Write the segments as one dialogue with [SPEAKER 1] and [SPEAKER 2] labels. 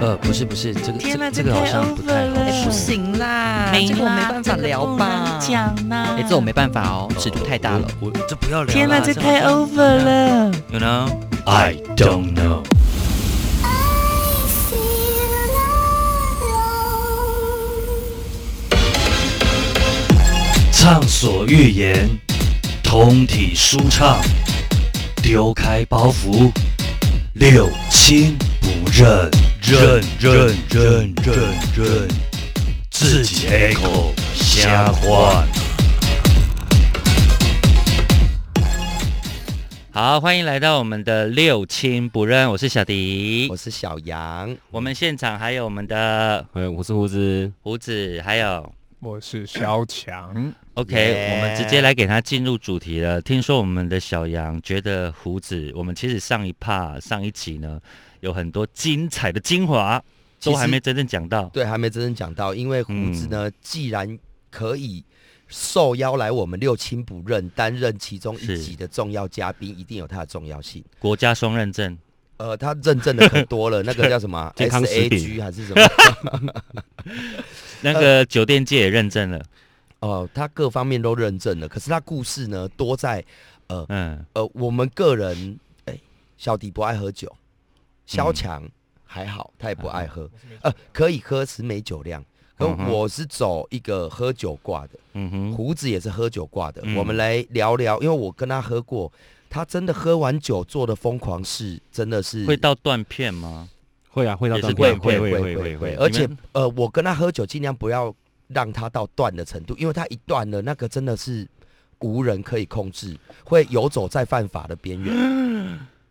[SPEAKER 1] 呃，不是不是，这个这
[SPEAKER 2] 天
[SPEAKER 1] 个
[SPEAKER 2] 哪
[SPEAKER 1] 这
[SPEAKER 2] 这
[SPEAKER 1] 个好
[SPEAKER 2] 太
[SPEAKER 1] 像不太
[SPEAKER 2] over
[SPEAKER 1] 好
[SPEAKER 2] 了
[SPEAKER 3] 哎，不
[SPEAKER 1] 说。
[SPEAKER 3] 行啦，
[SPEAKER 2] 嗯没
[SPEAKER 3] 这个我
[SPEAKER 2] 啦
[SPEAKER 3] 没办法聊
[SPEAKER 2] 这
[SPEAKER 3] 吧。
[SPEAKER 2] 个不能讲啦，
[SPEAKER 3] 哎，这我没办法哦，尺度太大了。
[SPEAKER 1] 我，我这不要聊啦。
[SPEAKER 2] 天哪，这
[SPEAKER 1] 好
[SPEAKER 2] 太
[SPEAKER 1] 像
[SPEAKER 2] over 了。
[SPEAKER 3] 有呢，
[SPEAKER 1] I don't know。畅所欲言，通体舒畅，丢开包袱，六亲不认，认认认认认，自己开口瞎话。
[SPEAKER 3] 好，欢迎来到我们的六亲不认，我是小迪
[SPEAKER 4] 我。是小杨，
[SPEAKER 3] 我们现场还有我们的
[SPEAKER 5] 哎，我是胡子，
[SPEAKER 3] 胡子，还有
[SPEAKER 6] 我是萧强，
[SPEAKER 3] OK，、
[SPEAKER 4] Yeah
[SPEAKER 3] 我们直接来给他进入主题了。听说我们的小杨觉得胡子，我们其实上一趴上一集呢，有很多精彩的精华
[SPEAKER 4] 其
[SPEAKER 3] 都
[SPEAKER 4] 实
[SPEAKER 3] 还没真正讲到。
[SPEAKER 4] 对，还没真正讲到，因为胡子呢，
[SPEAKER 5] 嗯
[SPEAKER 4] 既然可以受邀来我们六亲不认担任其中
[SPEAKER 3] 是
[SPEAKER 4] 一集的重要嘉宾，一定有它的重要性。
[SPEAKER 3] 国家双认证，
[SPEAKER 4] 呃，他认证的可多 了，那个叫什么啊
[SPEAKER 5] 健康食品
[SPEAKER 4] SAG 还是什么？
[SPEAKER 3] 那个酒店界也认证了。
[SPEAKER 4] 哦，他各方面都认证了，可是他故事呢多在
[SPEAKER 3] 嗯，
[SPEAKER 4] 呃，我们个人，哎、小迪不爱喝酒，
[SPEAKER 5] 嗯
[SPEAKER 4] 萧强还好，他也不爱喝，呃，可以喝是没酒量。可
[SPEAKER 3] 嗯哼
[SPEAKER 4] 我是走一个喝酒挂的，
[SPEAKER 3] 嗯哼，
[SPEAKER 4] 胡子也是喝酒挂的。
[SPEAKER 3] 嗯
[SPEAKER 4] 我们来聊聊，因为我跟他喝过，他真的喝完酒做的疯狂事，真的是
[SPEAKER 3] 会到断片吗？
[SPEAKER 5] 会啊，会到
[SPEAKER 3] 也是
[SPEAKER 5] 断
[SPEAKER 3] 会
[SPEAKER 5] 片
[SPEAKER 3] 会
[SPEAKER 5] 会
[SPEAKER 4] 会
[SPEAKER 5] 会
[SPEAKER 4] 会，
[SPEAKER 5] 会
[SPEAKER 4] 而且
[SPEAKER 3] 你们
[SPEAKER 4] 呃，我跟他喝酒尽量不要让他到断的程度，因为他一断了，那个真的是无人可以控制，会游走在犯法的边缘。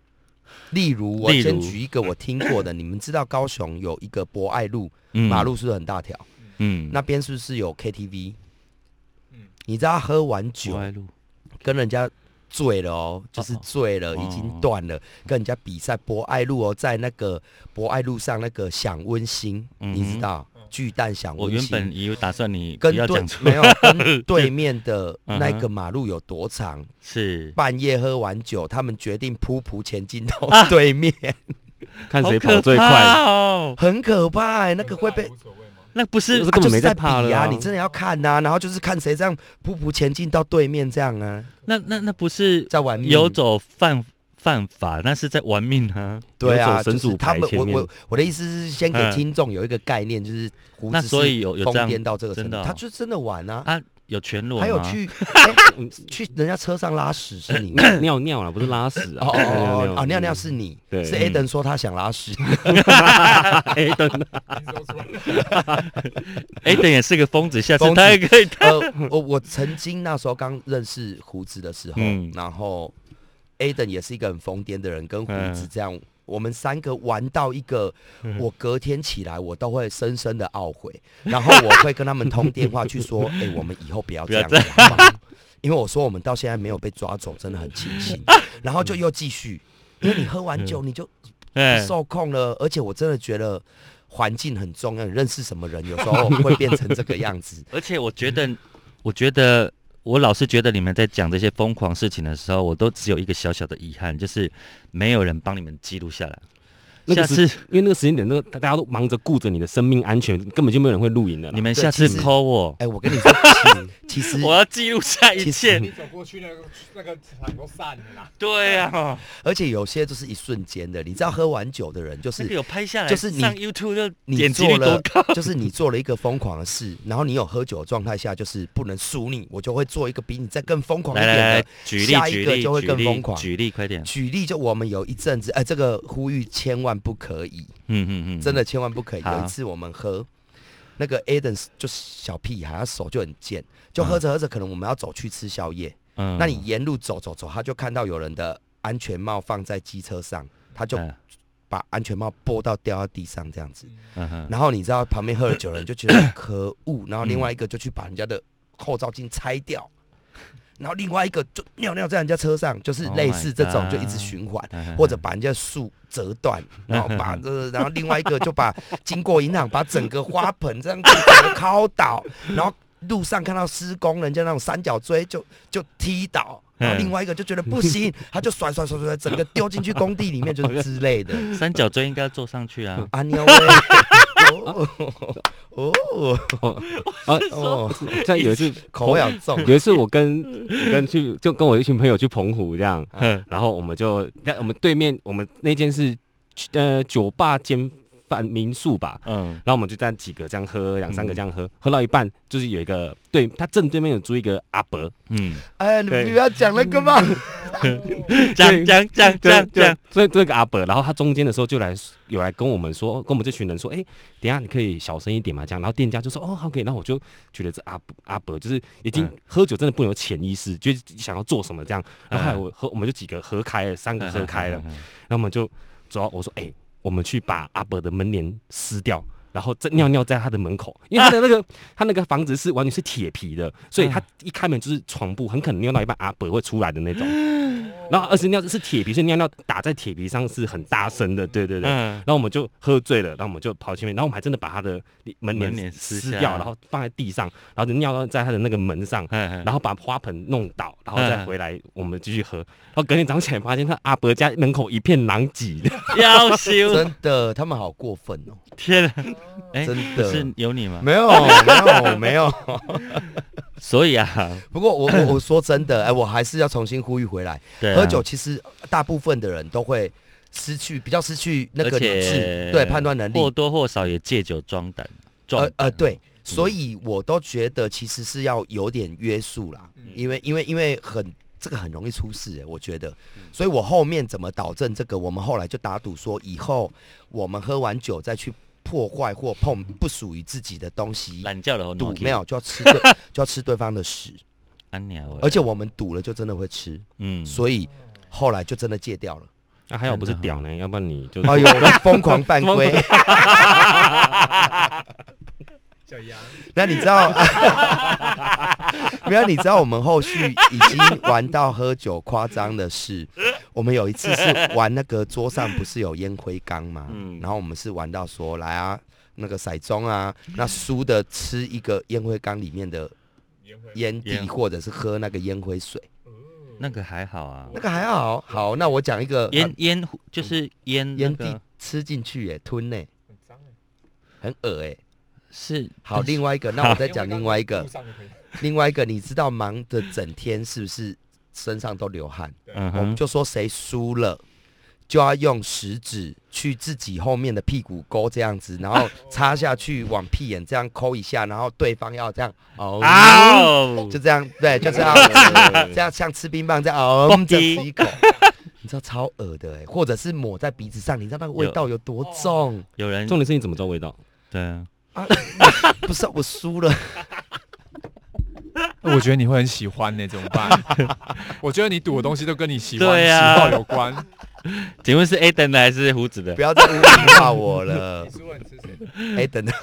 [SPEAKER 4] 例如，我
[SPEAKER 3] 例
[SPEAKER 4] 先
[SPEAKER 3] 如
[SPEAKER 4] 举一个我听过的，你们知道高雄有一个博爱路，
[SPEAKER 3] 嗯
[SPEAKER 4] 马，路是不是很大条？
[SPEAKER 3] 嗯，
[SPEAKER 4] 那边是不是有 KTV？
[SPEAKER 6] 嗯
[SPEAKER 4] 你知道他喝完酒
[SPEAKER 3] 国外路，
[SPEAKER 4] 跟人家醉了哦，就是醉了，
[SPEAKER 3] 哦
[SPEAKER 4] 已经断了，跟人家比赛博爱路哦，在那个博爱路上那个享温馨，
[SPEAKER 3] 嗯哼
[SPEAKER 4] 你知道巨蛋享
[SPEAKER 3] 我
[SPEAKER 4] 温
[SPEAKER 3] 原
[SPEAKER 4] 馨。
[SPEAKER 3] 本也有打算你不
[SPEAKER 4] 跟
[SPEAKER 3] 要
[SPEAKER 4] 对
[SPEAKER 3] 讲嗯出
[SPEAKER 4] 没
[SPEAKER 3] 来，
[SPEAKER 4] 有 跟对面的那个马路有多长？
[SPEAKER 3] 是
[SPEAKER 4] 半夜喝完酒，他们决定扑扑前进到
[SPEAKER 3] 啊
[SPEAKER 4] 对面，
[SPEAKER 5] 看
[SPEAKER 3] 好
[SPEAKER 5] 谁跑
[SPEAKER 3] 可
[SPEAKER 5] 最快，
[SPEAKER 3] 怕哦？
[SPEAKER 4] 很可怕哎、那个会被
[SPEAKER 6] 无所谓吗？
[SPEAKER 3] 那不是
[SPEAKER 5] 就是根本没
[SPEAKER 4] 在
[SPEAKER 5] 在怕
[SPEAKER 4] 比
[SPEAKER 5] 了
[SPEAKER 4] 啊！
[SPEAKER 5] 啊
[SPEAKER 4] 你真的要看呐、然后就是看谁这样扑扑前进到对面这样啊，
[SPEAKER 3] 那那那不是
[SPEAKER 4] 在玩命
[SPEAKER 3] 游走犯犯法，那是在玩命啊！
[SPEAKER 4] 对啊，
[SPEAKER 5] 有走
[SPEAKER 4] 就
[SPEAKER 5] 神
[SPEAKER 4] 是
[SPEAKER 5] 主
[SPEAKER 4] 他
[SPEAKER 5] 牌
[SPEAKER 4] 们，我
[SPEAKER 5] 前面
[SPEAKER 4] 我我的意思是先给
[SPEAKER 3] 嗯
[SPEAKER 4] 听众有一个概念，就是胡
[SPEAKER 3] 那
[SPEAKER 4] 子
[SPEAKER 3] 所
[SPEAKER 4] 是
[SPEAKER 3] 以有有
[SPEAKER 4] 疯
[SPEAKER 3] 这样
[SPEAKER 4] 癫到这个程
[SPEAKER 3] 真
[SPEAKER 4] 度，
[SPEAKER 3] 的哦
[SPEAKER 4] 他就真的玩啊，
[SPEAKER 3] 啊，有全裸吗？
[SPEAKER 4] 还有 去哎去人家车上拉屎是你吗。
[SPEAKER 5] 尿尿了，不是拉屎啊，
[SPEAKER 4] 哦哦哦哦，尿尿
[SPEAKER 5] 屎，
[SPEAKER 4] 是你，
[SPEAKER 5] 对
[SPEAKER 4] 是
[SPEAKER 5] 嗯
[SPEAKER 4] Aden 说他想拉屎，
[SPEAKER 5] 哎， 等，
[SPEAKER 3] 哎，等也是个疯子，下次
[SPEAKER 4] 疯子
[SPEAKER 3] 他也可以。
[SPEAKER 4] 呃，我我曾经那时候刚认识胡子的时候，
[SPEAKER 3] 嗯
[SPEAKER 4] 然后 Aden 也是一个很疯癫的人，跟胡子
[SPEAKER 3] 嗯
[SPEAKER 4] 这样，我们三个玩到一个，我隔天起来我都会深深的懊悔，然后我会跟他们通电话去说，哎、我们以后不要
[SPEAKER 3] 不
[SPEAKER 4] 这
[SPEAKER 3] 要
[SPEAKER 4] 样子好不好，因为我说我们到现在没有被抓走，真的很庆 幸，然后就又继续，因为你喝完
[SPEAKER 3] 嗯
[SPEAKER 4] 酒你就
[SPEAKER 3] 哎，
[SPEAKER 4] 受控了，而且我真的觉得。环境很重要，你认识什么人，有时候会变成这个样子。
[SPEAKER 3] 而且我觉得，我觉得我老是觉得你们在讲这些疯狂事情的时候，我都只有一个小小的遗憾，就是没有人帮你们记录下来。
[SPEAKER 5] 那
[SPEAKER 3] 下
[SPEAKER 5] 个
[SPEAKER 3] 次
[SPEAKER 5] 是因为那个时间点，那个大家都忙着顾着你的生命安全，根本就没有人会录影的啦
[SPEAKER 3] 你。们
[SPEAKER 4] 对
[SPEAKER 3] 下次
[SPEAKER 4] 其实
[SPEAKER 3] call 我，
[SPEAKER 4] 哎、我跟你说， 其其实
[SPEAKER 3] 我要记录下一
[SPEAKER 4] 其
[SPEAKER 3] 切
[SPEAKER 4] 实。
[SPEAKER 6] 你走过去那个那个场都散了啦。
[SPEAKER 3] 对啊，
[SPEAKER 4] 而且有些就是一瞬间的，你知道，喝完酒的人就
[SPEAKER 3] 那个
[SPEAKER 4] 是
[SPEAKER 3] 有拍下来，
[SPEAKER 4] 就是你
[SPEAKER 3] 上 YouTube 就
[SPEAKER 4] 你
[SPEAKER 3] 哎点击
[SPEAKER 4] 做
[SPEAKER 3] 率多
[SPEAKER 4] 了
[SPEAKER 3] 高。，
[SPEAKER 4] 就是你做了一个疯狂的事，然后你有喝酒的状态下，就是不能输你，我就会做一个比你再更疯狂一
[SPEAKER 3] 来
[SPEAKER 4] 点的。
[SPEAKER 3] 来来，举例
[SPEAKER 4] 下一
[SPEAKER 3] 举
[SPEAKER 4] 个
[SPEAKER 3] 例
[SPEAKER 4] 就会
[SPEAKER 3] 举
[SPEAKER 4] 更
[SPEAKER 3] 例
[SPEAKER 4] 疯狂
[SPEAKER 3] 举例快点。
[SPEAKER 4] 举例，就我们有一阵子，哎、这个呼吁千万不可以，
[SPEAKER 3] 嗯嗯嗯，
[SPEAKER 4] 真的千万不可以。
[SPEAKER 3] 好
[SPEAKER 4] 有一次我们喝。那个 Aden 就是小屁孩，他手就很贱，就喝着喝着，可能我们要走去吃宵夜，
[SPEAKER 3] 嗯
[SPEAKER 4] 那你沿路走走走，他就看到有人的安全帽放在机车上，他就
[SPEAKER 3] 嗯
[SPEAKER 4] 把安全帽拨到掉到地上这样子，
[SPEAKER 3] 嗯哼
[SPEAKER 4] 然后你知道旁边喝了酒的人就觉得可恶，然后另外一个就去把人家的后照镜拆掉，然后另外一个就尿尿在人家车上，就是
[SPEAKER 3] Oh
[SPEAKER 4] 类
[SPEAKER 3] my
[SPEAKER 4] 似这种
[SPEAKER 3] God
[SPEAKER 4] 就一直循环。
[SPEAKER 3] 嗯哼
[SPEAKER 4] 或者把人家树折断，然后把这个，然后另外一个就把经过银行把整个花盆这样子整个敲倒，然后路上看到施工人家那种三角锥就就踢倒，然后另外一个就觉得不行，他就甩甩甩甩，整个丢进去工地里面，就是之类的。！
[SPEAKER 3] 三角锥应该要坐上去啊
[SPEAKER 4] 啊，你要喂哦哦哦
[SPEAKER 5] 啊，
[SPEAKER 4] 哦，
[SPEAKER 5] 像有一次
[SPEAKER 4] 口味好重。
[SPEAKER 5] 有一次我跟我跟去就跟我一群朋友去澎湖这样，
[SPEAKER 4] 嗯
[SPEAKER 3] 哼
[SPEAKER 5] 然后我们就那我们对面我们那间是呃酒吧兼饭民宿吧，
[SPEAKER 3] 嗯，
[SPEAKER 5] 然后我们就在几个这样喝，两三个这样喝，喝到一半就是有一个对他正对面有住一个阿伯，
[SPEAKER 3] 嗯，
[SPEAKER 4] 哎，你
[SPEAKER 5] 对
[SPEAKER 4] 不要讲那个嘛，嗯
[SPEAKER 3] 这样这样这样 这样这样，
[SPEAKER 5] 所以这个阿伯，然后他中间的时候就来有来跟我们说，跟我们这群人说，哎、等一下你可以小声一点嘛，这样。然后店家就说，哦，好，可以。然后我就觉得这阿伯阿伯就是已经
[SPEAKER 3] 嗯
[SPEAKER 5] 喝酒真的不能有潜意识，就是想要做什么这样。然
[SPEAKER 3] 嗯
[SPEAKER 5] 后后来我喝，我们就几个合开了，三个合开了，
[SPEAKER 3] 嗯，嗯嗯嗯
[SPEAKER 5] 然后我们就主要我说，哎、我们去把阿伯的门帘撕掉。然后再尿尿在他的门口，因为他的那个、 他那个房子是完全是铁皮的，所以
[SPEAKER 3] 嗯
[SPEAKER 5] 他一开门就是床铺，很可能尿到一半阿伯会出来的那 种。然后而且尿是铁皮，所以尿尿打在铁皮上是很大声的，对对对。
[SPEAKER 3] 嗯
[SPEAKER 5] 然后我们就喝醉了，然后我们就跑去前面，然后我们还真的把他的门
[SPEAKER 3] 门帘
[SPEAKER 5] 帘
[SPEAKER 3] 撕
[SPEAKER 5] 撕
[SPEAKER 3] 下
[SPEAKER 5] 掉，
[SPEAKER 3] 来
[SPEAKER 5] 然后放在地上，然后就尿到在他的那个门上，
[SPEAKER 3] 嗯嗯
[SPEAKER 5] 然后把花盆弄倒，然后
[SPEAKER 3] 嗯
[SPEAKER 5] 再回来，我们继续喝。然后隔天早上起来，发现他阿伯家门口一片狼 藉，
[SPEAKER 3] 要修，
[SPEAKER 4] 真的，他们好过分哦，
[SPEAKER 3] 天啊，哎，
[SPEAKER 4] 真的
[SPEAKER 3] 是有你吗？
[SPEAKER 4] 没有没有没有。
[SPEAKER 3] 所以啊，
[SPEAKER 4] 不过我我我说真的，哎，我还是要重新呼吁回来，
[SPEAKER 3] 对啊，
[SPEAKER 4] 喝酒其实大部分的人都会失去比较失去那个理
[SPEAKER 3] 而且
[SPEAKER 4] 智，对判断能力
[SPEAKER 3] 或，嗯多或少也借酒装胆，壮
[SPEAKER 4] 呃
[SPEAKER 3] 胆
[SPEAKER 4] 呃，，对，所以我都觉得其实是要有点约束啦，
[SPEAKER 3] 嗯
[SPEAKER 4] 因为因为因为很这个很容易出事、欸，我觉得，
[SPEAKER 3] 嗯
[SPEAKER 4] 所以我后面怎么导正这个，我们后来就打赌说，以后我们喝完酒再去破坏或碰不属于自己的东西，
[SPEAKER 3] 懒觉了，
[SPEAKER 4] 赌没有就要吃 对就要吃对方的屎，
[SPEAKER 3] 安鸟欸，
[SPEAKER 4] 而且我们赌了就真的会吃，
[SPEAKER 3] 嗯，
[SPEAKER 4] 所以后来就真的戒掉 了。
[SPEAKER 5] 那、啊还好不是屌呢，要不然你就
[SPEAKER 4] 哎呦，疯狂犯 规！
[SPEAKER 6] 小杨，
[SPEAKER 4] 那你知道？ 没有，你知道我们后续已经玩到喝酒夸张的事。我们有一次是玩那个桌上不是有烟灰缸吗？
[SPEAKER 5] 嗯
[SPEAKER 4] 然后我们是玩到说来啊，那个骰盅啊，那输的吃一个烟灰缸里面的
[SPEAKER 6] 烟灰
[SPEAKER 4] 烟蒂，
[SPEAKER 3] 烟
[SPEAKER 4] 或者是喝那个烟灰水，
[SPEAKER 3] 那个还好啊
[SPEAKER 4] 那，个还好。好，那我讲一个
[SPEAKER 3] 烟烟壶就是烟嗯那
[SPEAKER 4] 烟蒂
[SPEAKER 3] 个
[SPEAKER 4] 吃进去耶，吞呢，
[SPEAKER 6] 很脏欸
[SPEAKER 4] 很恶哎。
[SPEAKER 3] 是
[SPEAKER 4] 好，另外一个，那我再讲另外一个。另外一个，你知道忙的整天是不是身上都流汗？
[SPEAKER 3] 嗯
[SPEAKER 4] 我们
[SPEAKER 3] 哼，
[SPEAKER 4] 就说谁输了，就要用食指去自己后面的屁股沟这样子，
[SPEAKER 3] 嗯
[SPEAKER 4] 然后插下去往屁眼这样抠一下，然后对方要这样哦。
[SPEAKER 3] 啊
[SPEAKER 4] 嗯就这样，对， 就这样，这样像吃冰棒这样，哦，
[SPEAKER 3] 蹦
[SPEAKER 4] 这
[SPEAKER 3] 迪
[SPEAKER 4] 样吃一口， 你知道超恶的哎，或者是抹在鼻子上，你知道那个味道有多
[SPEAKER 6] 哦
[SPEAKER 4] 重？
[SPEAKER 3] 有人
[SPEAKER 5] 重点是你怎么知道味道？
[SPEAKER 3] 对啊，
[SPEAKER 4] 不是，我输了，
[SPEAKER 6] 我觉得你会很喜欢呢，怎么 办？我觉得你赌的东西都跟你喜欢、
[SPEAKER 3] 对啊
[SPEAKER 6] 喜好有关。
[SPEAKER 3] 请问是 A 等的还是胡子的
[SPEAKER 4] 不？要再污名化我了。
[SPEAKER 6] 输了你吃谁？
[SPEAKER 4] 哎、等等。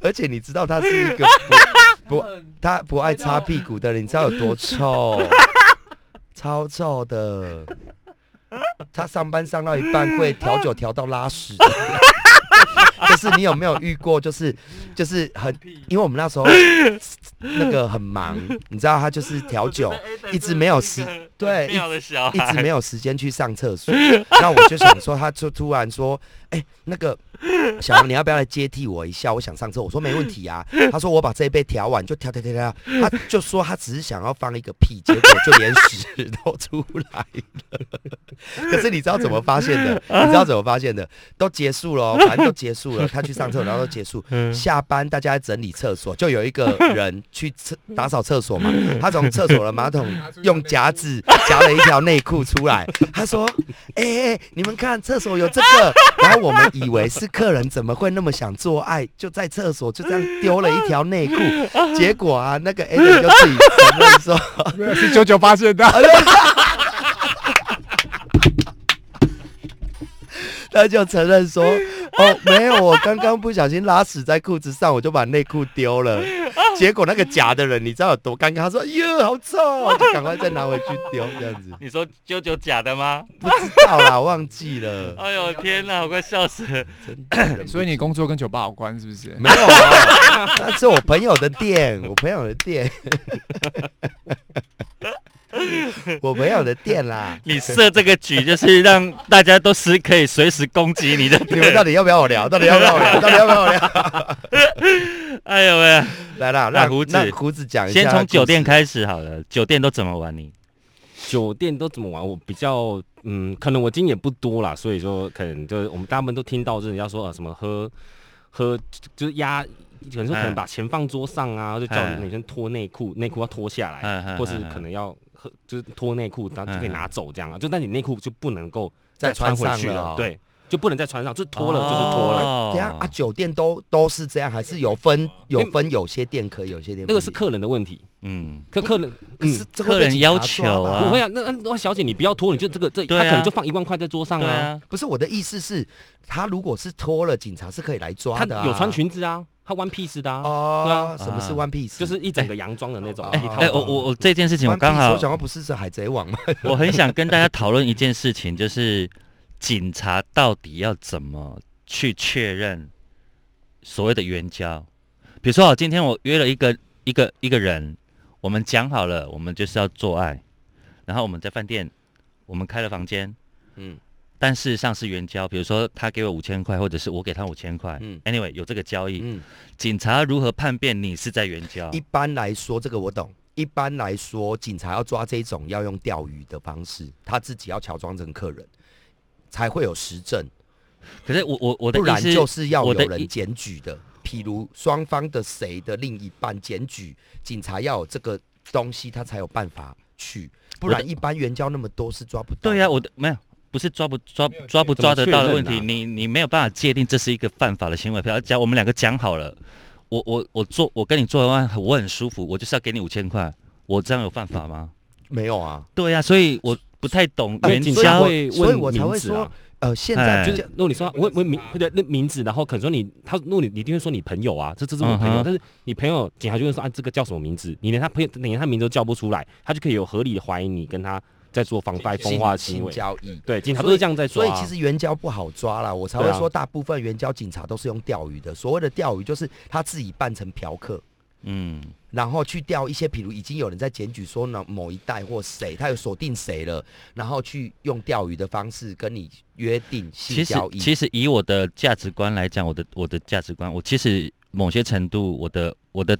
[SPEAKER 4] 而且你知道他是一个不不他不爱擦屁股的人，你知道有多臭？超臭的。他上班上到一半会调酒调到拉屎。就是你有没有遇过？就是就是很，因为我们那时候那个很忙，你知道他就是调酒，一直没有时对，一
[SPEAKER 3] 妙的小
[SPEAKER 4] 一直
[SPEAKER 3] 孩，
[SPEAKER 4] 没有时间去上厕所， 那我就想说，他就突然说，哎、那个小杨，你要不要来接替我一下？我想上厕所。我说没问题 啊。他说我把这一杯调完就调调调调，他就说他只是想要放一个屁，结果就连屎都出来了。 可是你知道怎么发现的？你知道怎么发现的？都结束了、哦，反正都结束了。他去上厕所，然后都结束。下班大家在整理厕所，就有一个人去厕打扫厕所嘛，他从厕所的马桶用夹子夹了一条内裤出来，他说：“哎、哎、你们看厕所有这个。”然后我们以为是客人怎么会那么想做爱，就在厕所就这样丢了一条内裤，结果啊，那个 A 人就自己承认说。
[SPEAKER 6] 没有是九九八现的。
[SPEAKER 4] 他就承认说：“哦，没有，我刚刚不小心拉屎在裤子上，我就把内裤丢了。”结果那个夹的人，你知道有多尴尬？他说：“哟，好臭哦！”就赶快再拿回去丢，这样子
[SPEAKER 3] 你说啾啾假的吗？
[SPEAKER 4] 不知道啦，忘记了。
[SPEAKER 3] 哎呦天哪，我快笑死 了！
[SPEAKER 4] 真的
[SPEAKER 6] 哦所以你工作跟酒吧有关是不是？
[SPEAKER 4] 没有啊，那是我朋友的店，我朋友的店，我朋友的店啦。
[SPEAKER 3] 你设这个局就是让大家都是可以随时攻击你的。
[SPEAKER 4] 你们到底要不要我聊？到底要不要我聊？到底要不要我聊？
[SPEAKER 3] 哎呦喂，
[SPEAKER 4] 来啦，
[SPEAKER 3] 来
[SPEAKER 4] 让
[SPEAKER 3] 胡子
[SPEAKER 4] 让胡子讲一下
[SPEAKER 3] 先
[SPEAKER 4] 他的故事。
[SPEAKER 3] 从酒店开始好了，酒店都怎么玩你？
[SPEAKER 5] 酒店都怎么玩？我比较嗯，可能我经验不多啦，所以说可能就是我们大部分都听到，就是人家说啊什么喝喝就是压，可能说可能
[SPEAKER 3] 嗯
[SPEAKER 5] 把钱放桌上啊，就叫
[SPEAKER 3] 嗯
[SPEAKER 5] 女生脱内裤，内裤要脱下来，
[SPEAKER 3] 嗯嗯
[SPEAKER 5] 哎或是
[SPEAKER 3] 嗯嗯
[SPEAKER 5] 可能要喝就是脱内裤，然后就可以
[SPEAKER 3] 嗯嗯
[SPEAKER 5] 拿走这样啊，就但你内裤就不能够
[SPEAKER 4] 再
[SPEAKER 5] 穿
[SPEAKER 4] 穿
[SPEAKER 5] 回
[SPEAKER 4] 上
[SPEAKER 5] 去
[SPEAKER 4] 了哦
[SPEAKER 5] 对，就不能再穿上，就脱了就是脱了。
[SPEAKER 3] 了
[SPEAKER 4] 对啊，啊，酒店都都是这样，还是有分有分，有些店可以，有些店不
[SPEAKER 5] 哦那个是
[SPEAKER 4] 行
[SPEAKER 5] 客人的问题，
[SPEAKER 3] 嗯，
[SPEAKER 5] 客客人
[SPEAKER 4] 可
[SPEAKER 5] 嗯
[SPEAKER 4] 是这
[SPEAKER 3] 客
[SPEAKER 4] 会被
[SPEAKER 3] 人
[SPEAKER 4] 警
[SPEAKER 3] 要
[SPEAKER 4] 察抓
[SPEAKER 3] 求
[SPEAKER 4] 吧
[SPEAKER 3] 啊
[SPEAKER 5] 不会啊，那那小姐你不要脱，你就这个这
[SPEAKER 3] 对
[SPEAKER 5] 他
[SPEAKER 3] 啊
[SPEAKER 5] 可能就放一万块在桌上
[SPEAKER 3] 对
[SPEAKER 5] 啊，
[SPEAKER 3] 啊，
[SPEAKER 4] 不是我的意思是，他如果是脱了，警察是可以来抓
[SPEAKER 5] 他
[SPEAKER 4] 的、啊。
[SPEAKER 5] 有穿裙子啊，他 one piece 的啊，
[SPEAKER 4] 哦，
[SPEAKER 3] 对啊
[SPEAKER 4] 什么是
[SPEAKER 3] 啊
[SPEAKER 4] One Piece？
[SPEAKER 5] 就是一整个洋装的那种
[SPEAKER 4] 哎
[SPEAKER 5] 一套
[SPEAKER 3] 哎、
[SPEAKER 5] 的。
[SPEAKER 3] 我我我这件事情
[SPEAKER 4] One
[SPEAKER 3] 我刚
[SPEAKER 4] Piece，
[SPEAKER 3] 好
[SPEAKER 4] 我想要不是是海贼王吗？
[SPEAKER 3] 我很想跟大家讨论一件事情，就是警察到底要怎么去确认所谓的援交？比如说，哦今天我约了一个一个一个人，我们讲好了，我们就是要做爱，然后我们在饭店，我们开了房间，
[SPEAKER 4] 嗯
[SPEAKER 3] 但事实上是援交。比如说，他给我五千块，或者是我给他五千块，
[SPEAKER 4] 嗯
[SPEAKER 3] Anyway，有这个交易，
[SPEAKER 4] 嗯，
[SPEAKER 3] 警察如何判别你是在援交？
[SPEAKER 4] 一般来说这个我懂。一般来说，警察要抓这种要用钓鱼的方式，他自己要乔装成客人，才会有实证，
[SPEAKER 3] 可是我我我的
[SPEAKER 4] 不
[SPEAKER 3] 意
[SPEAKER 4] 然
[SPEAKER 3] 思，
[SPEAKER 4] 就是要有
[SPEAKER 3] 我的
[SPEAKER 4] 人
[SPEAKER 3] 意
[SPEAKER 4] 检举的。譬如双方的谁的另一半检举，警察要有这个东西，他才有办法去，不
[SPEAKER 3] 我的
[SPEAKER 4] 然一般援交那么多是抓不到。
[SPEAKER 3] 对
[SPEAKER 5] 啊
[SPEAKER 3] 呀、我的没有，不是抓不抓抓不抓得到的问
[SPEAKER 5] 怎
[SPEAKER 3] 题，
[SPEAKER 5] 么确啊
[SPEAKER 3] 你你没有办法界定这是一个犯法的行为。比如讲，我们两个讲好了，我我我做我跟你做完，我很舒服，我就是要给你五千块，我这样有犯法吗？
[SPEAKER 4] 没有啊，对
[SPEAKER 3] 对呀、所以我不太懂
[SPEAKER 5] 因为
[SPEAKER 3] 援
[SPEAKER 5] 哎警
[SPEAKER 4] 所以
[SPEAKER 5] 察
[SPEAKER 3] 交
[SPEAKER 4] 我
[SPEAKER 5] 会
[SPEAKER 4] 哎所以
[SPEAKER 5] 问
[SPEAKER 4] 我才
[SPEAKER 5] 名
[SPEAKER 4] 会
[SPEAKER 5] 字啊
[SPEAKER 4] 说，呃，现在
[SPEAKER 3] 哎
[SPEAKER 4] 就
[SPEAKER 5] 就是是如果你说问问名对那名字，然后可能说你他如果你你一定会说你朋友啊，这这是我朋
[SPEAKER 3] 嗯
[SPEAKER 5] 友，
[SPEAKER 3] 哼
[SPEAKER 5] 但是你朋友警察就会说啊这个叫什么名字，你连他朋友你连他名字都叫不出来，他就可以有合理的怀疑你跟他在做防范
[SPEAKER 4] 性
[SPEAKER 5] 风化行
[SPEAKER 4] 性
[SPEAKER 5] 为。
[SPEAKER 4] 交易。
[SPEAKER 5] 对，警察都是这样在抓
[SPEAKER 4] 所
[SPEAKER 5] 啊。
[SPEAKER 4] 以其实援交不好抓啦，我才会
[SPEAKER 5] 对啊
[SPEAKER 4] 说大部分援交警察都是用钓鱼的。所谓的钓鱼，就是他自己扮成嫖客，
[SPEAKER 3] 嗯，
[SPEAKER 4] 然后去钓一些，比如已经有人在检举说呢某一代或谁，他有锁定谁了，然后去用钓鱼的方式跟你约定性
[SPEAKER 3] 其实
[SPEAKER 4] 交易。
[SPEAKER 3] 其实以我的价值观来讲，我的我的价值观，我其实某些程度我的我的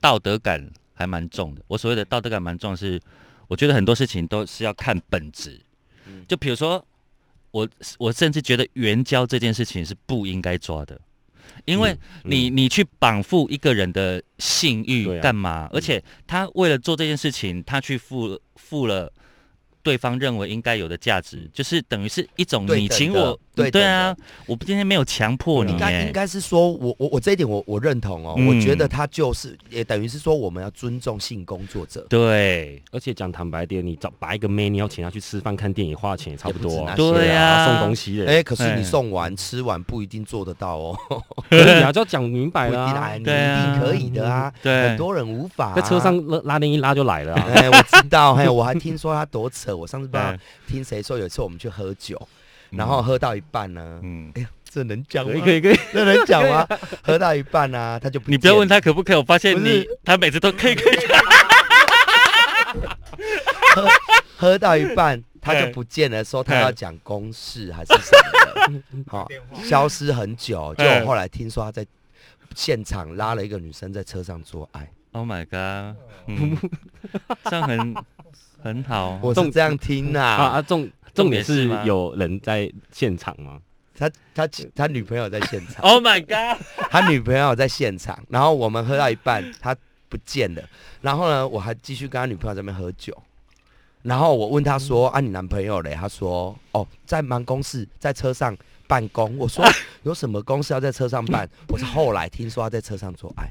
[SPEAKER 3] 道德感还蛮重的。我所谓的道德感蛮重是，我觉得很多事情都是要看本质。
[SPEAKER 4] 嗯
[SPEAKER 3] 就比如说，我我甚至觉得援交这件事情是不应该抓的，因为
[SPEAKER 5] 嗯
[SPEAKER 3] 你、
[SPEAKER 4] 嗯
[SPEAKER 3] 你去绑缚一个人的性
[SPEAKER 5] 对
[SPEAKER 3] 欲
[SPEAKER 5] 啊
[SPEAKER 3] 干嘛？
[SPEAKER 4] 嗯
[SPEAKER 3] 而且他为了做这件事情，他去付付了。对方认为应该有的价值，就是等于是一种
[SPEAKER 4] 对
[SPEAKER 3] 你
[SPEAKER 4] 等
[SPEAKER 3] 请
[SPEAKER 4] 的
[SPEAKER 3] 我，
[SPEAKER 4] 嗯对等
[SPEAKER 3] 啊
[SPEAKER 4] 的，
[SPEAKER 3] 我今天没有强迫你
[SPEAKER 4] 应该应
[SPEAKER 3] 耶，
[SPEAKER 4] 该是说我我我这一点我我认同哦，
[SPEAKER 3] 嗯
[SPEAKER 4] 我觉得他就是也等于是说我们要尊重性工作者。
[SPEAKER 3] 对
[SPEAKER 5] 而且讲坦白点，你找把一个妹，你要请她去吃饭、看电影，花的钱也差不多、
[SPEAKER 4] 也
[SPEAKER 5] 啊
[SPEAKER 4] 不止那，些啊
[SPEAKER 3] 对呀，
[SPEAKER 5] 送东西的，
[SPEAKER 4] 哎、可是
[SPEAKER 3] 哎
[SPEAKER 4] 你送完吃完不一定做得到哦，
[SPEAKER 5] 可以啊，就要讲明白
[SPEAKER 4] 不一定
[SPEAKER 5] 啦、
[SPEAKER 4] 哎，你一
[SPEAKER 3] 对啊
[SPEAKER 4] 定可以的啊。
[SPEAKER 3] 对，
[SPEAKER 4] 很多人无法、啊
[SPEAKER 5] 在车上。拉拉链一拉就来了、啊。
[SPEAKER 4] 哎，我知道，还有我还听说他多扯。我上次不知道
[SPEAKER 3] 对
[SPEAKER 4] 听谁说，有一次我们去喝酒，
[SPEAKER 3] 嗯
[SPEAKER 4] 然后喝到一半呢，
[SPEAKER 3] 嗯，
[SPEAKER 4] 这能讲吗？
[SPEAKER 5] 以可以，
[SPEAKER 4] 这能讲吗？喝到一半啊，他就
[SPEAKER 3] 你不要问
[SPEAKER 4] 他，
[SPEAKER 3] 他可不可以，我发现
[SPEAKER 4] 不
[SPEAKER 3] 你
[SPEAKER 4] 是
[SPEAKER 3] 他每次都可以可以，
[SPEAKER 4] 喝到一 半他就不见了，说他要讲公事还是什么的， 好，消失很久。就
[SPEAKER 5] 哎
[SPEAKER 4] 我后来听说他在现场拉了一个女生在车上做爱，
[SPEAKER 3] Oh my god！嗯， 这样很很好。
[SPEAKER 4] 我是这样听
[SPEAKER 5] 啊
[SPEAKER 4] 呐。
[SPEAKER 5] 啊，重重点
[SPEAKER 3] 重点是
[SPEAKER 5] 是
[SPEAKER 3] 吗
[SPEAKER 5] 有人在现场吗？
[SPEAKER 4] 他他他女朋友在现场。
[SPEAKER 3] Oh my god！
[SPEAKER 4] 他女朋友在现场，然后我们喝到一半，他不见了。然后呢，我还继续跟他女朋友在那边喝酒。然后我问他说：“
[SPEAKER 5] 嗯
[SPEAKER 4] 啊，你男朋友嘞？”他说：“哦，在忙公事，在车上办公。”我 说：“哦有什么公事要在车上办？”我是后来听说他在车上做爱，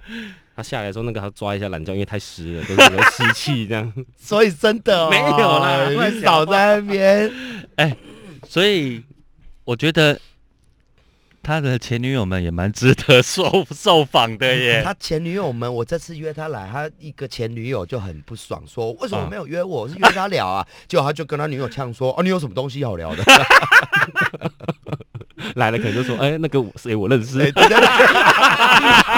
[SPEAKER 5] 他下来的时候，那个他抓一下懒觉，因为太湿了，就是 有湿气这样。
[SPEAKER 4] 所以真的、哦、
[SPEAKER 5] 没有啦乱
[SPEAKER 4] 你少在那边。
[SPEAKER 3] 所以我觉得他的前女友们也蛮值得受受访的 耶。
[SPEAKER 4] 他前女友们，我这次约他来，他一个前女友就很不爽，说为什
[SPEAKER 5] 嗯
[SPEAKER 4] 么没有约我？我是约他聊啊，结果他就跟他女友呛说：“哦，你有什么东西好聊的？”
[SPEAKER 5] 来了可能就说，哎、那个我谁我 认识，
[SPEAKER 4] 对对对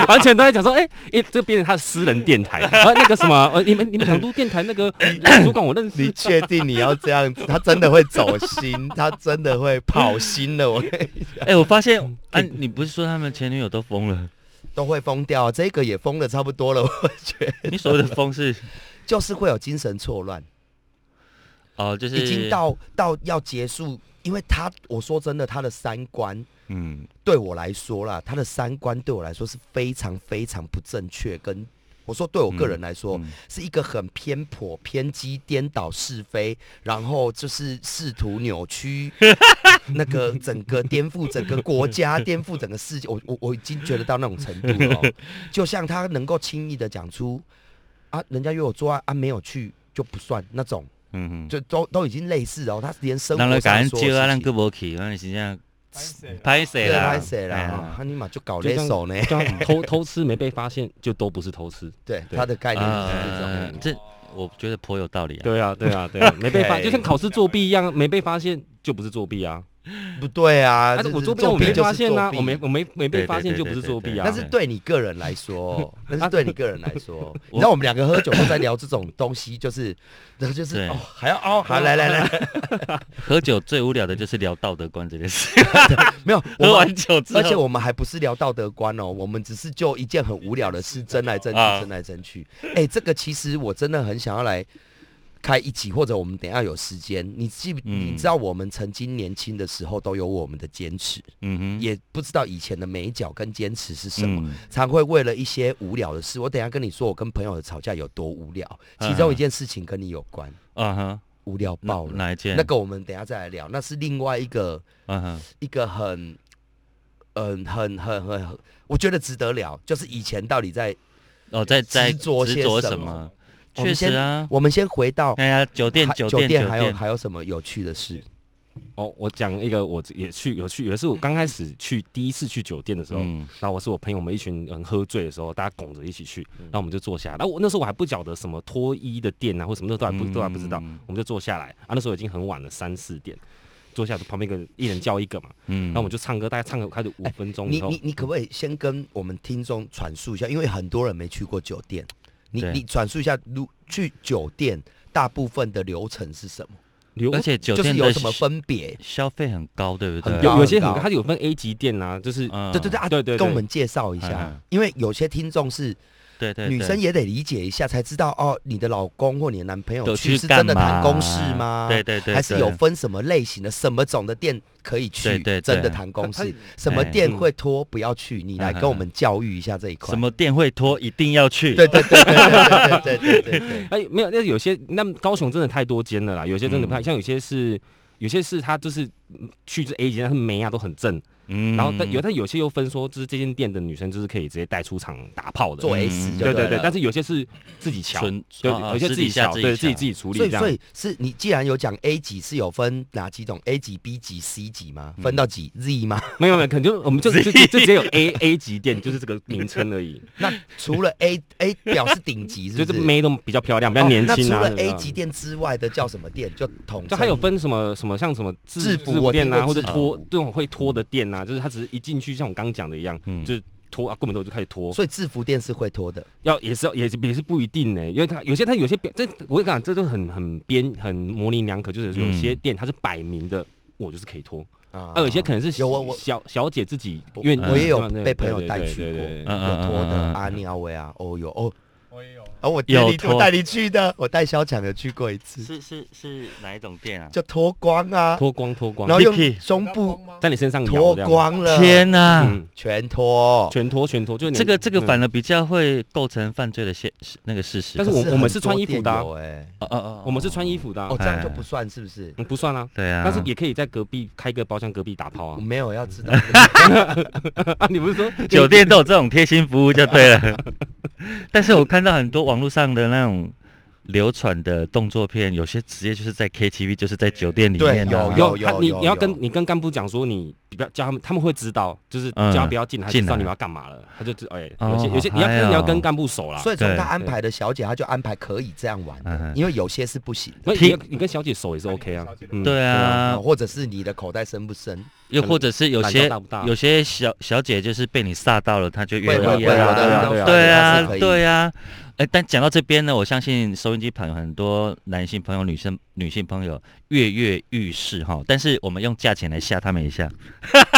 [SPEAKER 5] 完全都在讲说，哎、哎，这变成他的私人电 台，啊，那个什么，呃，你们你们港都电台那 个主管我认识
[SPEAKER 4] 你，确定你要这样子？他真的会走心，他真的会跑心的，我跟你
[SPEAKER 3] 哎、我发
[SPEAKER 4] 嗯
[SPEAKER 3] 现，哎、你不是说他们前女友都疯 了？
[SPEAKER 4] 都会疯掉啊。这个也疯的差不多了， 我觉得
[SPEAKER 3] 你所谓的疯是
[SPEAKER 4] 就是会有精神错乱，
[SPEAKER 3] 哦，就是
[SPEAKER 4] 已经到到要结束，因为他我说真的，他的三观
[SPEAKER 3] 嗯，
[SPEAKER 4] 对我来说啦，他的三观对我来说是非常非常不正确，跟我说对我个人来说、
[SPEAKER 3] 嗯嗯
[SPEAKER 4] 是一个很偏颇、偏激、颠倒是非，然后就是试图扭曲 那个整个颠覆整个国家、颠覆整个世界。我我我已经觉得到那种程度了哦、就像他能够轻易的讲出啊，人家约我做爱啊，没有去就不算那种，
[SPEAKER 3] 嗯
[SPEAKER 4] 就都都已经类似哦，他连生活
[SPEAKER 3] 让
[SPEAKER 4] 上
[SPEAKER 3] 人感恩
[SPEAKER 4] 所有
[SPEAKER 3] 接啊，
[SPEAKER 4] 事
[SPEAKER 3] 让
[SPEAKER 4] 情
[SPEAKER 3] 胳膊起，让你形象
[SPEAKER 6] 拍啊
[SPEAKER 3] 拍谁
[SPEAKER 4] 对
[SPEAKER 3] 啦？
[SPEAKER 4] 拍谁
[SPEAKER 3] 哎呀
[SPEAKER 4] 啦？他尼玛就搞
[SPEAKER 5] 就
[SPEAKER 4] 勒
[SPEAKER 5] 像
[SPEAKER 4] 手呢。
[SPEAKER 5] 就像啊偷偷吃没被发现，就都不是偷吃。
[SPEAKER 4] 对，
[SPEAKER 5] 对
[SPEAKER 4] 他的概念是这种。
[SPEAKER 3] 呃，这我觉得颇有道理啊。
[SPEAKER 5] 对啊，对啊，对啊，没被发，
[SPEAKER 4] OK
[SPEAKER 5] 就像考试作弊一样，没被发现就不是作弊啊。
[SPEAKER 4] 不对啊，
[SPEAKER 5] 但
[SPEAKER 4] 这
[SPEAKER 5] 是我
[SPEAKER 4] 这
[SPEAKER 5] 作弊
[SPEAKER 4] 作
[SPEAKER 5] 我没
[SPEAKER 4] 就是
[SPEAKER 5] 发现啊
[SPEAKER 4] 作，弊
[SPEAKER 5] 我没我没
[SPEAKER 3] 对
[SPEAKER 5] 没被
[SPEAKER 3] 对
[SPEAKER 5] 发现
[SPEAKER 3] 对
[SPEAKER 5] 就
[SPEAKER 3] 对
[SPEAKER 5] 不是
[SPEAKER 3] 对
[SPEAKER 5] 作弊
[SPEAKER 3] 对
[SPEAKER 5] 啊
[SPEAKER 4] 那。是对你个人来 说，那是对你个人来说。你知道我们两个喝酒都在聊这种东西，就是，然后就是
[SPEAKER 3] 对
[SPEAKER 4] 哦，还要哦，好来来 来，
[SPEAKER 3] 喝酒最无聊的就是聊道德观这件事。
[SPEAKER 4] 没有，我
[SPEAKER 3] 喝完
[SPEAKER 4] 们
[SPEAKER 3] 酒之后，
[SPEAKER 4] 而且我们还不是聊道德观哦，我们只是就一件很无聊的事争来争去
[SPEAKER 3] 啊，
[SPEAKER 4] 争来争去。哎，这个其实我真的很想要来。开一集，或者我们等一下有时间，你记不？
[SPEAKER 3] 嗯
[SPEAKER 4] 你知道我们曾经年轻的时候都有我们的坚持，
[SPEAKER 3] 嗯哼
[SPEAKER 4] 也不知道以前的美角跟坚持是什么，
[SPEAKER 3] 嗯
[SPEAKER 4] 常会为了一些无聊的事。我等一下跟你说，我跟朋友的吵架有多无聊。
[SPEAKER 3] 嗯
[SPEAKER 4] 其中一件事情跟你有关，
[SPEAKER 3] 啊哈，
[SPEAKER 4] 无聊爆了。
[SPEAKER 3] 哪一件？
[SPEAKER 4] 那个我们等一下再来聊，那是另外一个
[SPEAKER 3] 嗯哼，
[SPEAKER 4] 一个很，嗯、很很很很，我觉得值得聊，就是以前到底在。
[SPEAKER 3] 哦，在在
[SPEAKER 4] 执着些
[SPEAKER 3] 执着
[SPEAKER 4] 什
[SPEAKER 3] 什
[SPEAKER 4] 么
[SPEAKER 3] 么？
[SPEAKER 4] 我们
[SPEAKER 3] 确实
[SPEAKER 4] 先，
[SPEAKER 3] 啊，
[SPEAKER 4] 我们先回到
[SPEAKER 3] 哎呀，酒店
[SPEAKER 4] 还
[SPEAKER 3] 酒
[SPEAKER 4] 酒
[SPEAKER 3] 店
[SPEAKER 4] 店
[SPEAKER 3] 酒
[SPEAKER 4] 还有
[SPEAKER 3] 店，嗯
[SPEAKER 4] 还有什么有趣的事？
[SPEAKER 5] 哦，我讲一个，我也去有去，有一次我刚开始去第一次去酒店的时候，
[SPEAKER 3] 嗯
[SPEAKER 5] 然后我是我朋友们一群人喝醉的时候，大家拱着一起去，然后我们就坐下来。然后我那时候我还不晓得什么脱衣的店啊，或什么的都还不都还不知道
[SPEAKER 3] 嗯，
[SPEAKER 5] 我们就坐下来啊。那时候已经很晚了，三四点，坐下来旁边一个一人叫一个嘛，
[SPEAKER 3] 嗯
[SPEAKER 5] 然后我们就唱歌，大概唱了开始五分钟以
[SPEAKER 4] 你
[SPEAKER 5] 后
[SPEAKER 4] 你，你可不可以先跟我们听众阐述一下？因为很多人没去过酒店，你
[SPEAKER 3] 对
[SPEAKER 4] 你阐述一下，如去酒店大部分的流程是什么？
[SPEAKER 5] 留
[SPEAKER 3] 而且酒
[SPEAKER 4] 就是
[SPEAKER 3] 店
[SPEAKER 4] 有
[SPEAKER 3] 的
[SPEAKER 4] 什么分别？
[SPEAKER 3] 消费很高，对不
[SPEAKER 4] 很
[SPEAKER 3] 对？
[SPEAKER 4] 高
[SPEAKER 5] 有有些很
[SPEAKER 4] 很高
[SPEAKER 5] 它有分 A 级店啊，就是
[SPEAKER 3] 嗯
[SPEAKER 4] 对对对啊，
[SPEAKER 5] 对对对
[SPEAKER 4] 跟我们介绍一
[SPEAKER 3] 嗯
[SPEAKER 4] 下
[SPEAKER 3] 嗯，
[SPEAKER 4] 因为有些听众是
[SPEAKER 3] 对对，对
[SPEAKER 4] 女生也得理解一下，才知道哦，你的老公或你的男朋友
[SPEAKER 3] 有
[SPEAKER 4] 去
[SPEAKER 3] 去
[SPEAKER 4] 是真的
[SPEAKER 3] 干嘛
[SPEAKER 4] 谈公事吗？
[SPEAKER 3] 对对对，
[SPEAKER 4] 还是
[SPEAKER 3] 对
[SPEAKER 4] 有分什么类型的、什么种的店可以去？
[SPEAKER 3] 对对对
[SPEAKER 4] 真的谈公
[SPEAKER 5] 他
[SPEAKER 4] 事
[SPEAKER 5] 他，
[SPEAKER 4] 什么店
[SPEAKER 5] 嗯
[SPEAKER 4] 会拖不要去？你来
[SPEAKER 3] 嗯嗯
[SPEAKER 4] 跟我们教育一下这一块
[SPEAKER 3] 什。么店会拖，一定要去。
[SPEAKER 4] 对对对对对对对对对对。
[SPEAKER 5] 哎，没有，那有些那高雄真的太多间了啦，有些真的不太、
[SPEAKER 4] 嗯
[SPEAKER 5] 像，有些是有些是他就是嗯去这 A 级，但是眉啊都很正，
[SPEAKER 3] 嗯
[SPEAKER 5] 然后但有但有些又分说，就是这间店的女生就是可以直接带出场打炮的，
[SPEAKER 4] 做
[SPEAKER 5] 嗯
[SPEAKER 4] S
[SPEAKER 3] 嗯
[SPEAKER 4] 就
[SPEAKER 5] 对
[SPEAKER 4] 对
[SPEAKER 5] 对对，
[SPEAKER 4] 了啊
[SPEAKER 5] 但是有些是自己瞧，
[SPEAKER 3] 纯
[SPEAKER 5] 对，
[SPEAKER 3] 哦哦
[SPEAKER 5] 有些
[SPEAKER 3] 私
[SPEAKER 5] 自
[SPEAKER 3] 底
[SPEAKER 5] 己
[SPEAKER 3] 下
[SPEAKER 5] 瞧，对
[SPEAKER 3] 自己
[SPEAKER 5] 自己自己处理
[SPEAKER 4] 所
[SPEAKER 5] 这
[SPEAKER 4] 以
[SPEAKER 5] 样。
[SPEAKER 4] 所以是你既然有讲 A 级是有分哪几种 A 级、B 级、C 级吗？分到几 Z 吗？
[SPEAKER 5] 没有没有，可能就 我们就就就就直接有 A A 级店，就是这个名称而已，
[SPEAKER 4] 那除了 A A 表示顶级， 是
[SPEAKER 5] 就是
[SPEAKER 4] 不是？
[SPEAKER 5] 眉都比较漂亮，比较年轻啊。
[SPEAKER 4] 哦那除了
[SPEAKER 5] 对
[SPEAKER 4] A
[SPEAKER 5] 吧
[SPEAKER 4] 级店之外的叫什么店？就统称
[SPEAKER 5] 就它有分什么什么像什么
[SPEAKER 4] 嗯制
[SPEAKER 5] 制
[SPEAKER 4] 服
[SPEAKER 5] 制
[SPEAKER 4] 我
[SPEAKER 5] 服店
[SPEAKER 4] 听
[SPEAKER 5] 啊，
[SPEAKER 4] 过
[SPEAKER 5] 或者
[SPEAKER 4] 制服
[SPEAKER 5] 脱这种会脱的店啊，就是它只是一进去像我刚刚讲的一样，
[SPEAKER 3] 嗯
[SPEAKER 5] 就是脱啊，过门之后就开始脱，
[SPEAKER 4] 所以制服店是会拖的。
[SPEAKER 5] 要也是要也是也是不一定呢、因为它有些它有些表这我跟你讲，这就很很边很模棱两可，就是有些店它是摆明的。我就是可以脱，
[SPEAKER 4] 啊
[SPEAKER 5] 啊，有些可能是
[SPEAKER 4] 有我我
[SPEAKER 5] 小小姐自己，
[SPEAKER 4] 我
[SPEAKER 5] 因为
[SPEAKER 4] 我也有
[SPEAKER 5] 对
[SPEAKER 4] 被朋友
[SPEAKER 5] 对
[SPEAKER 4] 带
[SPEAKER 5] 对
[SPEAKER 4] 去
[SPEAKER 5] 对
[SPEAKER 4] 过
[SPEAKER 5] 对对
[SPEAKER 3] 嗯
[SPEAKER 4] 有拖的
[SPEAKER 3] 嗯嗯嗯
[SPEAKER 4] 阿尼奥维啊，哦有哦，
[SPEAKER 6] 我也有，
[SPEAKER 4] 哦我
[SPEAKER 3] 有
[SPEAKER 4] 带你
[SPEAKER 3] 拖
[SPEAKER 4] 我带你去的，我带小强有去过一次，
[SPEAKER 3] 是是是哪一种店啊？
[SPEAKER 4] 就脱光啊，
[SPEAKER 5] 脱光脱光，
[SPEAKER 4] 然后用
[SPEAKER 3] Vicky
[SPEAKER 4] 胸
[SPEAKER 6] 要
[SPEAKER 4] 部
[SPEAKER 6] 帮吗
[SPEAKER 5] 在你身上摇
[SPEAKER 4] 脱
[SPEAKER 5] 这样，
[SPEAKER 4] 光了，
[SPEAKER 3] 天哪，
[SPEAKER 5] 嗯，
[SPEAKER 4] 全脱，
[SPEAKER 5] 全脱全脱，就是你
[SPEAKER 3] 这个这个
[SPEAKER 5] 嗯
[SPEAKER 3] 反而比较会构成犯罪的现是那个事实吧。
[SPEAKER 5] 但是我
[SPEAKER 4] 可
[SPEAKER 5] 我们
[SPEAKER 4] 很
[SPEAKER 5] 是
[SPEAKER 4] 多
[SPEAKER 5] 穿衣服
[SPEAKER 4] 店
[SPEAKER 5] 的啊
[SPEAKER 4] 有哎，
[SPEAKER 3] 哦哦哦，
[SPEAKER 5] 我们是穿衣服的啊，
[SPEAKER 4] 哦，这样就不算是不是？
[SPEAKER 5] 嗯不算啊，
[SPEAKER 3] 对啊，
[SPEAKER 5] 但是也可以在隔壁开个包厢，隔壁打炮
[SPEAKER 4] 我
[SPEAKER 5] 啊！
[SPEAKER 4] 没有要知道，
[SPEAKER 5] 啊，你不 是 说
[SPEAKER 3] 酒店 都有这种贴心服务就对了。但是我看到很多网络上的那种流传的动作片，有些直接就是在 KTV，就是在酒店里
[SPEAKER 4] 对
[SPEAKER 3] 面、啊、
[SPEAKER 4] 有
[SPEAKER 5] 有
[SPEAKER 4] 有
[SPEAKER 5] 他你
[SPEAKER 4] 有
[SPEAKER 5] 你要
[SPEAKER 4] 有
[SPEAKER 5] 跟你跟干部讲说你不要叫他们，他们会知道，就是
[SPEAKER 3] 嗯
[SPEAKER 5] 叫他不要进来，他就
[SPEAKER 3] 进
[SPEAKER 5] 知道
[SPEAKER 3] 来
[SPEAKER 5] 你们要干嘛了，他就知哎，
[SPEAKER 3] 哦
[SPEAKER 4] 嗯
[SPEAKER 5] 有些有些你要
[SPEAKER 3] 好嗨哦
[SPEAKER 5] 你要跟干部熟啦，
[SPEAKER 4] 所以从
[SPEAKER 3] 对
[SPEAKER 4] 他安排的小姐，他就安排可以这样玩
[SPEAKER 3] 嗯
[SPEAKER 4] 的
[SPEAKER 3] 哼，
[SPEAKER 4] 因为有些是不行的
[SPEAKER 5] 那你
[SPEAKER 3] 听
[SPEAKER 5] 跟你跟小姐熟也是 OK 啊，嗯
[SPEAKER 3] 对啊
[SPEAKER 4] 啊，，或者是你的口袋深不深，
[SPEAKER 3] 又或者是有
[SPEAKER 5] 懒
[SPEAKER 3] 些
[SPEAKER 5] 觉大不大
[SPEAKER 3] 有些小小姐就是被你煞到了，她就
[SPEAKER 4] 会会
[SPEAKER 3] 越
[SPEAKER 4] 会
[SPEAKER 3] 来
[SPEAKER 4] 有
[SPEAKER 3] 越
[SPEAKER 4] 的那种
[SPEAKER 5] 对啊
[SPEAKER 3] 对啊
[SPEAKER 4] 她是可，以
[SPEAKER 3] 对啊。哎，但讲到这边呢，我相信收音机旁有很多男性朋友、女生、女性朋友跃跃欲试哈。但是我们用价钱来吓他们一下，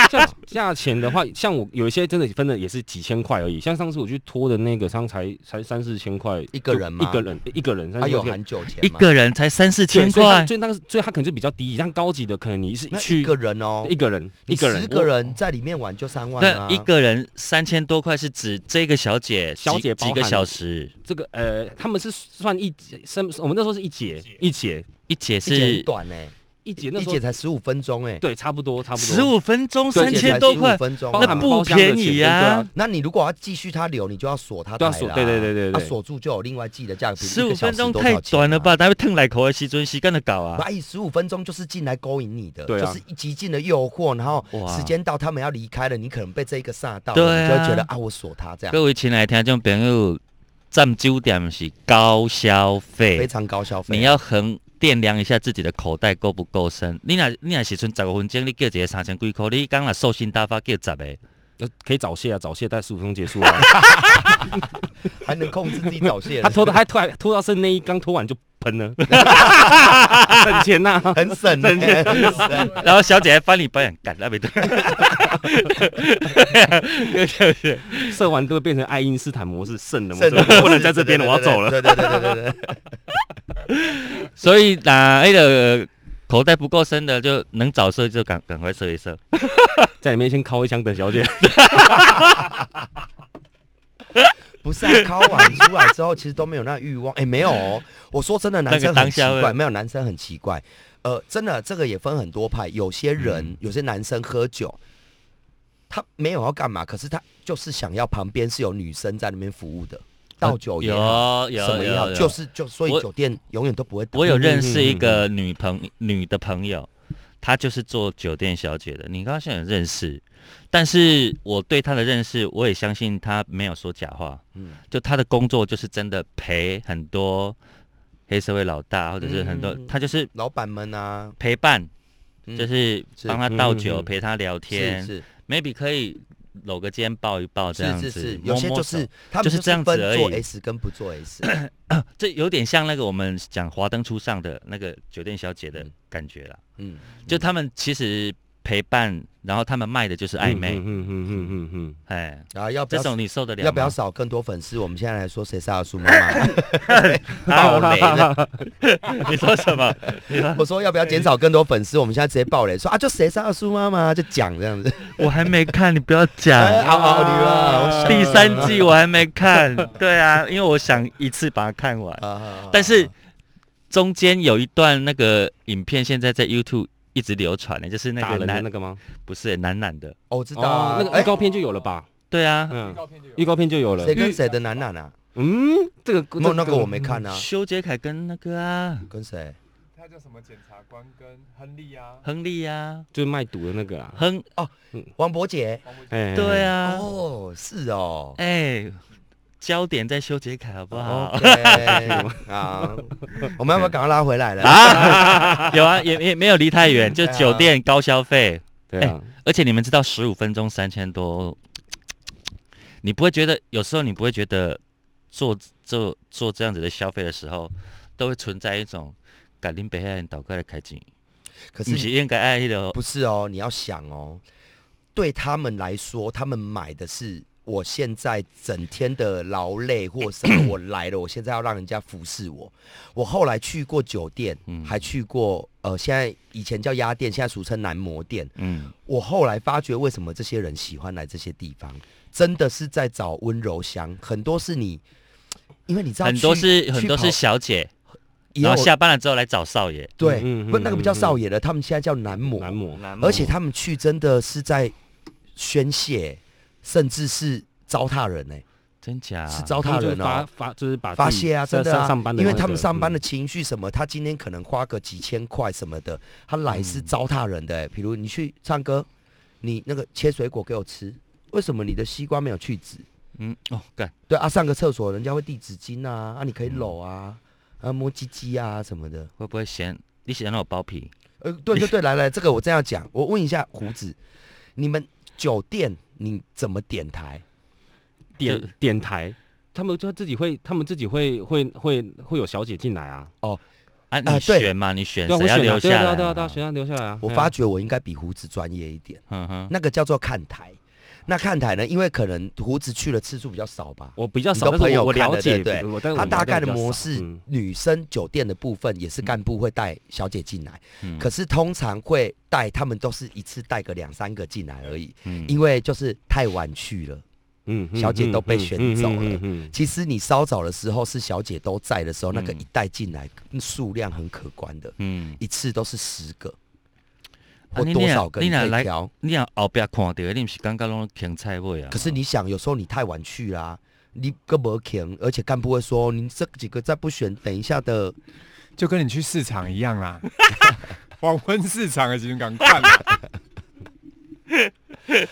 [SPEAKER 5] 价价钱的话，像我有一些真的分的也是几千块而已，像上次我去拖的那个，上才才三四千块
[SPEAKER 4] 一个人吗
[SPEAKER 5] 一个人一个人，
[SPEAKER 4] 他有
[SPEAKER 5] 三四千块
[SPEAKER 4] 含酒钱
[SPEAKER 3] 一
[SPEAKER 4] 吗？
[SPEAKER 3] 个人才三四
[SPEAKER 5] 对
[SPEAKER 3] 千
[SPEAKER 5] 所以他
[SPEAKER 3] 块，
[SPEAKER 5] 所以那个所以他可能就比较低，像高级的可能你是
[SPEAKER 4] 那
[SPEAKER 5] 去
[SPEAKER 4] 一个人哦，
[SPEAKER 5] 一个人
[SPEAKER 4] 你
[SPEAKER 5] 一个人
[SPEAKER 4] 十个
[SPEAKER 5] 我
[SPEAKER 4] 人在里面玩就三万啊
[SPEAKER 3] 那，一个人三千多块是指这个小姐
[SPEAKER 5] 小
[SPEAKER 3] 几
[SPEAKER 5] 姐包
[SPEAKER 3] 几个
[SPEAKER 5] 含
[SPEAKER 3] 小时，
[SPEAKER 5] 这个呃，他们是算一节，生我们那时候是一节一节
[SPEAKER 3] 一节
[SPEAKER 4] 一节
[SPEAKER 3] 是
[SPEAKER 4] 很短哎，
[SPEAKER 5] 一节，那
[SPEAKER 4] 一
[SPEAKER 5] 时
[SPEAKER 4] 节
[SPEAKER 5] 候
[SPEAKER 4] 才十五分钟哎，
[SPEAKER 5] 对，差不多差不多
[SPEAKER 3] 十五分钟
[SPEAKER 5] 对
[SPEAKER 3] 三
[SPEAKER 4] 一节才
[SPEAKER 3] 千多
[SPEAKER 4] 15
[SPEAKER 3] 块，
[SPEAKER 4] 分钟
[SPEAKER 5] 包
[SPEAKER 4] 啊，
[SPEAKER 3] 那
[SPEAKER 5] 含
[SPEAKER 3] 不
[SPEAKER 5] 包厢的
[SPEAKER 3] 便
[SPEAKER 5] 钱
[SPEAKER 3] 宜
[SPEAKER 5] 对啊
[SPEAKER 3] 啊，
[SPEAKER 4] 那你如果要继续他留，你就要锁他
[SPEAKER 5] 对
[SPEAKER 4] 台
[SPEAKER 5] 啊
[SPEAKER 4] 啦
[SPEAKER 5] 锁对对对对
[SPEAKER 4] 啊
[SPEAKER 5] 对
[SPEAKER 4] 锁住就有另外记的价格，
[SPEAKER 3] 十五分钟
[SPEAKER 4] 啊
[SPEAKER 3] 太短了
[SPEAKER 4] 吧？
[SPEAKER 3] 吧？他会腾来口的西尊西干的搞啊！
[SPEAKER 4] 蚂蚁十五分钟就是进来勾引你的，
[SPEAKER 5] 对啊
[SPEAKER 4] 就是一极尽的诱惑，然后
[SPEAKER 3] 哇
[SPEAKER 4] 时间到他们要离开了，你可能被这一个煞到，
[SPEAKER 3] 对啊
[SPEAKER 4] 你就会觉得啊，我锁他这样，
[SPEAKER 3] 各位亲爱的听众朋友，占酒店是高消
[SPEAKER 4] 非
[SPEAKER 3] 费，
[SPEAKER 4] 常高消费。
[SPEAKER 3] 你要衡掂量一下自己的口袋够不够深。你若你若是剩十五分钟，你叫一个三千几块，你刚若寿星大发叫十个，
[SPEAKER 5] 呃可以早泄啊，早泄在十五分钟结束啊。
[SPEAKER 4] 还能控制自己早泄，
[SPEAKER 5] 他拖的，还拖还拖到是内衣刚脱完就喷了， 省钱呐、
[SPEAKER 4] 很省欸， 很省。
[SPEAKER 3] 然后小姐还翻你白眼，干那边对，
[SPEAKER 5] 射完都会变成爱因斯坦模式，剩的模
[SPEAKER 4] 省
[SPEAKER 5] 式
[SPEAKER 4] 的
[SPEAKER 5] 不能在这边了，我要走了。
[SPEAKER 4] 对对对对对对对，
[SPEAKER 3] 所以哪那个口袋不够深的，就能早射就赶赶快射一射。
[SPEAKER 5] 在里面先敲一枪等小姐，
[SPEAKER 4] 不是啊，敲完出来之后，其实都没有那欲望。哎，没有哦， 我说真的，男生
[SPEAKER 3] 那个当
[SPEAKER 4] 很奇
[SPEAKER 3] 下
[SPEAKER 4] 怪，
[SPEAKER 3] 会
[SPEAKER 4] 没有男生很奇怪。呃，真的，这个也分很多派，有些
[SPEAKER 3] 嗯
[SPEAKER 4] 人，有些男生喝酒。他没有要干嘛，可是他就是想要旁边是有女生在那边服务的，倒酒也
[SPEAKER 3] 有
[SPEAKER 4] 好，
[SPEAKER 3] 啊有
[SPEAKER 4] 什么也好，
[SPEAKER 3] 有，
[SPEAKER 4] 就是就所以
[SPEAKER 3] 我
[SPEAKER 4] 酒店永远都不会倒。
[SPEAKER 3] 我有认识一个女朋女的朋友，她就是做酒店小姐的。你刚刚现在有认识，但是我对她的认识，我也相信她没有说假话。
[SPEAKER 4] 嗯
[SPEAKER 3] 就她的工作就是真的陪很多黑社会老大，或者是很多，
[SPEAKER 4] 嗯
[SPEAKER 3] 她就是
[SPEAKER 4] 老板们啊，
[SPEAKER 3] 陪伴，
[SPEAKER 4] 嗯
[SPEAKER 3] 就是
[SPEAKER 4] 是
[SPEAKER 3] 帮她倒
[SPEAKER 5] 嗯
[SPEAKER 3] 酒，
[SPEAKER 5] 嗯嗯
[SPEAKER 3] 陪她聊天
[SPEAKER 4] 是是
[SPEAKER 3] maybe 可以搂个肩抱一抱这样子，
[SPEAKER 4] 是是是，有
[SPEAKER 3] 摸
[SPEAKER 4] 些
[SPEAKER 3] 摸
[SPEAKER 4] 就
[SPEAKER 3] 手
[SPEAKER 4] 是他们
[SPEAKER 3] 就是这样子
[SPEAKER 4] 分
[SPEAKER 3] 而已
[SPEAKER 4] 做 S 跟不做 S，
[SPEAKER 3] 这有点像那个我们讲《华灯初上》的那个酒店小姐的
[SPEAKER 4] 嗯
[SPEAKER 3] 感觉啦。
[SPEAKER 4] 嗯，
[SPEAKER 3] 就他们其实陪伴，然后他们卖的就是暧昧，
[SPEAKER 5] 嗯嗯嗯嗯嗯嗯，
[SPEAKER 3] 哎，
[SPEAKER 4] 然后要不
[SPEAKER 3] 这
[SPEAKER 4] 要
[SPEAKER 3] 种你受得了
[SPEAKER 4] 哦
[SPEAKER 3] 吗？
[SPEAKER 4] 要不要 少更多粉丝？我们现在来说谁是阿苏妈妈？
[SPEAKER 3] 爆雷啊了？ 你说什么？你说
[SPEAKER 4] 我说要不要减少更多粉丝？我们现在直接爆雷，说啊，就谁是阿苏妈妈，就讲这样子。啊
[SPEAKER 3] 我还没看，你不要
[SPEAKER 4] 哎，
[SPEAKER 3] 讲。
[SPEAKER 4] 好好你了，我想
[SPEAKER 3] 第三季我还没看，对啊，因为我想一次把它看完。
[SPEAKER 4] 啊好好好
[SPEAKER 3] 但是中间有一段那个影片，现在在 YouTube 一直流传的，就是
[SPEAKER 5] 打
[SPEAKER 3] 那个
[SPEAKER 5] 人的那
[SPEAKER 3] 男
[SPEAKER 5] 个吗？
[SPEAKER 3] 不是欸男男的，
[SPEAKER 4] 哦，我知道
[SPEAKER 5] 哦
[SPEAKER 4] 啊，
[SPEAKER 5] 那个预告片就有了吧？
[SPEAKER 3] 对啊，
[SPEAKER 5] 嗯，
[SPEAKER 6] 照片就有
[SPEAKER 5] 预告片就有了
[SPEAKER 4] 哎谁。跟谁的男男啊？
[SPEAKER 5] 嗯，这个嗯
[SPEAKER 4] 那那个我没看啊，
[SPEAKER 3] 修杰楷跟那个啊
[SPEAKER 4] 跟谁？
[SPEAKER 6] 他叫什么检察官跟亨利啊，
[SPEAKER 3] 亨利啊
[SPEAKER 5] 就是卖毒的那个啊。
[SPEAKER 3] 亨，
[SPEAKER 4] 王伯杰。
[SPEAKER 6] 黄国
[SPEAKER 5] 哎，
[SPEAKER 3] 对
[SPEAKER 5] 啊，
[SPEAKER 3] 啊，
[SPEAKER 4] 哦，是哦。
[SPEAKER 3] 哎、焦点在修杰楷好不
[SPEAKER 5] 哦
[SPEAKER 3] 好？
[SPEAKER 4] OK，啊，我们要不要赶快拉回来了？
[SPEAKER 3] 啊，有啊，也也没有离太远，
[SPEAKER 5] 嗯
[SPEAKER 3] 就
[SPEAKER 4] 对啊
[SPEAKER 3] 酒店高消费，
[SPEAKER 5] 对啊，
[SPEAKER 3] 而且你们知道十五分钟三千多，你不会觉得有时候你不会觉得做做做这样子的消费的时候，都会存在一种感林北海人倒过来开金，
[SPEAKER 4] 可
[SPEAKER 3] 不是
[SPEAKER 4] 是
[SPEAKER 3] 应该爱的哦，
[SPEAKER 4] 不是哦？你要想哦，对他们来说，他们买的是我现在整天的劳累或什 么，我来了，我现在要让人家服侍我。我后来去过酒店，
[SPEAKER 3] 嗯
[SPEAKER 4] 还去过呃，现在以前叫鸭店，现在俗称男模店。
[SPEAKER 3] 嗯，
[SPEAKER 4] 我后来发觉，为什么这些人喜欢来这些地方，真的是在找温柔乡。很多是你，因为你知道去，
[SPEAKER 3] 很多是很
[SPEAKER 4] 去
[SPEAKER 3] 多
[SPEAKER 4] 跑
[SPEAKER 3] 是小姐，
[SPEAKER 4] 以
[SPEAKER 3] 然
[SPEAKER 4] 后
[SPEAKER 3] 后下班了之后来找少爷，
[SPEAKER 4] 对，
[SPEAKER 5] 嗯嗯嗯
[SPEAKER 4] 不那个不叫
[SPEAKER 5] 嗯嗯
[SPEAKER 4] 少爷了，他们现在叫男模，
[SPEAKER 5] 男模，
[SPEAKER 4] 而且他们去真的是在宣泄，甚至是糟蹋人呢、欸
[SPEAKER 3] 真假？
[SPEAKER 4] 是糟蹋人
[SPEAKER 5] 发
[SPEAKER 4] 哦。
[SPEAKER 5] 发啊就是把
[SPEAKER 4] 发
[SPEAKER 5] 自己
[SPEAKER 4] 泄啊，
[SPEAKER 5] 在
[SPEAKER 4] 真的啊，
[SPEAKER 5] 上班的
[SPEAKER 4] 因为
[SPEAKER 5] 那
[SPEAKER 4] 他们
[SPEAKER 5] 个
[SPEAKER 4] 上班
[SPEAKER 5] 嗯
[SPEAKER 4] 的情绪什么，他今天可能花个几千块什么的，他来是
[SPEAKER 5] 嗯
[SPEAKER 4] 糟蹋人的、欸。比如你去唱歌，你那个切水果给我吃，为什么你的西瓜没有去籽？
[SPEAKER 3] 嗯，哦，干，
[SPEAKER 4] 对啊，上个厕所人家会递纸巾啊，啊你
[SPEAKER 5] 嗯
[SPEAKER 4] 可以搂啊，啊摸鸡鸡啊什么的。
[SPEAKER 3] 会不会嫌你嫌让我包皮？
[SPEAKER 4] 呃，对对对，来来，这个我正要讲，我问一下胡子，你们酒店你怎么点台？
[SPEAKER 3] 就
[SPEAKER 5] 点点台，他们就自己会，他们自己会会会会有小姐进来啊，
[SPEAKER 3] 啊，
[SPEAKER 4] 啊
[SPEAKER 3] 你
[SPEAKER 4] 对
[SPEAKER 3] 选嘛，你选
[SPEAKER 5] 对啊，
[SPEAKER 3] 谁
[SPEAKER 5] 我
[SPEAKER 3] 要留
[SPEAKER 5] 选啊，
[SPEAKER 3] 下
[SPEAKER 5] 对啊对
[SPEAKER 3] 来
[SPEAKER 5] 啊
[SPEAKER 3] 嘛？
[SPEAKER 5] 对啊对啊，谁要留下来啊？
[SPEAKER 4] 我
[SPEAKER 5] 对啊
[SPEAKER 4] 发觉我应该比胡子专业一点，
[SPEAKER 3] 嗯哼，
[SPEAKER 4] 那个叫做看台。那看台呢，因为可能胡子去的次数比较少吧，
[SPEAKER 5] 我比较少，
[SPEAKER 4] 你
[SPEAKER 5] 但
[SPEAKER 4] 都
[SPEAKER 5] 是
[SPEAKER 4] 朋
[SPEAKER 5] 我
[SPEAKER 4] 友
[SPEAKER 5] 我
[SPEAKER 4] 看
[SPEAKER 5] 了
[SPEAKER 4] 的
[SPEAKER 5] 解，
[SPEAKER 4] 对
[SPEAKER 5] 我但是
[SPEAKER 4] 他
[SPEAKER 5] 我
[SPEAKER 4] 大
[SPEAKER 5] 了解
[SPEAKER 4] 概
[SPEAKER 5] 比
[SPEAKER 4] 的
[SPEAKER 5] 较
[SPEAKER 4] 模
[SPEAKER 5] 少
[SPEAKER 4] 式
[SPEAKER 5] 嗯，
[SPEAKER 4] 女生酒店的部分也是干部会带小姐进来，
[SPEAKER 3] 嗯
[SPEAKER 4] 可是通常会带，他们都是一次带个两三个进来而已，
[SPEAKER 3] 嗯
[SPEAKER 4] 因为就是太晚去了。
[SPEAKER 5] 嗯嗯
[SPEAKER 4] 小姐都被
[SPEAKER 5] 嗯
[SPEAKER 4] 选
[SPEAKER 5] 嗯嗯
[SPEAKER 4] 走
[SPEAKER 5] 嗯
[SPEAKER 4] 了
[SPEAKER 5] 嗯嗯
[SPEAKER 4] 其实你稍早的时候是小姐都在的时候，那个
[SPEAKER 3] 嗯
[SPEAKER 4] 一带进来数量很可观的，
[SPEAKER 3] 嗯，
[SPEAKER 4] 一次都是十个
[SPEAKER 3] 啊
[SPEAKER 4] 或
[SPEAKER 3] 你
[SPEAKER 4] 多
[SPEAKER 3] 俩
[SPEAKER 4] 少个
[SPEAKER 3] 你
[SPEAKER 4] 你可
[SPEAKER 3] 俩
[SPEAKER 4] 以
[SPEAKER 3] 来
[SPEAKER 4] 挑。
[SPEAKER 3] 你若后壁看到的，你不是刚刚拢芹菜味啊？
[SPEAKER 4] 可是你想，有时候你太晚去啦、你个没钱，而且干部会说你这几个再不选，等一下 的
[SPEAKER 6] 就跟你去市场一样啦。 黄昏市场的时间赶快啦，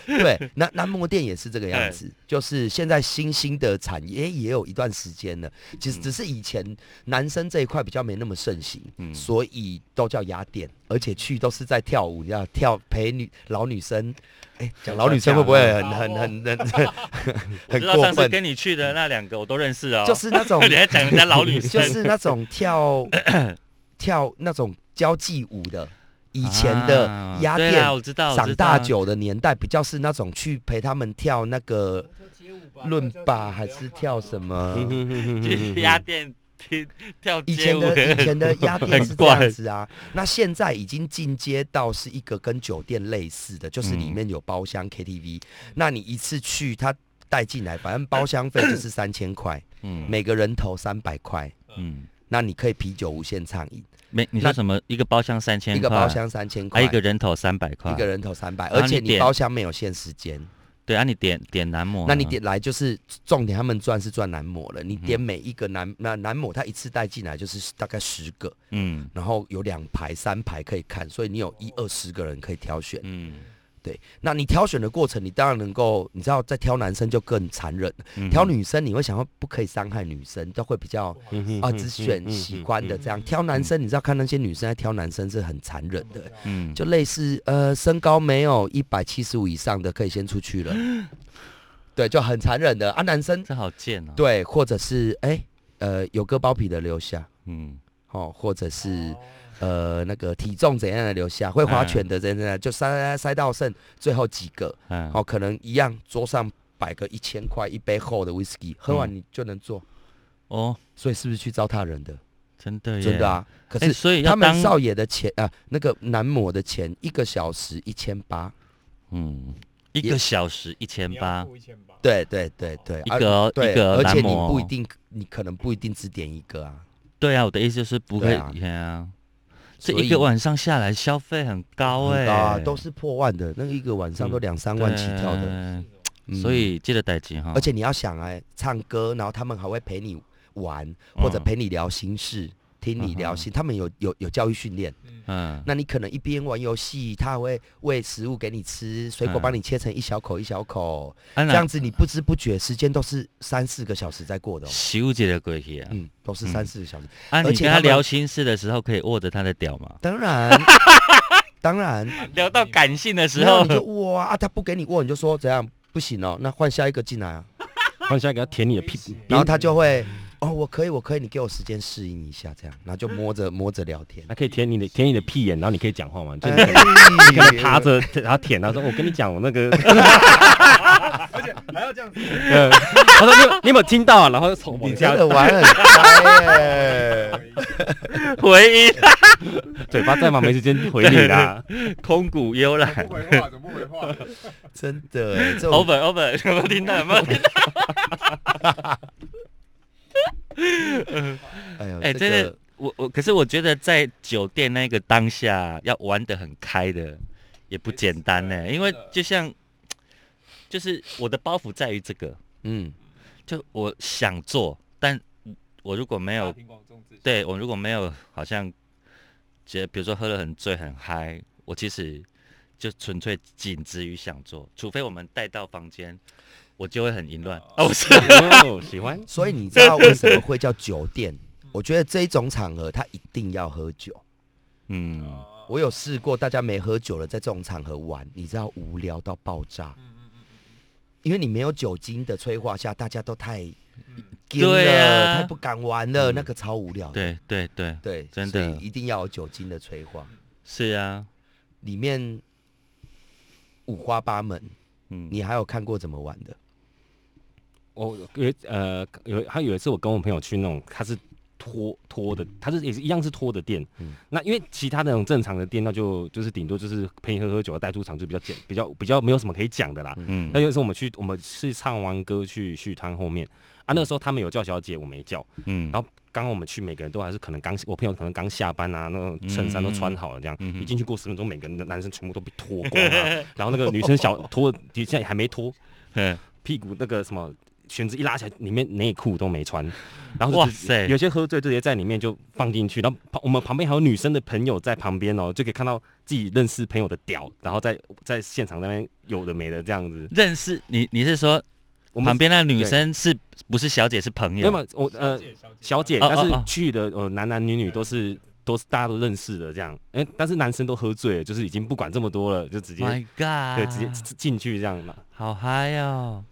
[SPEAKER 4] 对，那那墨店也是这个样子，
[SPEAKER 3] 哎
[SPEAKER 4] 就是现在新兴的产业也有一段时间了，其实只是以前男生这一块比较没那么盛行，
[SPEAKER 3] 嗯
[SPEAKER 4] 所以都叫雅典，而且去都是在跳舞，你知道跳陪女老女生，哎、讲老女生会不会很很很 很很
[SPEAKER 3] 我
[SPEAKER 4] 很
[SPEAKER 3] 知道上
[SPEAKER 4] 过
[SPEAKER 3] 次
[SPEAKER 4] 分？
[SPEAKER 3] 跟你去的那两个我都认识哦，
[SPEAKER 4] 就是那种
[SPEAKER 3] 你还讲人家 老 女
[SPEAKER 4] 就
[SPEAKER 3] 生，
[SPEAKER 4] 是那种 跳跳那种交际舞的，以前的
[SPEAKER 3] 啊
[SPEAKER 4] 雅
[SPEAKER 3] 对
[SPEAKER 4] 典。
[SPEAKER 3] 啊我知道，我
[SPEAKER 4] 长
[SPEAKER 3] 知
[SPEAKER 4] 大
[SPEAKER 3] 道
[SPEAKER 4] 酒的年代，比较是那种去陪他们跳那个论吧，还是跳什
[SPEAKER 5] 嗯
[SPEAKER 4] 么？
[SPEAKER 5] 嗯嗯嗯
[SPEAKER 3] 去
[SPEAKER 5] 嗯
[SPEAKER 3] 压店听跳
[SPEAKER 4] 以
[SPEAKER 3] 街
[SPEAKER 4] 前
[SPEAKER 3] 舞
[SPEAKER 4] 的以前 的压店是
[SPEAKER 3] 很
[SPEAKER 4] 这
[SPEAKER 3] 怪
[SPEAKER 4] 样子啊，那现在已经进阶到是一个跟酒店类似的，就是里面有包
[SPEAKER 3] 嗯
[SPEAKER 4] 厢 KTV，、那你一次去他带进来，反正包厢费就是三千块，
[SPEAKER 3] 嗯
[SPEAKER 4] 每个人头三百块，
[SPEAKER 3] 嗯，
[SPEAKER 4] 那你可以啤酒无限畅饮，
[SPEAKER 3] 没你说
[SPEAKER 4] 那
[SPEAKER 3] 什么一个包厢三千
[SPEAKER 4] 一
[SPEAKER 3] 块，
[SPEAKER 4] 个包厢三千
[SPEAKER 3] 啊
[SPEAKER 4] 块，
[SPEAKER 3] 一个人头三百块，
[SPEAKER 4] 一个人头三百，
[SPEAKER 3] 然后
[SPEAKER 4] 而且
[SPEAKER 3] 你
[SPEAKER 4] 你
[SPEAKER 3] 点
[SPEAKER 4] 包厢没有限时间。
[SPEAKER 3] 对啊，你点点男模啊，
[SPEAKER 4] 那你点来就是重点，他们赚是赚男模了。
[SPEAKER 3] 嗯
[SPEAKER 4] 你点每一个男那男模，他一次带进来就是大概十个，
[SPEAKER 3] 嗯
[SPEAKER 4] 然后有两排、三排可以看，所以你有一二十个人可以挑选。
[SPEAKER 3] 嗯
[SPEAKER 4] 对，那你挑选的过程，你当然能够，你知道，在挑男生就更残忍了，
[SPEAKER 3] 嗯
[SPEAKER 4] 挑女生你会想要不可以伤害女生，都会比较
[SPEAKER 5] 嗯嗯
[SPEAKER 4] 啊
[SPEAKER 5] 嗯
[SPEAKER 4] 只
[SPEAKER 5] 嗯
[SPEAKER 4] 选
[SPEAKER 5] 嗯
[SPEAKER 4] 喜
[SPEAKER 5] 嗯
[SPEAKER 4] 欢的这样。挑男生，你知道看那些女生在挑男生是很残忍的，
[SPEAKER 3] 嗯
[SPEAKER 4] 就类似呃身高没有一百七十五以上的可以先出去 了，对，就很残忍的啊。男生
[SPEAKER 3] 这好贱哦，
[SPEAKER 4] 对，或者是哎、呃有割包皮的留下
[SPEAKER 3] 嗯
[SPEAKER 4] 哦，或者是呃那个体重怎样的留下，会划
[SPEAKER 3] 嗯
[SPEAKER 4] 拳的怎样怎样，就塞塞塞到剩最后几个
[SPEAKER 3] 嗯
[SPEAKER 4] 哦，可能一样桌上摆个一千块一杯厚的 whisky，喝
[SPEAKER 3] 嗯
[SPEAKER 4] 完你就能做，
[SPEAKER 3] 哦，
[SPEAKER 4] 所以是不是去糟蹋人的？
[SPEAKER 3] 真的耶
[SPEAKER 4] 真的，啊，可
[SPEAKER 3] 哎
[SPEAKER 4] 是
[SPEAKER 3] 所以要
[SPEAKER 4] 他
[SPEAKER 3] 当
[SPEAKER 4] 们少爷的钱啊、那个男模的钱一个小时一千八。
[SPEAKER 3] 嗯一
[SPEAKER 4] 也
[SPEAKER 3] 个小时一千八，
[SPEAKER 4] 对对对对，
[SPEAKER 3] 一
[SPEAKER 4] 啊
[SPEAKER 3] 个哦
[SPEAKER 4] 对
[SPEAKER 3] 一个哦
[SPEAKER 4] 而且
[SPEAKER 3] 男
[SPEAKER 4] 你
[SPEAKER 3] 模
[SPEAKER 4] 不一定，你可能不一定只点一个啊。
[SPEAKER 3] 对啊，我的意思就是不会
[SPEAKER 4] 对啊
[SPEAKER 3] 对啊，这
[SPEAKER 4] 所以
[SPEAKER 3] 一个晚上下来消费很高哎，
[SPEAKER 4] 啊，都是破万的，那个一个晚上都两三万起跳的，
[SPEAKER 3] 的，
[SPEAKER 4] 嗯
[SPEAKER 3] 嗯所以记得带紧哈，
[SPEAKER 4] 而且你要想哎，唱歌，然后他们还会陪你玩，或
[SPEAKER 3] 嗯
[SPEAKER 4] 者陪你聊心事，听你聊心，他们有有有教育训练。
[SPEAKER 3] 嗯
[SPEAKER 4] 那你可能一边玩游戏，他还会喂食物给你吃，水果
[SPEAKER 3] 嗯
[SPEAKER 4] 帮你切成一小口一小口，这
[SPEAKER 3] 啊那
[SPEAKER 4] 样子你不知不觉时间都是三四个小时在过的、哦，
[SPEAKER 3] 修结的过去啊。
[SPEAKER 4] 嗯，都是三四个小时。
[SPEAKER 3] 啊，
[SPEAKER 4] 嗯而
[SPEAKER 3] 你
[SPEAKER 4] 且
[SPEAKER 3] 跟
[SPEAKER 4] 他们
[SPEAKER 3] 他聊心事的时候，可以握着他的屌吗？
[SPEAKER 4] 当 然，当然。
[SPEAKER 3] 聊到感性的时
[SPEAKER 4] 然后
[SPEAKER 3] 候
[SPEAKER 4] 你，就握啊，啊他不给你握，你就说怎样不行哦，那换下一个进来啊，
[SPEAKER 3] 嗯
[SPEAKER 5] 换下一个要舔你的屁股，
[SPEAKER 4] 然后他就会哦，我可以，我可以，你给我时间适应一下，这样，然后就摸着摸着聊天
[SPEAKER 5] 他。可以舔你的舔你的屁眼，然后你可以讲话嘛，就是
[SPEAKER 4] 哎
[SPEAKER 5] 你可能趴着然后舔，他说我跟你讲我那 个，
[SPEAKER 6] 还要这样子，
[SPEAKER 5] 呃 他说你有你有没有听到啊？然后就从
[SPEAKER 4] 你
[SPEAKER 5] 往下
[SPEAKER 4] 真的玩很开耶！
[SPEAKER 3] 回音
[SPEAKER 5] 嘴巴在吗？没时间回你 啦。
[SPEAKER 3] 空谷幽 兰
[SPEAKER 6] 不回话，怎么不回话？
[SPEAKER 4] 真的耶，这种
[SPEAKER 3] ，over over，有没有听到？有 没有听到？
[SPEAKER 4] 哎呦，
[SPEAKER 3] 哎，
[SPEAKER 4] 这
[SPEAKER 3] 真的
[SPEAKER 4] 个，
[SPEAKER 3] 我我，可是我觉得在酒店那个当下，要玩的很开的，也不简单呢，因为就像，就是我的包袱在于这个，
[SPEAKER 4] 嗯，
[SPEAKER 3] 就我想做，但我如果没有对我如果没有好像，觉得比如说喝了很醉很嗨，我其实就纯粹仅止于想做，除非我们带到房间，我就会很淫乱。哦，不是，
[SPEAKER 5] 哦，喜欢
[SPEAKER 4] 所以你知道为什么会叫酒店？我觉得这种场合他一定要喝酒。
[SPEAKER 3] 嗯，
[SPEAKER 4] 我有试过，大家没喝酒了，在这种场合玩，你知道无聊到爆炸。因为你没有酒精的催化下，大家都太惊了，
[SPEAKER 3] 对啊
[SPEAKER 4] 太不敢玩了，
[SPEAKER 3] 嗯
[SPEAKER 4] 那个超无聊的。
[SPEAKER 3] 对对对，
[SPEAKER 4] 对，
[SPEAKER 3] 真的
[SPEAKER 4] 所以一定要有酒精的催化，
[SPEAKER 3] 是啊，
[SPEAKER 4] 里面五花八门。
[SPEAKER 3] 嗯，
[SPEAKER 4] 你还有看过怎么玩的？
[SPEAKER 5] 我有一呃有还有一次我跟我朋友去那种，他是拖拖的，他是也是一样是拖的店。
[SPEAKER 4] 嗯
[SPEAKER 5] 那因为其他那种正常的店，那就就是顶多就是陪你喝喝酒，带出场就比较简比较比较没有什么可以讲的啦。
[SPEAKER 3] 嗯
[SPEAKER 5] 那有一次我们去我们是唱完歌去续摊后面啊，那时候他们有叫小姐，我没叫。
[SPEAKER 3] 嗯
[SPEAKER 5] 然后刚刚我们去，每个人都还是可能刚，我朋友可能刚下班啊，那种衬衫都穿好了，这样、
[SPEAKER 3] 嗯嗯嗯
[SPEAKER 5] 一进去过十分钟，每个人的男生全部都被脱光了、 然后那个女生小脱，底下还没脱，
[SPEAKER 3] 嗯，
[SPEAKER 5] 屁股那个什么裙子一拉起来，里面内裤都没穿，然后就
[SPEAKER 3] 哇
[SPEAKER 5] 直
[SPEAKER 3] 塞
[SPEAKER 5] 有些喝醉直接在里面就放进去，然后旁我们旁边还有女生的朋友在旁边哦，就可以看到自己认识朋友的屌，然后在在现场那边有的没的这样子。
[SPEAKER 3] 认识你，你是说
[SPEAKER 5] 我们
[SPEAKER 3] 旁边那女
[SPEAKER 5] 对
[SPEAKER 3] 生是不是小姐是朋
[SPEAKER 5] 那
[SPEAKER 3] 友？
[SPEAKER 5] 么我呃小姐，
[SPEAKER 3] 哦
[SPEAKER 5] 但是
[SPEAKER 3] 哦哦
[SPEAKER 5] 去的呃男男女女都是都是大家都认识的这样，哎、但是男生都喝醉了，就是已经不管这么多了，就直接
[SPEAKER 3] My God，
[SPEAKER 5] 对直接进去这样嘛。
[SPEAKER 3] 好嗨哦！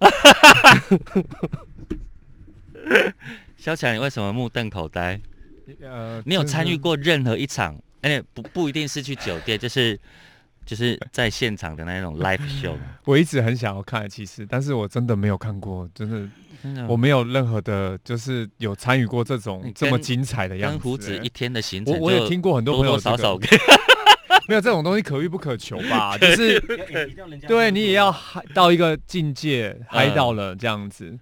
[SPEAKER 3] 肖强，你为什么目瞪口呆？
[SPEAKER 6] 呃
[SPEAKER 3] 你有参与？过任何一场？哎、不不一定是去酒店，就是就是在现场的那种 live show 吗。
[SPEAKER 6] 我一直很想要看，其实，但是我真的没有看过，真的
[SPEAKER 3] 真的
[SPEAKER 6] 我没有任何的，就是有参与过这种
[SPEAKER 3] 嗯你
[SPEAKER 6] 这么
[SPEAKER 3] 跟
[SPEAKER 6] 精彩的样
[SPEAKER 3] 跟
[SPEAKER 6] 子。
[SPEAKER 3] 胡子一天的行程
[SPEAKER 6] 我
[SPEAKER 3] 就
[SPEAKER 6] 我也听过很多
[SPEAKER 3] 多
[SPEAKER 6] 朋友
[SPEAKER 3] 多少
[SPEAKER 6] 这个
[SPEAKER 3] 少跟
[SPEAKER 6] 没有这种东西可遇不可求 吧，就是对你也要嗨到一个境界，嗨到了这样子。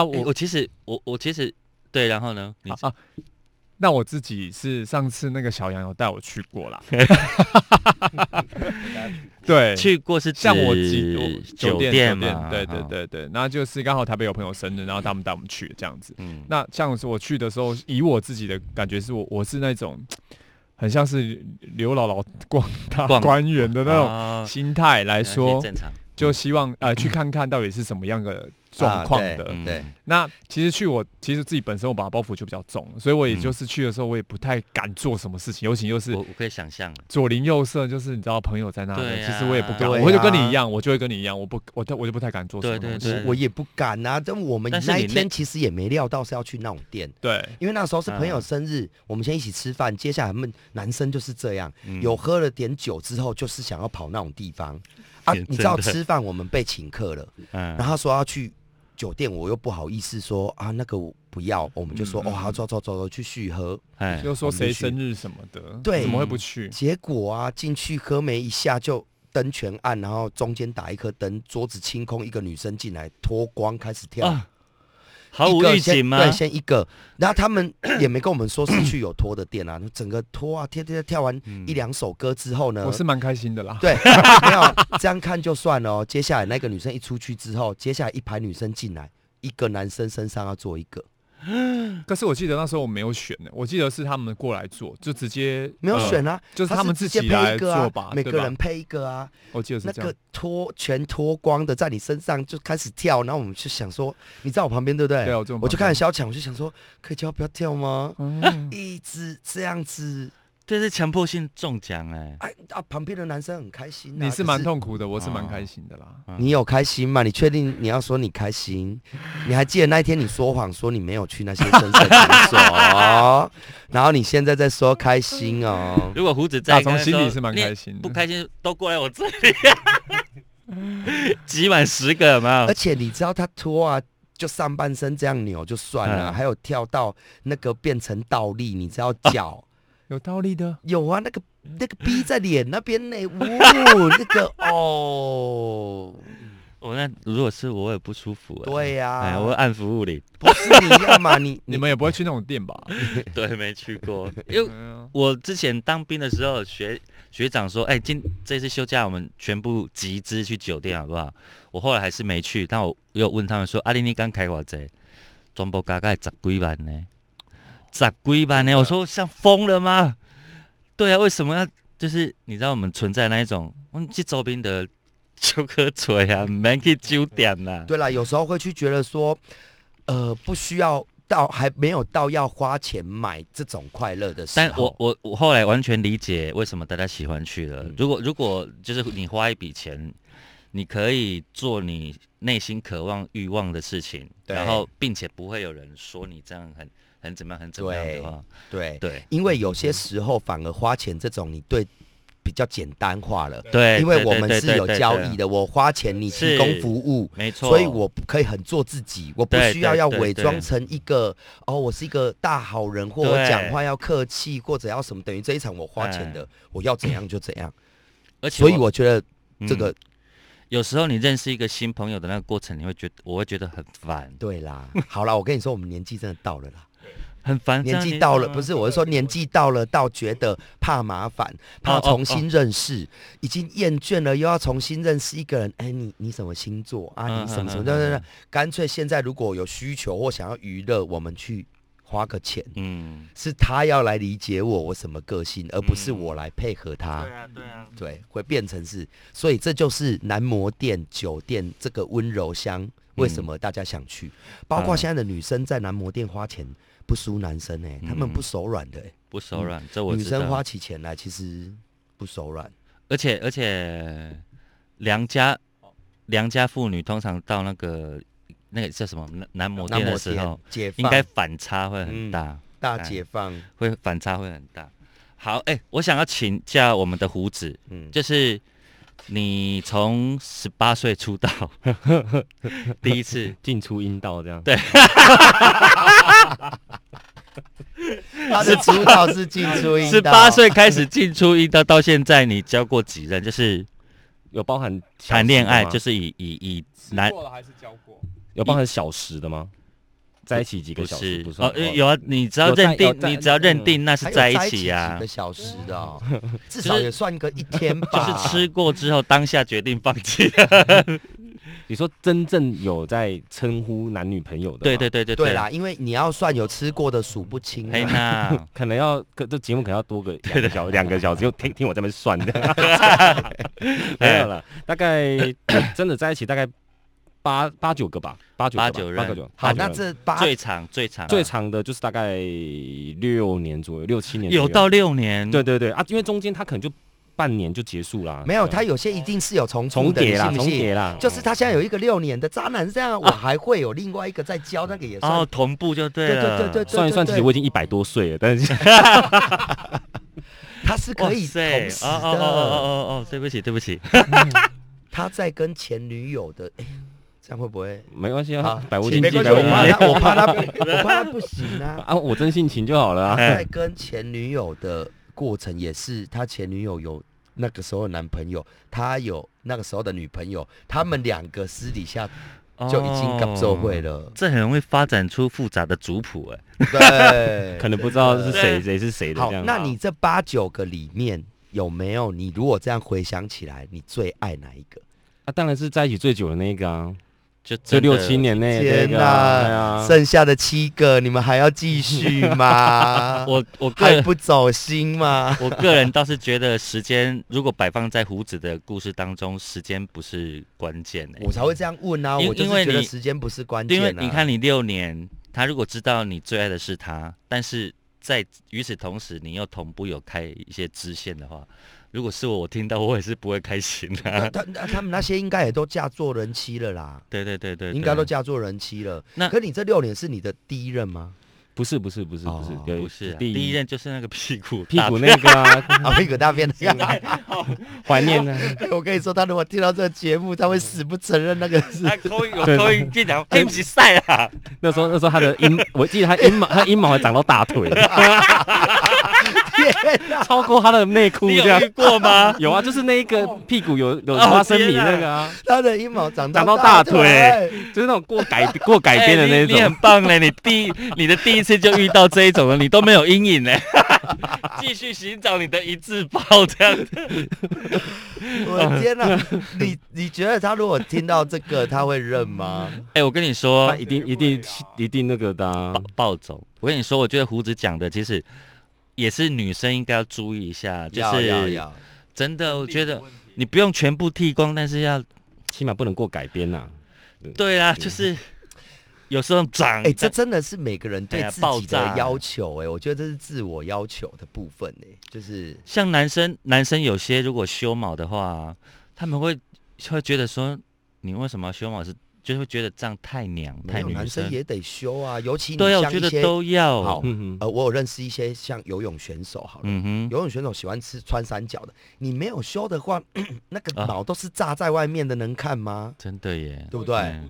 [SPEAKER 3] 嗯哎我
[SPEAKER 6] 我
[SPEAKER 3] 我其实我我其实对，然后呢？你
[SPEAKER 6] 啊啊，那我自己是上次那个小杨有带我去 过啦， 对，
[SPEAKER 3] 去过是指
[SPEAKER 6] 像我几我
[SPEAKER 3] 酒
[SPEAKER 6] 店
[SPEAKER 3] 店
[SPEAKER 6] 酒
[SPEAKER 3] 嘛？
[SPEAKER 6] 对对
[SPEAKER 3] 哈，
[SPEAKER 6] 对对，那就是刚好台北有朋友生日，然后他们带我们去这样子。
[SPEAKER 3] 嗯，
[SPEAKER 6] 那像是我去的时候，以我自己的感觉是我我是那种很像是刘姥 姥逛大
[SPEAKER 3] 逛
[SPEAKER 6] 观园的那种
[SPEAKER 3] 哦
[SPEAKER 6] 心态
[SPEAKER 3] 那
[SPEAKER 6] 来说
[SPEAKER 3] 些，正嗯常
[SPEAKER 6] 就希望呃去看看到底是什么样的状况的。
[SPEAKER 4] 啊对
[SPEAKER 3] 嗯
[SPEAKER 6] 那其实去我其实自己本身我把包袱就比较重，所以我也
[SPEAKER 3] 嗯
[SPEAKER 6] 就是去的时候我也不太敢做什么事情，尤其就是
[SPEAKER 3] 我我可以想象，
[SPEAKER 6] 左邻右舍，就是你知道朋友在那里，
[SPEAKER 3] 对啊
[SPEAKER 6] 其实我也不敢，
[SPEAKER 4] 对啊
[SPEAKER 6] 我就跟你一样，我就会跟你一样，我不我我就不太敢做什么
[SPEAKER 3] 对
[SPEAKER 6] 东西。
[SPEAKER 3] 对
[SPEAKER 4] 我也不敢啊，但我们
[SPEAKER 3] 嗯但是
[SPEAKER 4] 那
[SPEAKER 3] 你
[SPEAKER 4] 一
[SPEAKER 3] 那
[SPEAKER 4] 天其实也没料到是要去那种店。
[SPEAKER 6] 对
[SPEAKER 4] 因为那时候是朋友
[SPEAKER 3] 嗯
[SPEAKER 4] 生日，我们先一起吃饭。接下来他们男生就是这样，
[SPEAKER 3] 嗯
[SPEAKER 4] 有喝了点酒之后，就是想要跑那种地方 啊。
[SPEAKER 3] 真的
[SPEAKER 4] 你知道吃饭我们被请客了，
[SPEAKER 3] 嗯
[SPEAKER 4] 然后他说要去酒店，我又不好意思说啊那个我不要，我们就说、
[SPEAKER 6] 嗯
[SPEAKER 4] 哦好走走走走去续喝。
[SPEAKER 3] 哎
[SPEAKER 6] 就说谁生日什么的，
[SPEAKER 4] 对
[SPEAKER 6] 怎么会不
[SPEAKER 3] 嗯
[SPEAKER 6] 去？
[SPEAKER 4] 结果啊进去喝没一下就灯全暗，然后中间打一颗灯，桌子清空，一个女生进来脱光开始跳。
[SPEAKER 3] 啊，毫无
[SPEAKER 4] 一个
[SPEAKER 3] 预
[SPEAKER 4] 先
[SPEAKER 3] 警吗？
[SPEAKER 4] 对，先一个，然后他们也没跟我们说是去有拖的店啊，整个拖啊，天天跳
[SPEAKER 3] 嗯
[SPEAKER 4] 完一两首歌之后呢，
[SPEAKER 6] 我是蛮开心 的啦。
[SPEAKER 4] 对，没有这样看就算了哦。接下来那个女生一出去之后，接下来一排女生进来，一个男生身上要做一个，啊
[SPEAKER 6] 可是我记得那时候我没有选呢，我记得是他们过来做，就直接
[SPEAKER 4] 没有
[SPEAKER 6] 呃
[SPEAKER 4] 选啊，
[SPEAKER 6] 就是他们自
[SPEAKER 4] 是
[SPEAKER 6] 己
[SPEAKER 4] 直接配
[SPEAKER 6] 来
[SPEAKER 4] 一个啊
[SPEAKER 6] 做吧，
[SPEAKER 4] 每
[SPEAKER 6] 对
[SPEAKER 4] 个
[SPEAKER 6] 吧
[SPEAKER 4] 人配一个啊，
[SPEAKER 6] 我记得是
[SPEAKER 4] 那
[SPEAKER 6] 这样
[SPEAKER 4] 个。脱全脱光的在你身上就开始跳，然后我们就想说，你在我旁边对不对？
[SPEAKER 6] 对啊我在我
[SPEAKER 4] 我就
[SPEAKER 6] 旁边
[SPEAKER 4] 看着小强，我就想说，可以叫他不要跳吗？
[SPEAKER 6] 嗯
[SPEAKER 4] 一直这样子。
[SPEAKER 3] 这是强迫性中奖哎、
[SPEAKER 4] 哎啊，旁边的男生很开心、啊。
[SPEAKER 6] 你是
[SPEAKER 4] 可
[SPEAKER 6] 蛮痛苦的，我是蛮
[SPEAKER 4] 哦
[SPEAKER 6] 开心的啦。
[SPEAKER 3] 啊
[SPEAKER 4] 你有开心吗？你确定你要说你开心？ 你还记得那一天你说谎说你没有去那些深色场所 哦，然后你现在在说开心哦。
[SPEAKER 3] 如果胡子在，
[SPEAKER 6] 打从
[SPEAKER 3] 应该
[SPEAKER 6] 心
[SPEAKER 3] 说
[SPEAKER 6] 里是蛮
[SPEAKER 3] 你
[SPEAKER 6] 开心的，
[SPEAKER 3] 不开心都过来我这里、 挤满十个有没有
[SPEAKER 4] 而？且你知道他脱啊，就上半身这样扭就算了，
[SPEAKER 3] 嗯
[SPEAKER 4] 还有跳到那个变成倒立，你知道 脚、
[SPEAKER 6] 有道 理的。
[SPEAKER 4] 有啊，那个那个逼在脸那边呢，呜，那个哦，
[SPEAKER 3] 我那如果是 我也不舒服、啊。
[SPEAKER 4] 对呀、
[SPEAKER 3] 哎，我会按服务铃，
[SPEAKER 4] 不是你要嘛， 你
[SPEAKER 6] 你们也不会去那种店 吧？
[SPEAKER 3] 对，没去过，因为
[SPEAKER 6] 嗯啊
[SPEAKER 3] 我之前当兵的时候，学学长说，哎、今这次休假我们全部啊集资去酒店好不好？我后来还是没去，但我又问他们说，阿丽你刚开我贼，全部加加十几万呢，十几万呢，我说像疯了吗？对啊，为什么要就是你知道我们存在那一种，我们去周边的 就可吹啊，免去酒店啊啦。
[SPEAKER 4] 对啦，有时候会去觉得说，呃，不需要到还没有到要花钱买这种快乐的时候。
[SPEAKER 3] 但我我我后来完全理解为什么大家喜欢去
[SPEAKER 4] 嗯
[SPEAKER 3] 了。如果如果就是你花一笔钱，你可以做你内心渴望欲望的事情，
[SPEAKER 4] 对
[SPEAKER 3] 然后并且不会有人说你这样很很怎么样很怎么样的话，
[SPEAKER 4] 对，
[SPEAKER 3] 对
[SPEAKER 4] 因为有些时候反而花钱这种，你对比较简单化了。
[SPEAKER 3] 对，
[SPEAKER 4] 因为我们
[SPEAKER 3] 对
[SPEAKER 4] 是有交，
[SPEAKER 3] 对对对
[SPEAKER 4] 易
[SPEAKER 3] 对对
[SPEAKER 4] 的，我花钱你提供
[SPEAKER 3] 是
[SPEAKER 4] 服务，
[SPEAKER 3] 没错，
[SPEAKER 4] 所以我可以很做自己，我不
[SPEAKER 3] 对
[SPEAKER 4] 需
[SPEAKER 3] 对
[SPEAKER 4] 要要
[SPEAKER 3] 对
[SPEAKER 4] 伪
[SPEAKER 3] 对
[SPEAKER 4] 装成一个哦，我是一个大好人，或我
[SPEAKER 3] 对哎
[SPEAKER 4] 讲话要客气，或者要什么，等于这一场我花钱的，我要怎样就怎样。
[SPEAKER 3] 而且
[SPEAKER 4] 所以我觉得这
[SPEAKER 3] 嗯
[SPEAKER 4] 个
[SPEAKER 3] 有时候你认识一个新朋友的那个过程，你会觉得我会觉得很烦，
[SPEAKER 4] 对啦，好啦，我跟你说，我们年纪真的到了啦。
[SPEAKER 3] 很烦。
[SPEAKER 4] 年
[SPEAKER 3] 这样嗯
[SPEAKER 4] 纪
[SPEAKER 3] 你
[SPEAKER 4] 到了，
[SPEAKER 3] 知道吗
[SPEAKER 4] 不是，我是说年纪到了，到觉得怕麻烦，怕
[SPEAKER 3] 哦哦
[SPEAKER 4] 重新认识，已经厌倦了，又要重新认识一个人。哎，你你什么星座啊？
[SPEAKER 3] 嗯
[SPEAKER 4] 你什么什么？
[SPEAKER 3] 嗯嗯
[SPEAKER 4] 对对
[SPEAKER 3] 嗯
[SPEAKER 4] 对，干脆现在如果有需求或想要娱乐，我们去花个钱，
[SPEAKER 3] 嗯，
[SPEAKER 4] 是他要来理解我我什么个性，而不是我来配合他。
[SPEAKER 5] 啊，对啊，
[SPEAKER 4] 对，会变成是，所以这就是男模店、酒店这个温柔乡，为什么大家想去？包括
[SPEAKER 3] 嗯
[SPEAKER 4] 现在的女生在男模店花钱不输男生哎、欸，他们
[SPEAKER 3] 嗯
[SPEAKER 4] 不手软的、欸，
[SPEAKER 3] 不手软，这我
[SPEAKER 4] 女
[SPEAKER 3] 知道。
[SPEAKER 4] 生花起钱来其实不手软。
[SPEAKER 3] 而且而且，良家良家妇女通常到那个那个叫什么男男模
[SPEAKER 4] 男
[SPEAKER 3] 店
[SPEAKER 4] 模
[SPEAKER 3] 的时
[SPEAKER 4] 店
[SPEAKER 3] 候，
[SPEAKER 4] 解放
[SPEAKER 3] 应该哎反差会很大，
[SPEAKER 5] 嗯
[SPEAKER 4] 大解放，
[SPEAKER 3] 会反差会很大。好，哎、我想要请教我们的胡子，
[SPEAKER 4] 嗯，
[SPEAKER 3] 就是你从十八岁出道 第一次，
[SPEAKER 5] 进出阴道这样。
[SPEAKER 4] 他的主导是进出阴道
[SPEAKER 3] 十八岁开始进出一道到现在，你交过几任？就是
[SPEAKER 5] 有包含小
[SPEAKER 3] 谈恋爱，
[SPEAKER 5] 时的吗
[SPEAKER 3] 就是以以以
[SPEAKER 6] 吃
[SPEAKER 3] 男
[SPEAKER 6] 过了还是教过？
[SPEAKER 5] 有包含小时的吗？在一起几
[SPEAKER 3] 不
[SPEAKER 5] 个小时
[SPEAKER 3] 是
[SPEAKER 5] 不算
[SPEAKER 3] 哦，有啊，你只要
[SPEAKER 5] 有在
[SPEAKER 3] 认定
[SPEAKER 5] 有，在
[SPEAKER 3] 你只要认定那是
[SPEAKER 4] 还有
[SPEAKER 3] 在一
[SPEAKER 4] 一
[SPEAKER 3] 起
[SPEAKER 4] 几
[SPEAKER 3] 啊
[SPEAKER 4] 个，小时的、哦，至
[SPEAKER 3] 是
[SPEAKER 4] 少也算个一天
[SPEAKER 3] 就
[SPEAKER 4] 吧。
[SPEAKER 3] 是吃过之后当下决定放弃。啊
[SPEAKER 5] 你说真正有在称呼男女朋友的，
[SPEAKER 3] 对对，对对
[SPEAKER 4] 对，啦，因为你要算有吃过的数不清、
[SPEAKER 3] 嘿
[SPEAKER 4] 啊。
[SPEAKER 3] 娜，
[SPEAKER 5] 可能要可这节目可能要多个两个小两个小时，就听听我这边算的， 没有了，
[SPEAKER 4] 哎
[SPEAKER 5] 大概 真的在一起大概八八九个吧，八九个
[SPEAKER 3] 八
[SPEAKER 5] 吧
[SPEAKER 3] 九人
[SPEAKER 5] 八九
[SPEAKER 4] 好，啊
[SPEAKER 5] 八九
[SPEAKER 4] 那
[SPEAKER 5] 人
[SPEAKER 4] 这八
[SPEAKER 3] 最长最长啊
[SPEAKER 5] 最长的就是大概六年左右，六七年左右
[SPEAKER 3] 有到六年，
[SPEAKER 5] 对对对啊，因为中间他可能就半年就结束啦，
[SPEAKER 4] 没有，
[SPEAKER 5] 对
[SPEAKER 4] 他有些一定是有重复
[SPEAKER 5] 重
[SPEAKER 4] 的，你
[SPEAKER 5] 叠啦，
[SPEAKER 4] 信不
[SPEAKER 5] 重
[SPEAKER 4] 信？
[SPEAKER 5] 叠啦，嗯
[SPEAKER 4] 就是他现在有一个六年的渣男是这样啊，我还会有另外一个在教，那个也算
[SPEAKER 3] 哦，同步就对
[SPEAKER 4] 对
[SPEAKER 3] 了，
[SPEAKER 4] 对对对
[SPEAKER 5] 算一算，
[SPEAKER 4] 对
[SPEAKER 5] 其
[SPEAKER 4] 对
[SPEAKER 5] 实我已经一百多岁了，但是
[SPEAKER 4] 他是可以
[SPEAKER 3] 哇
[SPEAKER 4] 同
[SPEAKER 3] 塞
[SPEAKER 4] 时
[SPEAKER 5] 啊
[SPEAKER 3] 哦哦哦哦
[SPEAKER 4] 的。
[SPEAKER 3] 哦哦，对不起对不起，
[SPEAKER 4] 他在跟前女友的，哎这样会不会？
[SPEAKER 5] 没关系
[SPEAKER 4] 好
[SPEAKER 5] 啊，百无
[SPEAKER 4] 其
[SPEAKER 5] 禁
[SPEAKER 4] 实
[SPEAKER 5] 忌，
[SPEAKER 4] 没关系，
[SPEAKER 5] 百无
[SPEAKER 4] 我
[SPEAKER 5] 禁
[SPEAKER 4] 怕
[SPEAKER 5] 忌
[SPEAKER 4] 他，我 怕他，我怕他不行啊。
[SPEAKER 5] 啊，我真性情就好了
[SPEAKER 4] 他
[SPEAKER 5] 啊。
[SPEAKER 4] 在跟前女友的过程也是，他前女友有那个时候的男朋友，他有那个时候的女朋友，他们两个私底下
[SPEAKER 5] 哦
[SPEAKER 4] 就已经搞社会
[SPEAKER 3] 哦。
[SPEAKER 4] 了。
[SPEAKER 3] 这很容易发展出复杂的族谱哎，
[SPEAKER 4] 对，
[SPEAKER 5] 可能不知道
[SPEAKER 4] 真
[SPEAKER 5] 是
[SPEAKER 4] 的
[SPEAKER 5] 谁谁是谁的
[SPEAKER 4] 好
[SPEAKER 5] 这，样。
[SPEAKER 4] 那你这八九个里面有没有你如果这样回想起来，你最爱哪一个？
[SPEAKER 5] 啊，当然是在一起最久的那个啊，
[SPEAKER 3] 就
[SPEAKER 5] 就
[SPEAKER 3] 真的
[SPEAKER 5] 六七年内的
[SPEAKER 4] 天
[SPEAKER 5] 哎那个啊。对啊
[SPEAKER 4] 剩下的七个你们还要继续 吗？
[SPEAKER 3] 我我个
[SPEAKER 4] 还
[SPEAKER 3] 人
[SPEAKER 4] 不走心吗？
[SPEAKER 3] 我个人倒是觉得时间如果摆放在胡子的故事当中，时间不是关键哎
[SPEAKER 4] 我。才会这样问啊！
[SPEAKER 3] 因
[SPEAKER 4] 我就是
[SPEAKER 3] 因为
[SPEAKER 4] 觉得
[SPEAKER 3] 你
[SPEAKER 4] 时间不是关键、
[SPEAKER 3] 因
[SPEAKER 4] 啊，
[SPEAKER 3] 为你看，你六年，他如果知道你最爱的是他，但是在与此同时，你又同步有开一些支线的话，如果是我，我听到我也是不会开心的、
[SPEAKER 4] 那他那他们那些应该也都嫁做人妻了啦，
[SPEAKER 3] 对对对对，对
[SPEAKER 4] 应该都嫁做人妻了。
[SPEAKER 3] 那
[SPEAKER 4] 可你这六年是你的第一任吗？
[SPEAKER 5] 不是不是不是不是
[SPEAKER 4] 哦，
[SPEAKER 5] 有
[SPEAKER 3] 不是、啊、
[SPEAKER 5] 第
[SPEAKER 3] 第一任就是那个屁股
[SPEAKER 5] 屁股
[SPEAKER 3] 大
[SPEAKER 5] 那个啊，
[SPEAKER 4] 啊，屁股大便那个。
[SPEAKER 5] 怀念啊呢。
[SPEAKER 4] 哎 我跟你说，他如果听到这个节目，他会死不承认那个是
[SPEAKER 3] 他可啊以，我
[SPEAKER 5] 对
[SPEAKER 3] 可以进来，对不起赛啊！
[SPEAKER 5] 那时候那时候他的阴，我记得他阴毛，他阴毛还长到大腿，超过他的内裤
[SPEAKER 3] 你
[SPEAKER 5] 这
[SPEAKER 3] 有
[SPEAKER 5] 样
[SPEAKER 3] 遇。过吗？
[SPEAKER 5] 有啊，就是那一个屁股有有
[SPEAKER 3] 哦
[SPEAKER 5] 花生米
[SPEAKER 3] 天啊
[SPEAKER 5] 那个啊，
[SPEAKER 4] 他的阴毛长
[SPEAKER 5] 长到
[SPEAKER 4] 大
[SPEAKER 5] 大腿，就是那种过 改过 改编的那
[SPEAKER 3] 哎你你很
[SPEAKER 5] 种。
[SPEAKER 3] 棒嘞！你第你的第一次就遇到这一种了，你都没有阴影嘞， 继续寻找你的一字包这样子。
[SPEAKER 4] 我 的天哪！你你觉得他如果听到这个，他会认吗？
[SPEAKER 3] 哎、我跟你说
[SPEAKER 5] 他，一定一定一定那个的啊
[SPEAKER 4] 嗯
[SPEAKER 3] 暴暴走。我跟你说，我觉得胡子讲的其实也是女生应该要注意一下，就
[SPEAKER 4] 要要
[SPEAKER 3] 是
[SPEAKER 4] 要，
[SPEAKER 3] 真的，我觉得你不用全部剃光，但是要
[SPEAKER 5] 起码不能过改编呐。
[SPEAKER 3] 对啊，就是有时候长。
[SPEAKER 4] 嗯哎，这真的是每个人对
[SPEAKER 3] 哎呀
[SPEAKER 4] 自
[SPEAKER 3] 爆
[SPEAKER 4] 己
[SPEAKER 3] 炸
[SPEAKER 4] 的要求，哎，我觉得这是自我要求的部分，哎，就是
[SPEAKER 3] 像男生，男生有些如果修毛的话，他们会会觉得说，你为什么要修毛是？就会觉得这样太娘
[SPEAKER 4] 没
[SPEAKER 3] 太
[SPEAKER 4] 有
[SPEAKER 3] 女
[SPEAKER 4] 男生
[SPEAKER 3] 生。
[SPEAKER 4] 也得修啊，尤其你
[SPEAKER 3] 对啊，我
[SPEAKER 4] 像
[SPEAKER 3] 觉
[SPEAKER 4] 一
[SPEAKER 3] 得
[SPEAKER 4] 些
[SPEAKER 3] 都要。
[SPEAKER 4] 好
[SPEAKER 5] 嗯哼，
[SPEAKER 4] 呃，我有认识一些像游泳选手，好了，
[SPEAKER 3] 嗯哼，
[SPEAKER 4] 游泳选手喜欢吃穿三角的，你没有修的话， 那个
[SPEAKER 3] 啊
[SPEAKER 4] 毛都是炸在外面的，能看吗？
[SPEAKER 3] 真的耶。嗯
[SPEAKER 4] 对不对？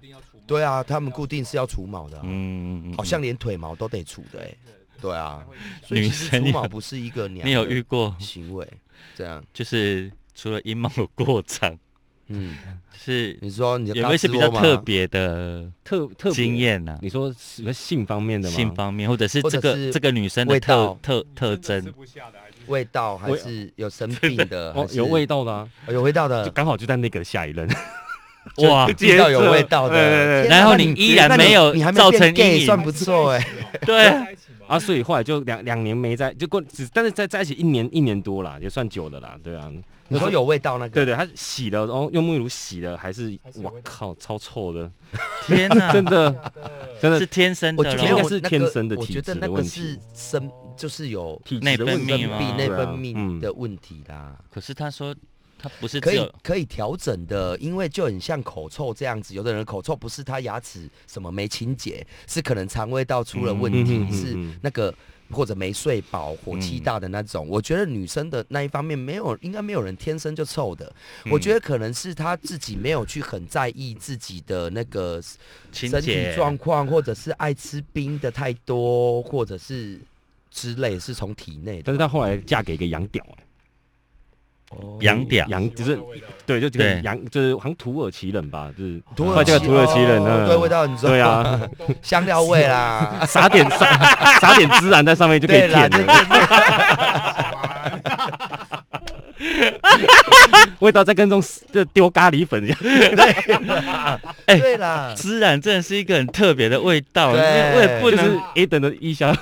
[SPEAKER 4] 对啊，他们固定是要除毛的啊、
[SPEAKER 3] 嗯，嗯嗯
[SPEAKER 4] 好像连腿毛都得除的、欸，对啊，所以
[SPEAKER 3] 女
[SPEAKER 4] 其实
[SPEAKER 3] 生
[SPEAKER 4] 除
[SPEAKER 3] 有
[SPEAKER 4] 毛不是一个娘
[SPEAKER 3] 你有
[SPEAKER 4] 的
[SPEAKER 3] 遇过，
[SPEAKER 4] 行为，这样，
[SPEAKER 3] 就是除了阴毛有过长，
[SPEAKER 4] 嗯，
[SPEAKER 3] 就是
[SPEAKER 4] 你说你的
[SPEAKER 3] 有没有一些比较
[SPEAKER 4] 大
[SPEAKER 3] 特
[SPEAKER 4] 斯沃吗，
[SPEAKER 3] 别的
[SPEAKER 5] 特特别
[SPEAKER 3] 经。验呢、
[SPEAKER 5] 你说什么性方面的吗？
[SPEAKER 3] 性方面，或者是
[SPEAKER 4] 或
[SPEAKER 3] 这
[SPEAKER 4] 者
[SPEAKER 3] 个
[SPEAKER 4] 是
[SPEAKER 3] 这个女生的
[SPEAKER 4] 味
[SPEAKER 3] 特
[SPEAKER 4] 道
[SPEAKER 3] 特特
[SPEAKER 6] 吃
[SPEAKER 3] 征，
[SPEAKER 6] 不下的还是
[SPEAKER 4] 味道还
[SPEAKER 5] 味
[SPEAKER 4] 是有生病的，
[SPEAKER 5] 哦
[SPEAKER 4] 还，是
[SPEAKER 5] 有味道的啊，
[SPEAKER 4] 哦有味道
[SPEAKER 5] 就
[SPEAKER 4] 的，
[SPEAKER 5] 刚好就在那个下一任。
[SPEAKER 3] 哇！
[SPEAKER 4] 遇到有味道的，
[SPEAKER 5] 对对
[SPEAKER 4] 天哪
[SPEAKER 3] 然后
[SPEAKER 4] 那
[SPEAKER 3] 你
[SPEAKER 4] 你
[SPEAKER 3] 依然
[SPEAKER 4] 那你
[SPEAKER 3] 没有
[SPEAKER 4] 你还没
[SPEAKER 3] 造
[SPEAKER 4] 变
[SPEAKER 3] 成
[SPEAKER 4] gay
[SPEAKER 3] 阴
[SPEAKER 4] 算
[SPEAKER 3] 影
[SPEAKER 4] 不错哎、
[SPEAKER 3] 对，
[SPEAKER 6] 在一起吗？
[SPEAKER 5] 啊，所以后来就两两年没在，就过只但是在在一起一年一年多啦，也算久的啦，对啊。
[SPEAKER 4] 你说有味道那个，
[SPEAKER 5] 对对，他洗了，然后用沐浴乳洗了，还是
[SPEAKER 6] 还是有
[SPEAKER 5] 哇
[SPEAKER 6] 味道
[SPEAKER 5] 靠，超臭的，
[SPEAKER 3] 天哪，
[SPEAKER 5] 真的真
[SPEAKER 3] 是
[SPEAKER 5] 的
[SPEAKER 3] 天生
[SPEAKER 4] 我
[SPEAKER 3] 的
[SPEAKER 4] 觉
[SPEAKER 5] 应
[SPEAKER 4] 得
[SPEAKER 5] 该
[SPEAKER 3] 咯，
[SPEAKER 4] 我
[SPEAKER 5] 是
[SPEAKER 4] 那
[SPEAKER 5] 天
[SPEAKER 4] 个
[SPEAKER 5] 生的
[SPEAKER 4] 我
[SPEAKER 5] 体
[SPEAKER 4] 觉得
[SPEAKER 5] 质
[SPEAKER 4] 那
[SPEAKER 5] 的
[SPEAKER 4] 个
[SPEAKER 5] 问题
[SPEAKER 4] 是生，就是有
[SPEAKER 5] 体
[SPEAKER 3] 内
[SPEAKER 5] 质的问
[SPEAKER 3] 分
[SPEAKER 5] 题
[SPEAKER 4] 分
[SPEAKER 3] 泌吗
[SPEAKER 4] 泌
[SPEAKER 3] 啊
[SPEAKER 4] 内
[SPEAKER 5] 对啊
[SPEAKER 4] 分泌
[SPEAKER 5] 嗯
[SPEAKER 4] 的问题啦。
[SPEAKER 3] 可是他说他不是
[SPEAKER 4] 可
[SPEAKER 3] 只
[SPEAKER 4] 以
[SPEAKER 3] 有
[SPEAKER 4] 可以调整的，因为就很像口臭这样子，有的人口臭不是他牙齿什么没清洁，是可能肠胃道出了问题，
[SPEAKER 5] 嗯嗯嗯嗯嗯
[SPEAKER 4] 是那个或者没睡饱、火气大的那种。我觉得女生的那一方面没有，应该没有人天生就臭的，
[SPEAKER 5] 嗯
[SPEAKER 4] 我觉得可能是她自己没有去很在意自己的那个
[SPEAKER 3] 情
[SPEAKER 4] 身体
[SPEAKER 3] 节
[SPEAKER 4] 状况，或者是爱吃冰的太多，或者是之类，是从体内的
[SPEAKER 5] 但是她后来嫁给一个洋屌、
[SPEAKER 3] 羊屌
[SPEAKER 5] 欸，，洋就是
[SPEAKER 6] 味道
[SPEAKER 5] 对，就这个
[SPEAKER 3] 对
[SPEAKER 5] 洋就是好像土耳其人吧，就是
[SPEAKER 4] 土
[SPEAKER 5] 后来
[SPEAKER 4] 耳
[SPEAKER 5] 嫁
[SPEAKER 4] 其
[SPEAKER 5] 给土耳其人，
[SPEAKER 4] 哦
[SPEAKER 5] 嗯
[SPEAKER 4] 对，味道很重，
[SPEAKER 5] 对啊，
[SPEAKER 4] 香料味 啦。
[SPEAKER 5] 撒点撒 撒点孜然在上面就可以
[SPEAKER 4] 对啦，这
[SPEAKER 5] 舔了， 味道在跟踪就丢咖喱粉一样，
[SPEAKER 3] 哎
[SPEAKER 4] 对啦，
[SPEAKER 3] 孜然真的是一个很特别的味道，啊
[SPEAKER 4] 对
[SPEAKER 3] 我也不
[SPEAKER 5] 就
[SPEAKER 3] 能
[SPEAKER 5] 是 A 等的一箱，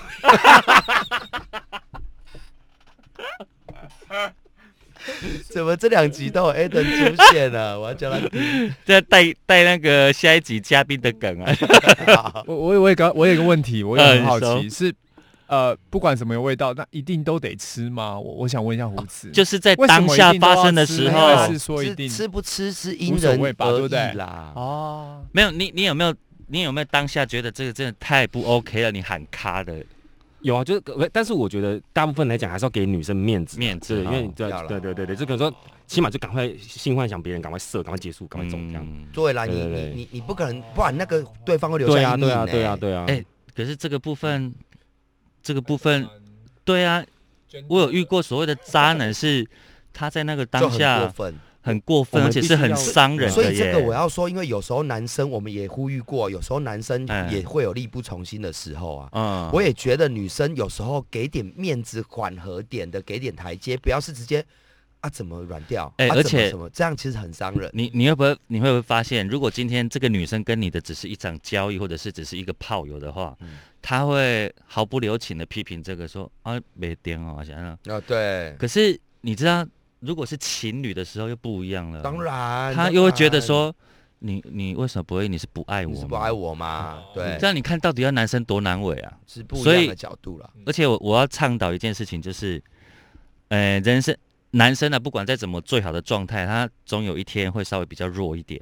[SPEAKER 4] 怎么这两集都有 Adam 出现了？我要叫他
[SPEAKER 3] 再带带那个下一集嘉宾的梗啊，
[SPEAKER 6] 我我我有个我有一个问题，我也
[SPEAKER 3] 呃
[SPEAKER 6] 很好
[SPEAKER 3] 你
[SPEAKER 6] 奇是，呃，不管什么有味道，那一定都得吃吗？我我想问一下胡子，
[SPEAKER 3] 就是在
[SPEAKER 6] 为什
[SPEAKER 3] 当
[SPEAKER 6] 么一
[SPEAKER 3] 下
[SPEAKER 6] 定都要
[SPEAKER 3] 发生的
[SPEAKER 6] 吃
[SPEAKER 3] 时
[SPEAKER 6] 呢
[SPEAKER 3] 候
[SPEAKER 6] 还，是说一定
[SPEAKER 4] 啊吃吃不吃是因
[SPEAKER 6] 无所
[SPEAKER 4] 人
[SPEAKER 6] 谓吧
[SPEAKER 4] 而
[SPEAKER 6] 对不对
[SPEAKER 4] 异啦。
[SPEAKER 6] 哦，
[SPEAKER 3] 没有，你你有没有你有没有当下觉得这个真的太不 OK 了？你喊卡的
[SPEAKER 5] 有啊，就是可但是我觉得大部分来讲还是要给女生面子，
[SPEAKER 3] 面
[SPEAKER 5] 对，
[SPEAKER 3] 子，
[SPEAKER 5] 因为你
[SPEAKER 3] 哦
[SPEAKER 5] 对
[SPEAKER 4] 要啦
[SPEAKER 5] 对对对对，就可能说起码就赶快性幻想别人，赶快射，赶快结束，赶快走这样。
[SPEAKER 3] 嗯
[SPEAKER 4] 对啦，你
[SPEAKER 5] 对对
[SPEAKER 4] 你
[SPEAKER 5] 对
[SPEAKER 4] 你你不可能，不然那个对方会留
[SPEAKER 5] 对
[SPEAKER 4] 下
[SPEAKER 5] 啊，
[SPEAKER 4] 阴影
[SPEAKER 5] 对
[SPEAKER 4] 欸
[SPEAKER 5] 啊，对啊，对啊。
[SPEAKER 3] 哎可是这个部
[SPEAKER 5] 嗯
[SPEAKER 3] 分，这个部分，
[SPEAKER 6] 嗯
[SPEAKER 3] 对啊，我有遇过所谓的渣男是。他在那个
[SPEAKER 4] 就
[SPEAKER 3] 啊当
[SPEAKER 4] 很
[SPEAKER 3] 下
[SPEAKER 4] 过分，
[SPEAKER 3] 很过分，而
[SPEAKER 5] 我们
[SPEAKER 3] 且
[SPEAKER 5] 必
[SPEAKER 3] 是
[SPEAKER 5] 须
[SPEAKER 3] 很
[SPEAKER 5] 要
[SPEAKER 3] 伤人
[SPEAKER 4] 所
[SPEAKER 3] 的
[SPEAKER 4] 以这
[SPEAKER 3] 耶。
[SPEAKER 4] 个我要说，因为有时候男生我们也呼吁过，有时候男生
[SPEAKER 3] 哎
[SPEAKER 4] 也会有力不从心的时候啊。
[SPEAKER 3] 嗯
[SPEAKER 4] 我也觉得女生有时候给点面子、缓和点的，给点台阶，不要是直接啊怎么软掉，
[SPEAKER 3] 哎
[SPEAKER 4] 啊
[SPEAKER 3] 而
[SPEAKER 4] 怎么
[SPEAKER 3] 且
[SPEAKER 4] 什么这样其实很伤人。
[SPEAKER 3] 你你会不会你会不会发现，如果今天这个女生跟你的只是一场交易，或者是只是一个炮友的话，
[SPEAKER 5] 嗯
[SPEAKER 3] 她会毫不留情的批评这个说啊没点哦，想想。
[SPEAKER 4] 啊，对，
[SPEAKER 3] 可是你知道，如果是情侣的时候又不一样了，
[SPEAKER 4] 当然，
[SPEAKER 3] 他又会觉得
[SPEAKER 4] 当然
[SPEAKER 3] 说你你为什么不会？你是不爱我
[SPEAKER 4] 你
[SPEAKER 3] 吗？哦
[SPEAKER 4] 是不爱我嘛？对
[SPEAKER 3] 这，样你看到底要男生多难为啊！
[SPEAKER 4] 是不一
[SPEAKER 3] 所
[SPEAKER 4] 样
[SPEAKER 3] 以
[SPEAKER 4] 的角度了。
[SPEAKER 3] 而且我我要倡导一件事情，就是，呃，人生男生啊呢、不管再怎么最好的状态，他总有一天会稍微比较弱一点。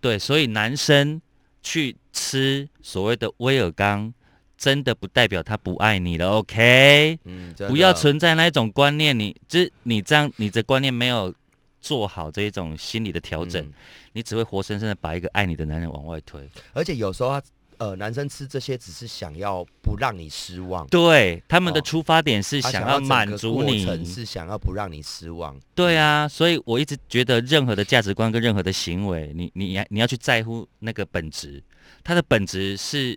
[SPEAKER 3] 对，所以男生去吃所谓的威尔刚，真的不代表他不爱你了，OK？
[SPEAKER 4] 嗯，真的
[SPEAKER 3] 不要存在那一种观念，你这你这样你的观念没有做好这一种心理的调整，
[SPEAKER 4] 嗯
[SPEAKER 3] 你只会活生生的把一个爱你的男人往外推。
[SPEAKER 4] 而且有时候他呃，男生吃这些只是想要不让你失望，
[SPEAKER 3] 对，他们的
[SPEAKER 4] 哦
[SPEAKER 3] 出发点是
[SPEAKER 4] 他
[SPEAKER 3] 想
[SPEAKER 4] 要
[SPEAKER 3] 要
[SPEAKER 4] 整
[SPEAKER 3] 满
[SPEAKER 4] 个
[SPEAKER 3] 足
[SPEAKER 4] 过
[SPEAKER 3] 你，
[SPEAKER 4] 程是想要不让你失望。
[SPEAKER 3] 对啊，所以我一直觉得任何的价值观跟任何的行为，你你你要去在乎那个本质，它的本质是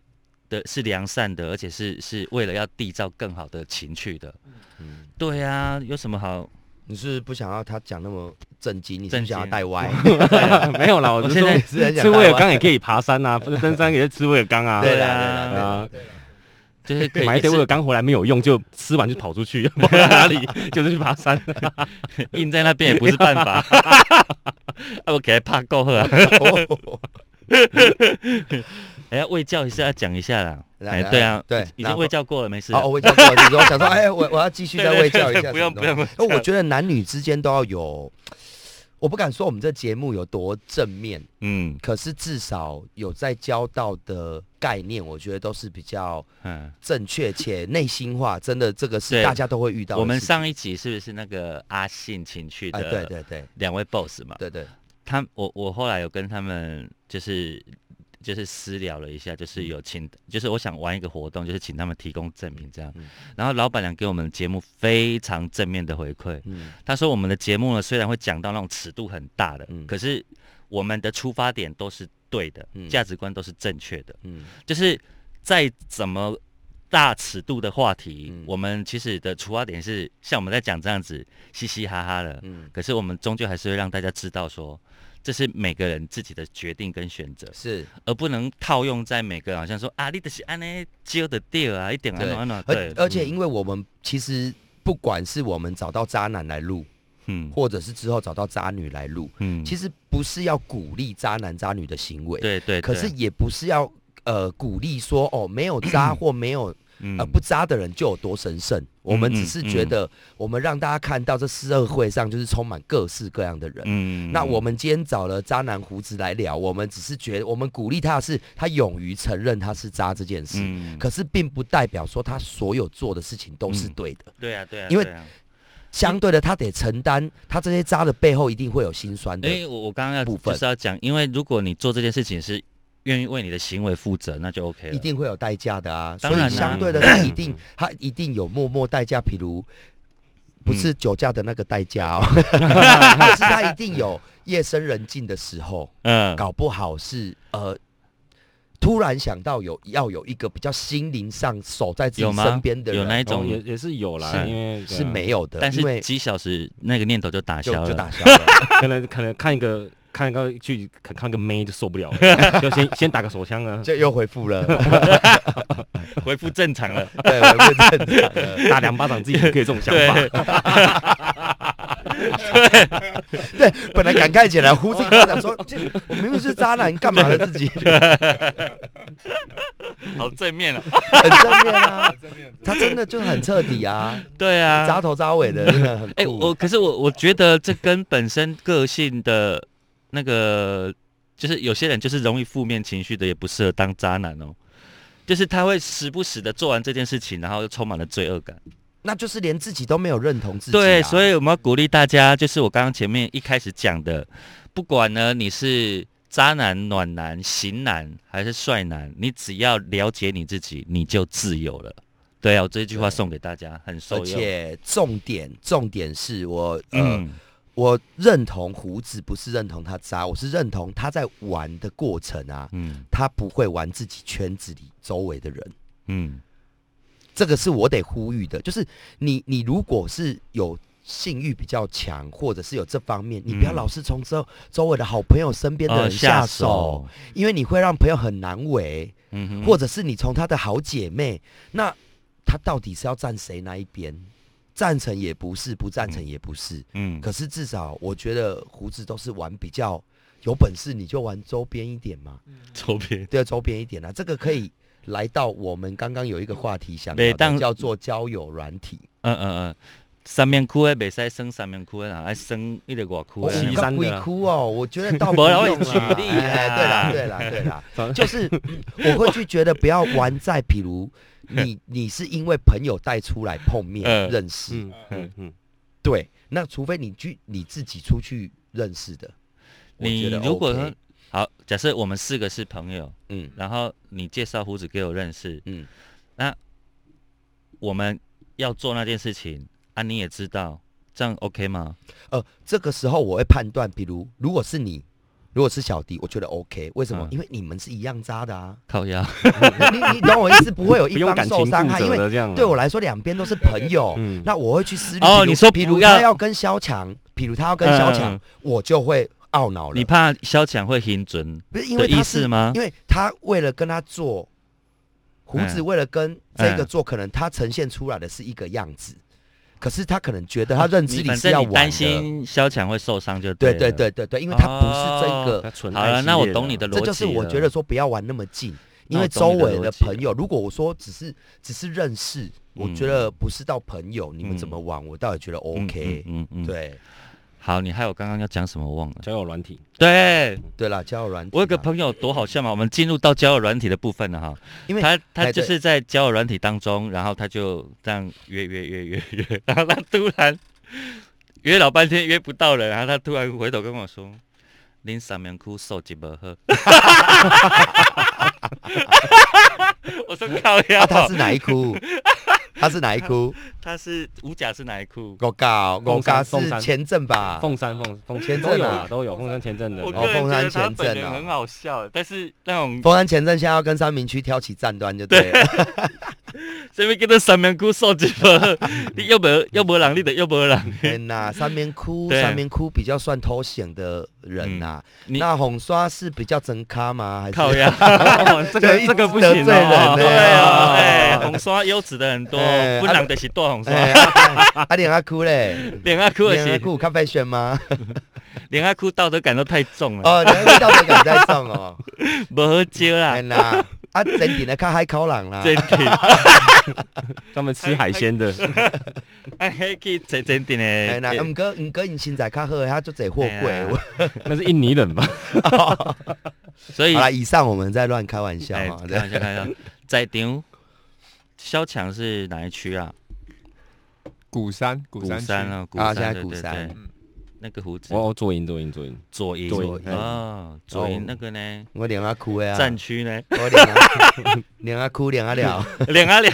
[SPEAKER 3] 的是良善的，而且是是为了要缔造更好的情趣的。
[SPEAKER 4] 嗯，
[SPEAKER 3] 对啊，有什么好？
[SPEAKER 4] 你是不是不想要他讲那么震惊，你是不
[SPEAKER 3] 震
[SPEAKER 4] 是想要
[SPEAKER 3] 惊
[SPEAKER 4] 带 歪，
[SPEAKER 5] 啊哎 没有啦，我
[SPEAKER 3] 我
[SPEAKER 5] 是
[SPEAKER 3] 现
[SPEAKER 5] 说
[SPEAKER 3] 在
[SPEAKER 4] 是很想
[SPEAKER 5] 吃 威尔
[SPEAKER 4] 带
[SPEAKER 5] 刚
[SPEAKER 4] 歪
[SPEAKER 5] 也可以爬山啊，不是登山也是吃威尔刚啊。
[SPEAKER 4] 对啦
[SPEAKER 3] 啊
[SPEAKER 4] 对啦
[SPEAKER 5] 啊，
[SPEAKER 3] 就是可以
[SPEAKER 5] 买一堆威尔刚回来没有用，就吃完就跑出去， 跑到 哪里就是去爬山。
[SPEAKER 3] 也是硬在那边也不是办法。 啊，我给他怕够喝、啊，
[SPEAKER 4] 对啦哦
[SPEAKER 3] 还要哎喂教一下，要讲一下啦。
[SPEAKER 4] 来
[SPEAKER 3] 哎，
[SPEAKER 4] 来
[SPEAKER 3] 对啊，
[SPEAKER 4] 对
[SPEAKER 3] 已已
[SPEAKER 4] 然
[SPEAKER 3] 经
[SPEAKER 4] 后
[SPEAKER 3] 喂教过了，没事。
[SPEAKER 4] 哦，我喂教过你，我想说，哎，我我要继续
[SPEAKER 3] 对
[SPEAKER 4] 再
[SPEAKER 3] 对
[SPEAKER 4] 喂教一
[SPEAKER 3] 对
[SPEAKER 4] 下什么东西。
[SPEAKER 3] 不用不用。不用
[SPEAKER 4] 哦，我觉得男女之间都要有，我不敢说我们这节目有多正面，
[SPEAKER 3] 嗯
[SPEAKER 4] 可是至少有在教到的概念，我觉得都是比较
[SPEAKER 3] 嗯，
[SPEAKER 4] 正确且内心化。真的，这个是
[SPEAKER 3] 对
[SPEAKER 4] 大家都会遇到的事情。
[SPEAKER 3] 我们上一集是不是那个阿信情趣
[SPEAKER 4] 哎，对
[SPEAKER 3] 的
[SPEAKER 4] 对对
[SPEAKER 3] 两位 boss 嘛？
[SPEAKER 4] 对对，
[SPEAKER 3] 他我我后来有跟他们就是就是私聊了一下，
[SPEAKER 4] 嗯
[SPEAKER 3] 就是有请，就是我想玩一个活动，就是请他们提供赠品这样。
[SPEAKER 4] 嗯
[SPEAKER 3] 然后老板娘给我们节目非常正面的回馈，
[SPEAKER 4] 嗯
[SPEAKER 3] 她说我们的节目呢虽然会讲到那种尺度很大的，
[SPEAKER 4] 嗯
[SPEAKER 3] 可是我们的出发点都是对的
[SPEAKER 4] 嗯，
[SPEAKER 3] 价值观都是正确的，
[SPEAKER 4] 嗯
[SPEAKER 3] 就是再怎么。大尺度的话题，
[SPEAKER 4] 嗯
[SPEAKER 3] 我们其实的出发点是像我们在讲这样子嘻嘻哈哈的，
[SPEAKER 4] 嗯，
[SPEAKER 3] 可是我们终究还是会让大家知道说，这是每个人自己的决定跟选择，
[SPEAKER 4] 是。
[SPEAKER 3] 而不能套用在每个人好像说啊，你的是安呢揪的掉啊，一点安
[SPEAKER 4] 对
[SPEAKER 3] 安安
[SPEAKER 4] 而
[SPEAKER 3] 对，嗯
[SPEAKER 4] 而且，因为我们其实不管是我们找到渣男来录，
[SPEAKER 3] 嗯
[SPEAKER 4] 或者是之后找到渣女来录，
[SPEAKER 3] 嗯
[SPEAKER 4] 其
[SPEAKER 3] 实
[SPEAKER 4] 实不是要鼓励渣男渣女的行为，
[SPEAKER 3] 对对，
[SPEAKER 4] 可是
[SPEAKER 3] 对
[SPEAKER 4] 也不是要呃鼓励说哦没有 渣或没有
[SPEAKER 3] 嗯
[SPEAKER 4] 呃不渣的人就有多神圣，我们只是觉得我们让大家看到这社会上就是充满各式各样的人。
[SPEAKER 3] 嗯
[SPEAKER 4] 那我们今天找了渣男胡子来聊，我们只是觉得我们鼓励他的是他勇于承认他是渣这件事，
[SPEAKER 3] 嗯
[SPEAKER 4] 可是并不代表说他所有做的事情都是
[SPEAKER 3] 嗯
[SPEAKER 4] 对的。
[SPEAKER 3] 对啊对啊，
[SPEAKER 4] 因为
[SPEAKER 3] 对啊
[SPEAKER 4] 相对的，他得承担他这些渣的背后一定会有心酸的
[SPEAKER 3] 哎、。我我刚刚要
[SPEAKER 4] 部
[SPEAKER 3] 就
[SPEAKER 4] 分
[SPEAKER 3] 是要讲，因为如果你做这件事情是愿意为你的行为负责，那就 OK 了。
[SPEAKER 4] 一定会有代价的啊。
[SPEAKER 3] 啊当
[SPEAKER 4] 所以
[SPEAKER 3] 然嗯啦
[SPEAKER 4] 相对的，他一定他一定有默默代价，比如不
[SPEAKER 3] 嗯
[SPEAKER 4] 是酒驾的那个代价哦，可是他一定有夜深人静的时候，
[SPEAKER 3] 嗯，
[SPEAKER 4] 搞不好是呃。突然想到有要有一个比较心灵上守在自
[SPEAKER 3] 有
[SPEAKER 4] 己
[SPEAKER 3] 吗
[SPEAKER 4] 身边的
[SPEAKER 3] 有
[SPEAKER 4] 人
[SPEAKER 3] 那一
[SPEAKER 5] 那种
[SPEAKER 3] 种，
[SPEAKER 5] 也也是有啦，
[SPEAKER 3] 是
[SPEAKER 5] 因为对啊
[SPEAKER 4] 是没有的，
[SPEAKER 3] 但
[SPEAKER 4] 因
[SPEAKER 3] 是
[SPEAKER 4] 为
[SPEAKER 3] 几小时那个念头就打
[SPEAKER 4] 就
[SPEAKER 3] 消了，
[SPEAKER 4] 就打消了。
[SPEAKER 5] 可能可能看一个看一个剧，看看个妹就受不了了， 就先先打个手枪啊，
[SPEAKER 4] 就又恢复 了，
[SPEAKER 3] 恢复正常了。
[SPEAKER 4] 对，恢复正常了。
[SPEAKER 5] 打两巴掌自己也可以有这种想法，
[SPEAKER 4] 对，本来感慨起来，胡子跟他讲说：“这我明明是渣男，干嘛了自己？”
[SPEAKER 3] 好正面了。
[SPEAKER 4] 很正面啊，他真的就很彻底 啊，
[SPEAKER 3] 对啊，
[SPEAKER 4] 扎头扎尾的，真的很酷。
[SPEAKER 3] 哎、我可是我我觉得这跟本身个性的那个，就是有些人就是容易负面情绪的，也不适合当渣男哦。就是他会时不时的做完这件事情，然后又充满了罪恶感。
[SPEAKER 4] 那就是连自己都没有认同自己、啊。
[SPEAKER 3] 对，所
[SPEAKER 4] 以
[SPEAKER 3] 以我们要鼓励大家，就是我刚刚前面一开始讲的，不管呢你是渣男、暖男、型男还是帅男，你只要了解你自己，你就自由了。对啊，我这句话送给大家，很
[SPEAKER 4] 而
[SPEAKER 3] 受用。
[SPEAKER 4] 且重点重点是我呃、
[SPEAKER 3] 嗯，
[SPEAKER 4] 我认同胡子，不是认同他渣，我是认同他在玩的过程啊，
[SPEAKER 3] 嗯
[SPEAKER 4] 他不会玩自己圈子里周围的人。
[SPEAKER 3] 嗯
[SPEAKER 4] 这个是我得呼吁的，就是你你如果是有性欲比较强，或者是有这方面，你不要
[SPEAKER 3] 嗯
[SPEAKER 4] 老是从周周围的好朋友身边的
[SPEAKER 3] 呃
[SPEAKER 4] 人下手，因为你会让朋友很难为，
[SPEAKER 3] 嗯哼
[SPEAKER 4] 或者是你从他的好姐妹，那他到底是要站谁那一边？赞成也不是，不赞成也不是。
[SPEAKER 3] 嗯
[SPEAKER 4] 可是至少我觉得胡子都是玩比较有本事，你就玩周边一点嘛，
[SPEAKER 3] 周边。
[SPEAKER 4] 对，周边一点啊，这个可以。来到我们刚刚有一个话题想
[SPEAKER 3] 对
[SPEAKER 4] 聊的
[SPEAKER 3] 当
[SPEAKER 4] 叫做交友软体，
[SPEAKER 3] 嗯嗯嗯，三面区的袂使生三面区的啦，爱生一个外区
[SPEAKER 4] 我
[SPEAKER 5] 七
[SPEAKER 3] 的
[SPEAKER 5] 七
[SPEAKER 3] 啦。
[SPEAKER 5] 三的
[SPEAKER 4] 鬼
[SPEAKER 5] 啦
[SPEAKER 4] 哭哦，我觉得倒
[SPEAKER 3] 没啦
[SPEAKER 4] 用
[SPEAKER 3] 我
[SPEAKER 4] 啦
[SPEAKER 3] 是举例啦
[SPEAKER 4] 哎对啦，对啦， 对 啦，就是嗯我会去觉得不要玩在，比如 你你是因为朋友带出来碰面
[SPEAKER 3] 嗯
[SPEAKER 4] 认识，
[SPEAKER 5] 嗯嗯嗯，
[SPEAKER 4] 对，那除非你去你自己出去认识的，我
[SPEAKER 3] 你
[SPEAKER 4] 觉得
[SPEAKER 3] 如果
[SPEAKER 4] OK
[SPEAKER 3] 说好，假设我们四个是朋友，
[SPEAKER 4] 嗯
[SPEAKER 3] 然后你介绍胡子给我认识，
[SPEAKER 4] 嗯，
[SPEAKER 3] 我们要做那件事情啊，你也知道，这样 OK 吗？
[SPEAKER 4] 呃，这个时候我会判断，比如如果是你，如果是小迪，我觉得 OK，为什么？
[SPEAKER 3] 嗯
[SPEAKER 4] 因为你们是一样渣的啊，
[SPEAKER 3] 靠腰，
[SPEAKER 4] 你你你懂我意思？不会有
[SPEAKER 5] 不
[SPEAKER 4] 一
[SPEAKER 5] 用
[SPEAKER 4] 方
[SPEAKER 5] 感
[SPEAKER 4] 受
[SPEAKER 5] 情
[SPEAKER 4] 伤
[SPEAKER 5] 负
[SPEAKER 4] 害，因
[SPEAKER 5] 责
[SPEAKER 4] 为
[SPEAKER 5] 的这样。啊
[SPEAKER 4] 对我来说，两边都是朋友，
[SPEAKER 5] 嗯
[SPEAKER 4] 那我会去思虑。
[SPEAKER 3] 哦
[SPEAKER 4] 比如
[SPEAKER 3] 你说
[SPEAKER 4] 比
[SPEAKER 3] 不
[SPEAKER 4] 如
[SPEAKER 3] 要
[SPEAKER 4] 他要跟萧强，比如他要跟萧强，
[SPEAKER 3] 嗯
[SPEAKER 4] 我就会懊恼了。
[SPEAKER 3] 你怕肖强会hin准准
[SPEAKER 4] 不是因
[SPEAKER 3] 的
[SPEAKER 4] 为
[SPEAKER 3] 意
[SPEAKER 4] 他
[SPEAKER 3] 思
[SPEAKER 4] 是，
[SPEAKER 3] 吗？
[SPEAKER 4] 因为他为了跟他做，胡子
[SPEAKER 3] 嗯
[SPEAKER 4] 为了跟这个
[SPEAKER 3] 嗯
[SPEAKER 4] 做，可能他呈现出来的是一个样子，可是他可能觉得他认知
[SPEAKER 3] 哦你
[SPEAKER 4] 里
[SPEAKER 3] 反
[SPEAKER 4] 是要
[SPEAKER 3] 正
[SPEAKER 4] 玩
[SPEAKER 3] 你担
[SPEAKER 4] 的。
[SPEAKER 3] 心肖强会受伤就
[SPEAKER 4] 对
[SPEAKER 3] 了
[SPEAKER 4] 对。对对对，因为他不是这个
[SPEAKER 5] 他纯
[SPEAKER 3] 好
[SPEAKER 5] 爱
[SPEAKER 3] 了，
[SPEAKER 5] 系
[SPEAKER 3] 那我
[SPEAKER 5] 列
[SPEAKER 3] 懂你哦的逻辑
[SPEAKER 4] 这
[SPEAKER 3] 了。
[SPEAKER 4] 就是我觉得说不要玩那么近，因
[SPEAKER 3] 那我
[SPEAKER 4] 为周
[SPEAKER 3] 懂你的
[SPEAKER 4] 围的
[SPEAKER 3] 逻辑
[SPEAKER 4] 朋友，如果我说只是只是认识，我觉得不是到朋友，你们怎么玩，我倒也觉得
[SPEAKER 3] 嗯
[SPEAKER 4] OK。
[SPEAKER 3] 嗯嗯嗯，
[SPEAKER 4] 对
[SPEAKER 3] 好，你还有刚刚要讲什么我忘了？
[SPEAKER 5] 交友软体，
[SPEAKER 3] 对
[SPEAKER 4] 对啦，交友软体啦，
[SPEAKER 3] 我有个朋友多好笑嘛，我们进入到交友软体的部分了哈。
[SPEAKER 4] 因为
[SPEAKER 3] 他他
[SPEAKER 4] 哎
[SPEAKER 3] 就
[SPEAKER 4] 对
[SPEAKER 3] 是在交友软体当中，然后他就这样约约约约约，然后他突然约老半天约不到人，然后他突然回头跟我说：“恁三面哭手机不喝。”我说靠呀、
[SPEAKER 4] 啊，他是哪一 窟？他是哪一窟？
[SPEAKER 3] 他是五甲是哪一裤？
[SPEAKER 4] 我搞我
[SPEAKER 5] 凤
[SPEAKER 4] 搞
[SPEAKER 5] 山凤
[SPEAKER 4] 是
[SPEAKER 5] 山
[SPEAKER 4] 前阵吧？
[SPEAKER 5] 凤山凤凤
[SPEAKER 4] 啊签
[SPEAKER 5] 都
[SPEAKER 4] 证
[SPEAKER 5] 有
[SPEAKER 4] 啊
[SPEAKER 5] 啊，都有凤山前阵的哦
[SPEAKER 3] 我，
[SPEAKER 5] 然
[SPEAKER 3] 个
[SPEAKER 4] 凤
[SPEAKER 3] 人
[SPEAKER 5] 后
[SPEAKER 3] 觉
[SPEAKER 4] 山
[SPEAKER 3] 得他
[SPEAKER 4] 前
[SPEAKER 3] 本
[SPEAKER 4] 阵
[SPEAKER 3] 人
[SPEAKER 4] 啊
[SPEAKER 3] 很好笑，但是那种
[SPEAKER 4] 凤山前阵现在要跟三明区挑起战端就对了。
[SPEAKER 3] 这边跟着三面哭手机不喝，你又没又没人，你的又没人，
[SPEAKER 4] 天 呐，哎三面窟，
[SPEAKER 3] 对
[SPEAKER 4] 三面窟比较算偷闲的人呐。
[SPEAKER 3] 你
[SPEAKER 4] 那红刷是比较真咖吗？还
[SPEAKER 3] 靠
[SPEAKER 4] 是？
[SPEAKER 3] 呀！
[SPEAKER 5] 哦这个
[SPEAKER 4] 对
[SPEAKER 5] 这个不
[SPEAKER 4] 得
[SPEAKER 5] 行
[SPEAKER 4] 罪
[SPEAKER 5] 哦，
[SPEAKER 4] 人
[SPEAKER 3] 对
[SPEAKER 4] 对
[SPEAKER 3] 啊，
[SPEAKER 4] 啊
[SPEAKER 3] 哎，红刷优质的很 多，
[SPEAKER 4] 哎
[SPEAKER 3] 不能的是大红
[SPEAKER 4] 哎，
[SPEAKER 3] 刷，
[SPEAKER 4] 啊啊，脸阿哭嘞，
[SPEAKER 3] 脸阿哭
[SPEAKER 4] 脸阿
[SPEAKER 3] 是
[SPEAKER 4] 哭咖啡选吗？
[SPEAKER 3] 脸阿哭道德感都太重了，
[SPEAKER 4] 哦，你的道德感在上哦。
[SPEAKER 3] 不合接啦
[SPEAKER 4] 哎，呐，啊，整体呢看海口人啦。
[SPEAKER 3] 真的，
[SPEAKER 5] 专门吃海鲜的，
[SPEAKER 3] 哎，还去真真的
[SPEAKER 4] 哎呐，
[SPEAKER 3] 呢，
[SPEAKER 4] 唔过唔过，你现在较好的，他就这货
[SPEAKER 3] 哎
[SPEAKER 4] 柜
[SPEAKER 3] 呀。
[SPEAKER 4] 我
[SPEAKER 5] 那是印尼 人吧？
[SPEAKER 3] 所以
[SPEAKER 4] 好了，以上我们在乱开玩笑啊
[SPEAKER 3] 哎，
[SPEAKER 4] 嘛。
[SPEAKER 3] 开玩笑，开玩笑，在场，萧强是哪一区啊？
[SPEAKER 6] 鼓山，鼓
[SPEAKER 3] 鼓
[SPEAKER 6] 山
[SPEAKER 3] 山
[SPEAKER 6] 区，
[SPEAKER 3] 啊，鼓
[SPEAKER 4] 啊
[SPEAKER 3] 山，
[SPEAKER 4] 现在
[SPEAKER 3] 对
[SPEAKER 4] 鼓
[SPEAKER 3] 对
[SPEAKER 4] 山
[SPEAKER 3] 对
[SPEAKER 6] 嗯
[SPEAKER 3] 那个胡子
[SPEAKER 5] 我，我做音做音做音，
[SPEAKER 3] 左营，
[SPEAKER 5] 左营
[SPEAKER 3] 啊，左
[SPEAKER 4] 哦
[SPEAKER 3] 营那个呢，
[SPEAKER 4] 我脸阿哭呀。
[SPEAKER 3] 战区呢，
[SPEAKER 4] 我脸啊， 脸啊哭，脸啊了。
[SPEAKER 3] 两啊两，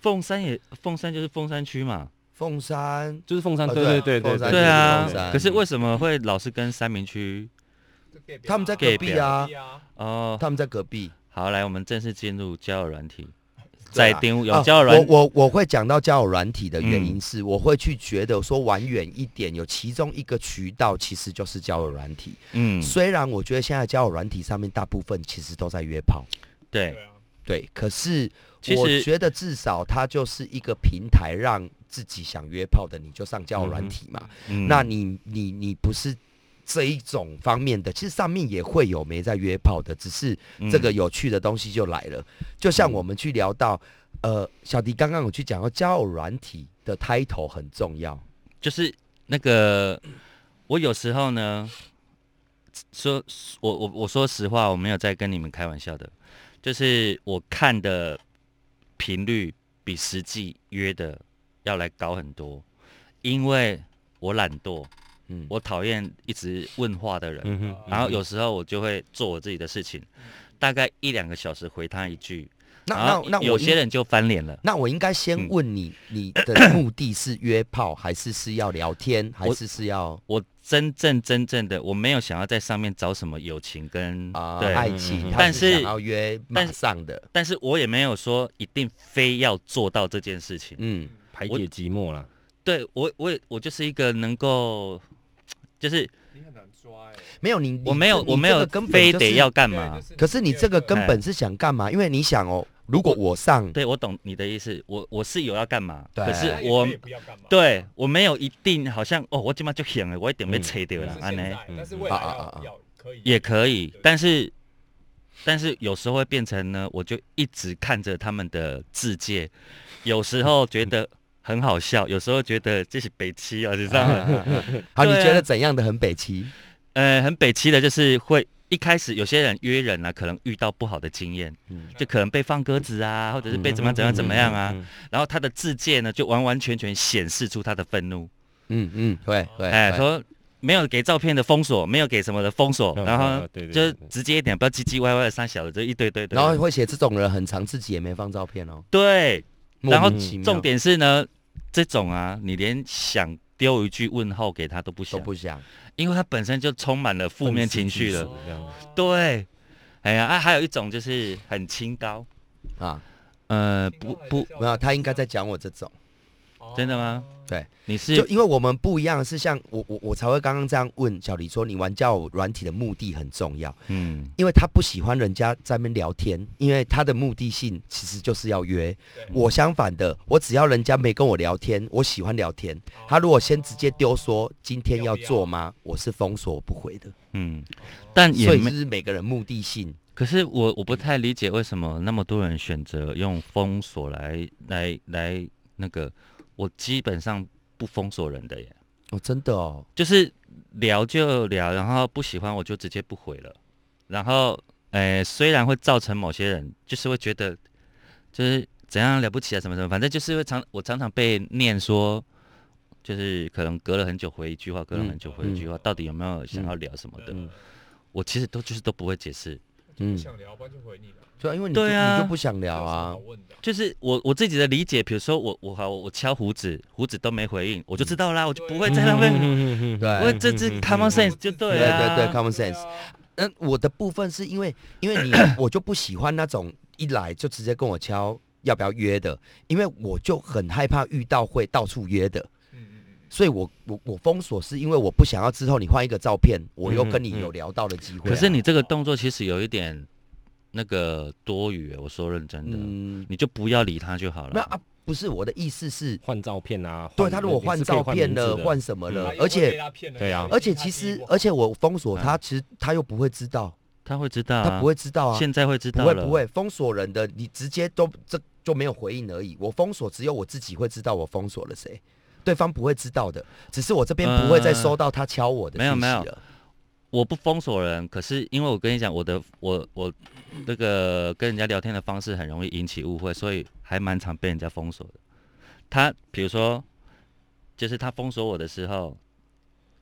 [SPEAKER 3] 凤山也，凤山就是凤山区嘛，
[SPEAKER 4] 凤山，
[SPEAKER 5] 就是凤山，
[SPEAKER 4] 哦
[SPEAKER 5] 对
[SPEAKER 4] 对啊
[SPEAKER 5] 对对对
[SPEAKER 4] 凤山
[SPEAKER 3] 嗯对啊
[SPEAKER 4] 凤山，
[SPEAKER 3] 可是为什么会老是跟三明区？
[SPEAKER 4] 他们在隔壁啊，
[SPEAKER 3] 哦，
[SPEAKER 4] 他们在隔壁。
[SPEAKER 3] 好，来，我们正式进入交友软体，
[SPEAKER 4] 对
[SPEAKER 3] 在
[SPEAKER 4] 啊
[SPEAKER 3] 丁
[SPEAKER 4] 啊
[SPEAKER 3] 有交友软嗯体，
[SPEAKER 4] 我我我会讲到交友软体的原因是，我会去觉得说玩远一点，有其中一个渠道其实就是交友软体。
[SPEAKER 3] 嗯，
[SPEAKER 4] 虽然我觉得现在交友软体上面大部分其实都在约炮，
[SPEAKER 3] 对，
[SPEAKER 4] 对，可是
[SPEAKER 3] 其实
[SPEAKER 4] 我觉得至少它就是一个平台，让自己想约炮的你就上交友软体嘛。
[SPEAKER 3] 嗯
[SPEAKER 4] 那你你你不是这一种方面的，其实上面也会有没在约炮的，只是
[SPEAKER 3] 嗯
[SPEAKER 4] 这个，有趣的东西就来了。就像我们去聊到，呃，小迪刚刚有去讲到交友软体的 title 很重要，
[SPEAKER 3] 嗯就是那个，我有时候呢，说，我我我说实话，我没有在跟你们开玩笑的，就是我看的频率比实际约的要来高很多，因为我懒惰，
[SPEAKER 4] 嗯，
[SPEAKER 3] 我讨厌一直问话的人，
[SPEAKER 5] 嗯哼，
[SPEAKER 3] 然后有时候我就会做我自己的事情，大概一两个小时回他一句，
[SPEAKER 4] 嗯那
[SPEAKER 3] 然后
[SPEAKER 4] 那那
[SPEAKER 3] 啊有
[SPEAKER 4] 我
[SPEAKER 3] 些
[SPEAKER 4] 应
[SPEAKER 3] 人就翻脸了。
[SPEAKER 4] 那我应该
[SPEAKER 3] 嗯
[SPEAKER 4] 先问你，你的目的是约炮，还是是要聊天，还
[SPEAKER 3] 我
[SPEAKER 4] 是是要
[SPEAKER 3] 我真正真正的我没有想要在上面找什么友情跟、
[SPEAKER 4] 啊、
[SPEAKER 3] 对，嗯
[SPEAKER 4] 爱情？他
[SPEAKER 3] 但是
[SPEAKER 4] 想要约马
[SPEAKER 3] 但是
[SPEAKER 4] 上的，
[SPEAKER 3] 但是我也没有说一定非要做到这件事情。
[SPEAKER 4] 嗯，
[SPEAKER 5] 排解寂寞啦。
[SPEAKER 3] 对我，我也我就是一个能够，就是
[SPEAKER 6] 你很难抓哎，
[SPEAKER 4] 没有你，你
[SPEAKER 3] 我没有
[SPEAKER 4] 这
[SPEAKER 3] 我没有
[SPEAKER 4] 你这个根本、
[SPEAKER 3] 非
[SPEAKER 4] 就是、
[SPEAKER 3] 得要。干嘛。
[SPEAKER 4] 可是你这个根
[SPEAKER 3] 哎
[SPEAKER 4] 本是想干嘛？因为你想哦，如果我上，
[SPEAKER 3] 对，我懂你的意思，我我是有要干嘛，
[SPEAKER 4] 对
[SPEAKER 3] 可是
[SPEAKER 6] 他也
[SPEAKER 3] 我
[SPEAKER 6] 可以不要干嘛，
[SPEAKER 3] 对我没有一定好像哦，我今晚就想了，我一点被
[SPEAKER 5] 嗯
[SPEAKER 3] 吹掉了
[SPEAKER 6] 是，
[SPEAKER 3] 啊安
[SPEAKER 6] 现
[SPEAKER 3] 内
[SPEAKER 6] 在
[SPEAKER 5] 嗯
[SPEAKER 6] 但是未来
[SPEAKER 4] 啊啊啊啊
[SPEAKER 6] 要要可以
[SPEAKER 3] 也可以
[SPEAKER 6] 对，
[SPEAKER 3] 但是但是有时候会变成呢，我就一直看着他们的字界，有时候觉得很好笑，有时候觉得这是北七啊，你知道吗？
[SPEAKER 4] 好，你
[SPEAKER 3] 对啊
[SPEAKER 4] 觉得怎样的很北齐？
[SPEAKER 3] 呃，很北七的就是会。一开始有些人约人啊，可能遇到不好的经验，
[SPEAKER 4] 嗯
[SPEAKER 3] 就可能被放鸽子啊，或者是被怎么样怎么样怎么样
[SPEAKER 5] 嗯
[SPEAKER 3] 啊。然后他的字界呢，就完完全全显示出他的愤怒。
[SPEAKER 4] 嗯嗯，会会，
[SPEAKER 3] 哎，
[SPEAKER 4] 会
[SPEAKER 3] 说没有给照片的封锁，没有给什么的封锁，
[SPEAKER 5] 嗯
[SPEAKER 3] 然
[SPEAKER 5] 嗯
[SPEAKER 3] 后
[SPEAKER 5] 嗯对对
[SPEAKER 3] 就
[SPEAKER 5] 对对
[SPEAKER 3] 直接一点，不要唧唧歪歪的三小的，就一堆堆堆。
[SPEAKER 4] 然后会写这种人很长，自己也没放照片哦。
[SPEAKER 3] 对，然后
[SPEAKER 4] 莫名其妙
[SPEAKER 3] 重点是呢，这种啊，你连想丢一句问候给他都不
[SPEAKER 4] 都
[SPEAKER 3] 想，
[SPEAKER 4] 不想，
[SPEAKER 3] 因为他本身就充满了负面情绪了。对，哎呀，啊，还有一种就是很清高，
[SPEAKER 4] 啊，
[SPEAKER 3] 呃，不不，
[SPEAKER 4] 没有，他应该在讲我这种，
[SPEAKER 3] 真的吗？
[SPEAKER 4] 对，
[SPEAKER 3] 你是
[SPEAKER 4] 就因为我们不一样，是像我我我才会刚刚这样问小黎说，你玩交友软体的目的很重要，
[SPEAKER 3] 嗯，
[SPEAKER 4] 因为他不喜欢人家在那边聊天，因为他的目的性其实就是要约。我相反的，我只要人家没跟我聊天，我喜欢聊天。他如果先直接丢说今天要做吗，我是封锁我不回的。
[SPEAKER 3] 嗯，但也
[SPEAKER 4] 所以
[SPEAKER 3] 没
[SPEAKER 4] 这。是每个人目的性。
[SPEAKER 3] 可是我我不太理解为什么那么多人选择用封锁来来来那个，我基本上不封锁人的耶，
[SPEAKER 4] 哦，真的哦，
[SPEAKER 3] 就是聊就聊，然后不喜欢我就直接不回了，然后诶、呃虽然会造成某些人就是会觉得就是怎样了不起啊什么什么，反正就是会常我常常被念说。就是可能隔了很久回一句话，隔了很久回一句话，到底有没有想要聊什么的？
[SPEAKER 4] 嗯
[SPEAKER 3] 我其实都就是都不会解释，
[SPEAKER 4] 嗯，
[SPEAKER 6] 想聊，不然就回你了。
[SPEAKER 4] 对啊，因为你就、
[SPEAKER 3] 对啊
[SPEAKER 4] 你就不想聊
[SPEAKER 6] 啊
[SPEAKER 4] 啊，，
[SPEAKER 3] 就是我我自己的理解，比如说我我好我敲胡子，胡子都没回应，我就知道啦，我就不会在
[SPEAKER 5] 嗯
[SPEAKER 3] 那边，
[SPEAKER 4] 嗯
[SPEAKER 5] 边
[SPEAKER 4] 对
[SPEAKER 3] 我这
[SPEAKER 4] 嗯
[SPEAKER 3] 是 common sense 就
[SPEAKER 4] 对
[SPEAKER 3] 对啊，
[SPEAKER 4] 对对，common sense。那我的部分是因 为，因为你我就不喜欢那种一来就直接跟我敲要不要约的，因为我就很害怕遇到会到处约的。所以我我我封锁是因为我不想要之后你换一个照片，我又跟你有聊到的机会啊、
[SPEAKER 3] 可是你这个动作其实有一点那个多余，我说认真的，
[SPEAKER 4] 嗯，
[SPEAKER 3] 你就不要理他就好
[SPEAKER 4] 没有
[SPEAKER 3] 了。
[SPEAKER 4] 啊，不是我的意思是，
[SPEAKER 5] 换照片啊，
[SPEAKER 4] 对
[SPEAKER 5] 换
[SPEAKER 4] 他如果换照片了，换嗯什么了，而且
[SPEAKER 5] 对啊
[SPEAKER 4] 而且其实而且我封锁他，其实他又不会知道，
[SPEAKER 3] 他会知道、啊，
[SPEAKER 4] 他不会知道啊，
[SPEAKER 3] 现在会知
[SPEAKER 4] 不
[SPEAKER 3] 道
[SPEAKER 4] 会
[SPEAKER 3] 了，
[SPEAKER 4] 不会封锁人的，你直接都这就没有回应而已。我封锁只有我自己会知道我封锁了谁，对方不会知道的，只是我这边不会再收到他敲我的
[SPEAKER 3] 没有
[SPEAKER 4] 讯息
[SPEAKER 3] 没有
[SPEAKER 4] 了
[SPEAKER 3] 我不封锁人，可是因为我跟你讲，我的我我那个跟人家聊天的方式很容易引起误会，所以还蛮常被人家封锁的。他比如说，就是他封锁我的时候，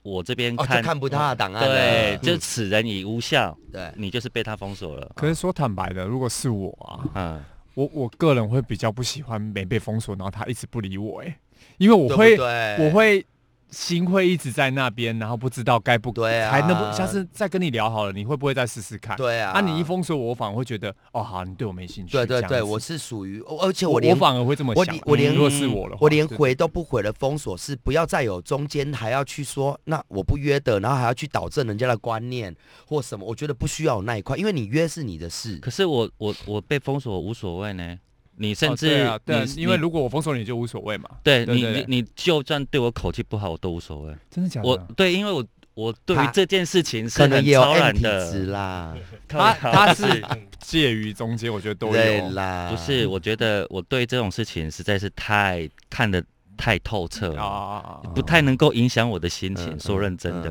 [SPEAKER 3] 我这边
[SPEAKER 4] 哦，
[SPEAKER 3] 看,、
[SPEAKER 4] 就看不到他的档案了
[SPEAKER 3] 对，
[SPEAKER 4] 嗯
[SPEAKER 3] 就此人已无效，
[SPEAKER 4] 对，
[SPEAKER 3] 你就是被他封锁了。
[SPEAKER 6] 可是说坦白的，如果是我啊，
[SPEAKER 3] 嗯，
[SPEAKER 6] 我我个人会比较不喜欢没被封锁，然后他一直不理我、哎，因为
[SPEAKER 4] 对
[SPEAKER 6] 我
[SPEAKER 4] 不
[SPEAKER 6] 会
[SPEAKER 4] 对
[SPEAKER 6] 我会心会一直在那边，然后不知道该不
[SPEAKER 4] 对啊
[SPEAKER 6] 还能不下次再跟你聊好了，你会不会再试试看？
[SPEAKER 4] 对啊
[SPEAKER 6] 啊，你一封锁我，我反而会觉得哦，好，你对我没兴趣。
[SPEAKER 4] 对对
[SPEAKER 6] 这
[SPEAKER 4] 对，
[SPEAKER 6] 样子
[SPEAKER 4] 我是属于，我而且
[SPEAKER 6] 我
[SPEAKER 4] 我连
[SPEAKER 6] 反而会这么
[SPEAKER 4] 我
[SPEAKER 6] 想
[SPEAKER 4] 连。我连
[SPEAKER 6] 嗯如果是我的话，
[SPEAKER 4] 我连
[SPEAKER 6] 对
[SPEAKER 4] 回都不回的封锁是不要再有中间还要去说那我不约的，然后还要去导正人家的观念或什么，我觉得不需要有那一块，因为你约是你的事，
[SPEAKER 3] 可是我我我被封锁无所谓呢，你甚
[SPEAKER 6] 哦
[SPEAKER 3] 至、
[SPEAKER 6] 对啊，对啊，
[SPEAKER 3] 你
[SPEAKER 6] 因为
[SPEAKER 3] 你
[SPEAKER 6] 如果我封锁你就无所谓嘛。
[SPEAKER 3] 对
[SPEAKER 6] 对
[SPEAKER 3] 你
[SPEAKER 6] 对啊
[SPEAKER 3] 你你就算对我口气不好，我都无所谓。
[SPEAKER 6] 真的假的？
[SPEAKER 3] 我对，因为我我对于
[SPEAKER 4] 他
[SPEAKER 3] 这件事情是
[SPEAKER 4] 可能
[SPEAKER 3] 很
[SPEAKER 4] 也有
[SPEAKER 3] 超
[SPEAKER 4] M
[SPEAKER 3] 然
[SPEAKER 4] 体
[SPEAKER 3] 的。
[SPEAKER 4] 质啦，
[SPEAKER 6] 他他
[SPEAKER 3] 不
[SPEAKER 6] 是啊介于中间，我觉得都
[SPEAKER 4] 对
[SPEAKER 6] 有。
[SPEAKER 4] 啦，
[SPEAKER 3] 不是，我觉得我对这种事情实在是太看得太透彻
[SPEAKER 6] 啊
[SPEAKER 3] 了，
[SPEAKER 6] 啊啊！啊
[SPEAKER 3] 不太能够影响我的心情。
[SPEAKER 4] 嗯
[SPEAKER 3] 说认真的，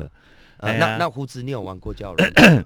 [SPEAKER 4] 呃
[SPEAKER 3] 哎
[SPEAKER 4] 那
[SPEAKER 3] 呀
[SPEAKER 4] 那胡子，你有玩过交友 软件吗？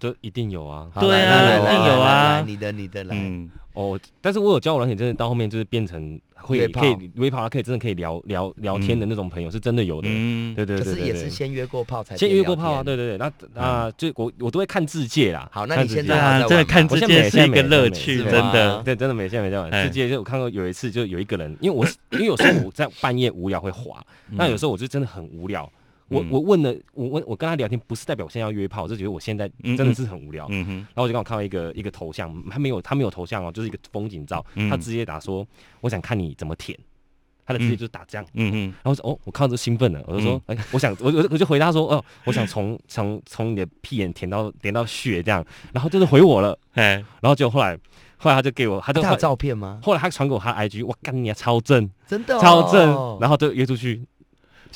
[SPEAKER 5] 就一定有啊。
[SPEAKER 4] 好
[SPEAKER 3] 对
[SPEAKER 4] 来
[SPEAKER 3] 啊
[SPEAKER 4] 来来
[SPEAKER 3] 一定
[SPEAKER 4] 来
[SPEAKER 3] 有
[SPEAKER 4] 来
[SPEAKER 3] 啊
[SPEAKER 4] 来你的你的来，
[SPEAKER 3] 嗯，
[SPEAKER 5] 哦，但是我有交友软体，真的到后面就是变成
[SPEAKER 4] 约
[SPEAKER 5] 会
[SPEAKER 4] 炮嗯
[SPEAKER 5] 可以微跑，可以真的可以聊聊聊天的那种朋友，是真的有的。
[SPEAKER 3] 嗯，
[SPEAKER 5] 对对
[SPEAKER 4] 可
[SPEAKER 5] 对
[SPEAKER 4] 是
[SPEAKER 5] 对
[SPEAKER 4] 也是
[SPEAKER 5] 对。
[SPEAKER 4] 先约过炮才
[SPEAKER 5] 先
[SPEAKER 4] 可以
[SPEAKER 5] 约过
[SPEAKER 4] 聊
[SPEAKER 5] 炮
[SPEAKER 4] 天嗯
[SPEAKER 5] 啊，对。对对，那那就我我都会看字界啦。
[SPEAKER 4] 好那
[SPEAKER 5] 看
[SPEAKER 4] 你
[SPEAKER 5] 字
[SPEAKER 4] 现
[SPEAKER 5] 界
[SPEAKER 3] 对
[SPEAKER 4] 在
[SPEAKER 3] 啊，
[SPEAKER 4] 还在玩吗
[SPEAKER 3] 这个看
[SPEAKER 5] 我
[SPEAKER 3] 世
[SPEAKER 5] 现在
[SPEAKER 3] 界
[SPEAKER 5] 没
[SPEAKER 3] 是一
[SPEAKER 5] 现在
[SPEAKER 3] 个
[SPEAKER 5] 没
[SPEAKER 3] 乐
[SPEAKER 5] 是
[SPEAKER 3] 趣，
[SPEAKER 4] 吗
[SPEAKER 3] 真的。
[SPEAKER 5] 对，真的没现在没在玩。
[SPEAKER 3] 哎
[SPEAKER 5] 世界就我看过有一次，就有一个人，因为我是因为有时候我在半夜无聊会滑，那有时候我就真的很无聊。我
[SPEAKER 3] 嗯
[SPEAKER 5] 我问了，我问我跟他聊天，不是代表我现在要约炮，我就觉得我现在真的是很无聊。
[SPEAKER 3] 嗯哼，
[SPEAKER 5] 然后我就刚好看到一个一个头像，他没有他没有头像哦，就是一个风景照，
[SPEAKER 3] 嗯
[SPEAKER 5] 他直接打说我想看你怎么舔，他的字
[SPEAKER 3] 嗯
[SPEAKER 5] 接就是打这样。
[SPEAKER 3] 嗯哼，
[SPEAKER 5] 然后我说哦，我看到这兴奋了，我就说，哎、我想，我我我就回答说，哦，我想从从从你的屁眼舔到舔到血这样，然后就是回我了，
[SPEAKER 3] 哎，
[SPEAKER 5] 然后就后来后来他就给我，他就
[SPEAKER 3] 啊
[SPEAKER 4] 他有照片吗？
[SPEAKER 5] 后来他传给我他的 IG，我干你啊，超正，
[SPEAKER 4] 真的哦
[SPEAKER 5] 超正，然后就约出去，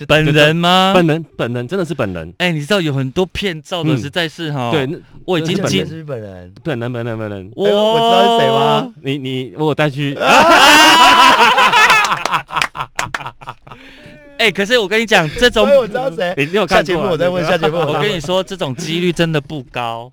[SPEAKER 3] 本人吗？
[SPEAKER 5] 本人本人真的是本人，
[SPEAKER 3] 哎，你知道有很多骗照的，
[SPEAKER 5] 嗯
[SPEAKER 3] 实在是
[SPEAKER 4] 哦
[SPEAKER 3] 哈。
[SPEAKER 5] 对，，那
[SPEAKER 3] 我已
[SPEAKER 5] 这
[SPEAKER 3] 经
[SPEAKER 5] 是本
[SPEAKER 4] 本
[SPEAKER 5] 人哎
[SPEAKER 4] 人
[SPEAKER 3] 进
[SPEAKER 4] 是日本人，
[SPEAKER 5] 本人本人本人，
[SPEAKER 3] 我
[SPEAKER 4] 我知道是谁吗？
[SPEAKER 5] 你你我有带去，
[SPEAKER 4] 啊
[SPEAKER 3] 哎，可是我跟你 讲，这种
[SPEAKER 5] 哎
[SPEAKER 4] 所以我知道谁。
[SPEAKER 5] 你你有
[SPEAKER 4] 下
[SPEAKER 5] 看
[SPEAKER 4] 节
[SPEAKER 5] 过
[SPEAKER 4] 目
[SPEAKER 5] 啊？
[SPEAKER 4] 我再问，下节目我
[SPEAKER 3] 我
[SPEAKER 4] 再
[SPEAKER 3] 跟你
[SPEAKER 4] 问。
[SPEAKER 3] 说，这种几率真的不 高，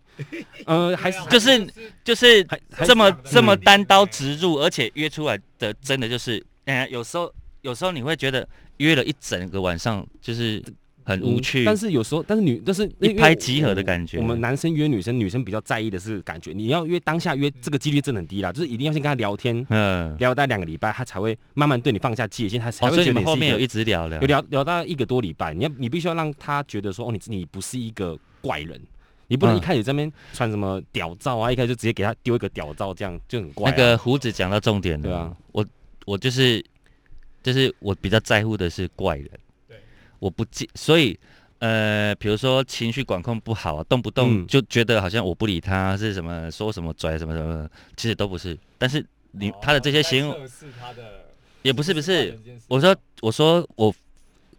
[SPEAKER 5] 呃， 还是
[SPEAKER 3] 就是就是
[SPEAKER 5] 还还嗯
[SPEAKER 3] 这么
[SPEAKER 6] 还是
[SPEAKER 3] 这么单刀直入，而且约出来的真的就是，哎、有时候有时候你会觉得约了一整个晚上，就是很无趣，
[SPEAKER 5] 嗯但是有时候，但是女，但是
[SPEAKER 3] 一拍即合的感觉
[SPEAKER 5] 我们男生约女生，女生比较在意的是感觉。你要约当下约，这个几率真的很低啦，就是一定要先跟他聊天，
[SPEAKER 3] 嗯，
[SPEAKER 5] 聊大概两个礼拜，他才会慢慢对你放下戒心，他才
[SPEAKER 3] 哦，所
[SPEAKER 5] 会
[SPEAKER 3] 以
[SPEAKER 5] 觉
[SPEAKER 3] 你
[SPEAKER 5] 得
[SPEAKER 3] 们
[SPEAKER 5] 你
[SPEAKER 3] 后
[SPEAKER 5] 是一
[SPEAKER 3] 面有
[SPEAKER 5] 个
[SPEAKER 3] 一直聊聊
[SPEAKER 5] 有，聊聊到一个多礼拜，你要你必须要让他觉得说，哦，你你不是一个怪人。你不能
[SPEAKER 3] 嗯
[SPEAKER 5] 一开始这边传什么屌照啊，一开始就直接给他丢一个屌照，这样就很怪、
[SPEAKER 3] 那
[SPEAKER 5] 啊。
[SPEAKER 3] 个胡子讲到重点了，
[SPEAKER 5] 对啊，
[SPEAKER 3] 我我就是就是我比较在乎的是怪人，
[SPEAKER 6] 对，
[SPEAKER 3] 我不介，所以呃，比如说情绪管控不好啊，动不动
[SPEAKER 5] 嗯
[SPEAKER 3] 就觉得好像我不理他是什么说什么拽什么什么的，其实都不是，但是你、他的这些行为
[SPEAKER 6] 哦
[SPEAKER 3] 哦
[SPEAKER 6] 是他的，
[SPEAKER 3] 也不是不是，我说我说我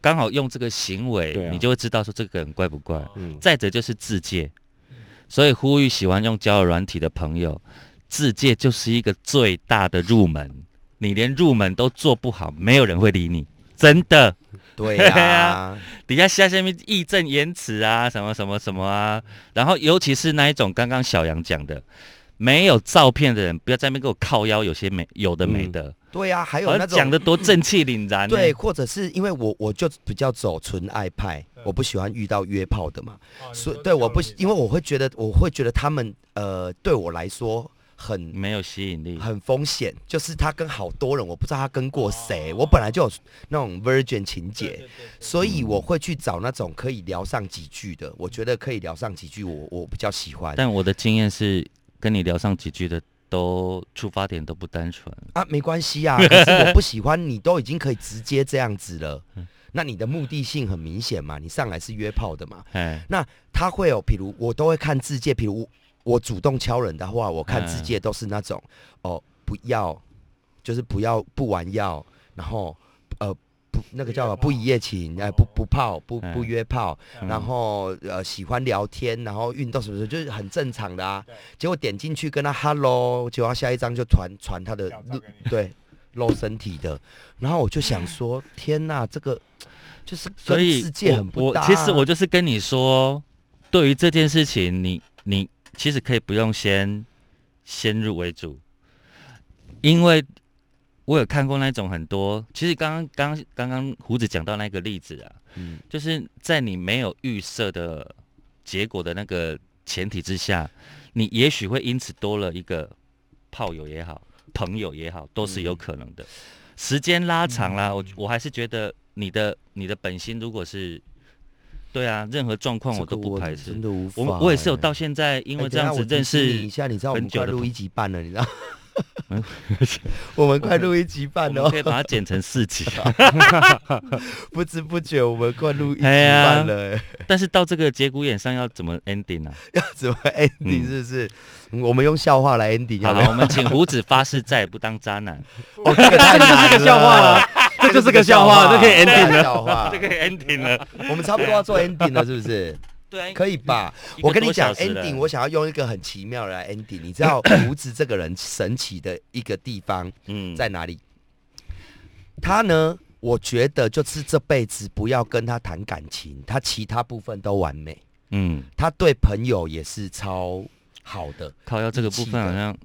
[SPEAKER 3] 刚好用这个行为，
[SPEAKER 5] 对啊
[SPEAKER 3] 你就会知道说这个人怪不怪。
[SPEAKER 5] 嗯，
[SPEAKER 3] 再者就是自戒，所以呼吁喜欢用交友软体的朋友，自戒就是一个最大的入门。你连入门都做不好，没有人会理你，真的。
[SPEAKER 4] 对
[SPEAKER 3] 对
[SPEAKER 4] 呀
[SPEAKER 3] 啊，底下下下面义正言辞啊，什么什么什么啊，然后尤其是那一种刚刚小杨讲的，没有照片的人，不要在那边给我靠腰，有些没有的没的，
[SPEAKER 4] 对呀，还有
[SPEAKER 3] 而
[SPEAKER 4] 哎那种
[SPEAKER 3] 讲欸的多正气凛然、
[SPEAKER 4] 对，，或者是因为我我就比较走纯爱派，我不喜欢遇到约炮的
[SPEAKER 6] 啊
[SPEAKER 4] 嘛，所以对我不喜，因为我会觉得我会觉得他们呃对我来说很
[SPEAKER 3] 没有吸引力。
[SPEAKER 4] 很风险，就是他跟好多人，我不知道他跟过谁，我本来就有那种 virgin 情节，所以我会去找那种可以聊上几句的，我觉得可以聊上几句，我我比较喜欢
[SPEAKER 3] 但我的经验是，跟你聊上几句的，都出发点都不单纯。
[SPEAKER 4] 啊，没关系啊，可是我不喜欢你都已经可以直接这样子了，那你的目的性很明显嘛，你上来是约炮的嘛。
[SPEAKER 3] 哎，
[SPEAKER 4] 他会有，比如我都会看字界，比如我我主动敲人的话，我看字界都是那种、
[SPEAKER 3] 嗯
[SPEAKER 4] 哦，不要，就是不要不玩药，然后呃不那个叫什么不一夜情，哎、不不泡不
[SPEAKER 3] 哦嗯
[SPEAKER 4] 不约炮，
[SPEAKER 3] 嗯
[SPEAKER 4] 然后呃喜欢聊天，然后运动什么什么，就是很正常的啊。结果点进去跟他 hello，结果他下一张就传传他的对露身体的，然后我就想说，天呐，这个就是
[SPEAKER 3] 嗯所
[SPEAKER 4] 跟
[SPEAKER 3] 以
[SPEAKER 4] 世界
[SPEAKER 3] 我
[SPEAKER 4] 很不
[SPEAKER 3] 我
[SPEAKER 4] 搭啊、
[SPEAKER 3] 其实我就是跟你说，对于这件事情，你你其实可以不用先先入为主，因为我有看过那种很多，其实刚刚刚刚刚胡子讲到那个例子啊，
[SPEAKER 4] 嗯
[SPEAKER 3] 就是在你没有预设的结果的那个前提之下，你也许会因此多了一个炮友也好，朋友也好，都是有可能的。
[SPEAKER 4] 嗯
[SPEAKER 3] 时间拉长啦，我我还是觉得你的你的本心如果是，对啊，任何状况
[SPEAKER 4] 这
[SPEAKER 3] 我
[SPEAKER 4] 个
[SPEAKER 3] 都不排斥
[SPEAKER 4] 真。的无法
[SPEAKER 3] 我
[SPEAKER 4] 欸、
[SPEAKER 3] 们我也是有到现在，因为
[SPEAKER 4] 哎
[SPEAKER 3] 这
[SPEAKER 4] 等一下
[SPEAKER 3] 样子
[SPEAKER 4] 我提
[SPEAKER 3] 认
[SPEAKER 4] 醒你
[SPEAKER 3] 识
[SPEAKER 4] 一，下，你知道我们
[SPEAKER 3] 很久
[SPEAKER 4] 快
[SPEAKER 3] 的
[SPEAKER 4] 录一集半了，你知 道
[SPEAKER 3] 嗯？
[SPEAKER 4] 我们快录一集半
[SPEAKER 3] 我
[SPEAKER 4] 了
[SPEAKER 3] 们
[SPEAKER 4] 哦
[SPEAKER 3] 可，以把它剪成四集。啊
[SPEAKER 4] 不知不觉我们快录一集
[SPEAKER 3] 哎呀
[SPEAKER 4] 半了，哎
[SPEAKER 3] 但是到这个节骨眼上要怎么 ending 啊呢、
[SPEAKER 4] 要 怎么 ending 是不是？嗯我们用笑话来 ending
[SPEAKER 3] 啊？
[SPEAKER 4] 好不
[SPEAKER 3] 好啦，
[SPEAKER 4] 好？
[SPEAKER 3] 我们请胡子发誓再也不当渣男，
[SPEAKER 4] 哦这个太难
[SPEAKER 5] 这就是个笑话了，
[SPEAKER 4] 这
[SPEAKER 5] 就是个笑话这可以 ending，
[SPEAKER 4] 了。笑话
[SPEAKER 3] 这，个 ending 了。
[SPEAKER 4] 我们差不多要做 ending 了，是不是？
[SPEAKER 3] 对啊，
[SPEAKER 4] 可以吧？
[SPEAKER 3] 一个
[SPEAKER 4] 我跟你
[SPEAKER 3] 多
[SPEAKER 4] 讲
[SPEAKER 3] 小时了
[SPEAKER 4] ，ending，我想要用一个很奇妙的来 ending。你知 道胡子这个人神奇的一个地方，
[SPEAKER 3] 嗯
[SPEAKER 4] 在哪里？他呢？我觉得就是这辈子不要跟他谈感情，他其他部分都完美，
[SPEAKER 3] 嗯，
[SPEAKER 4] 他对朋友也是超好的，
[SPEAKER 3] 靠腰这个部分好像，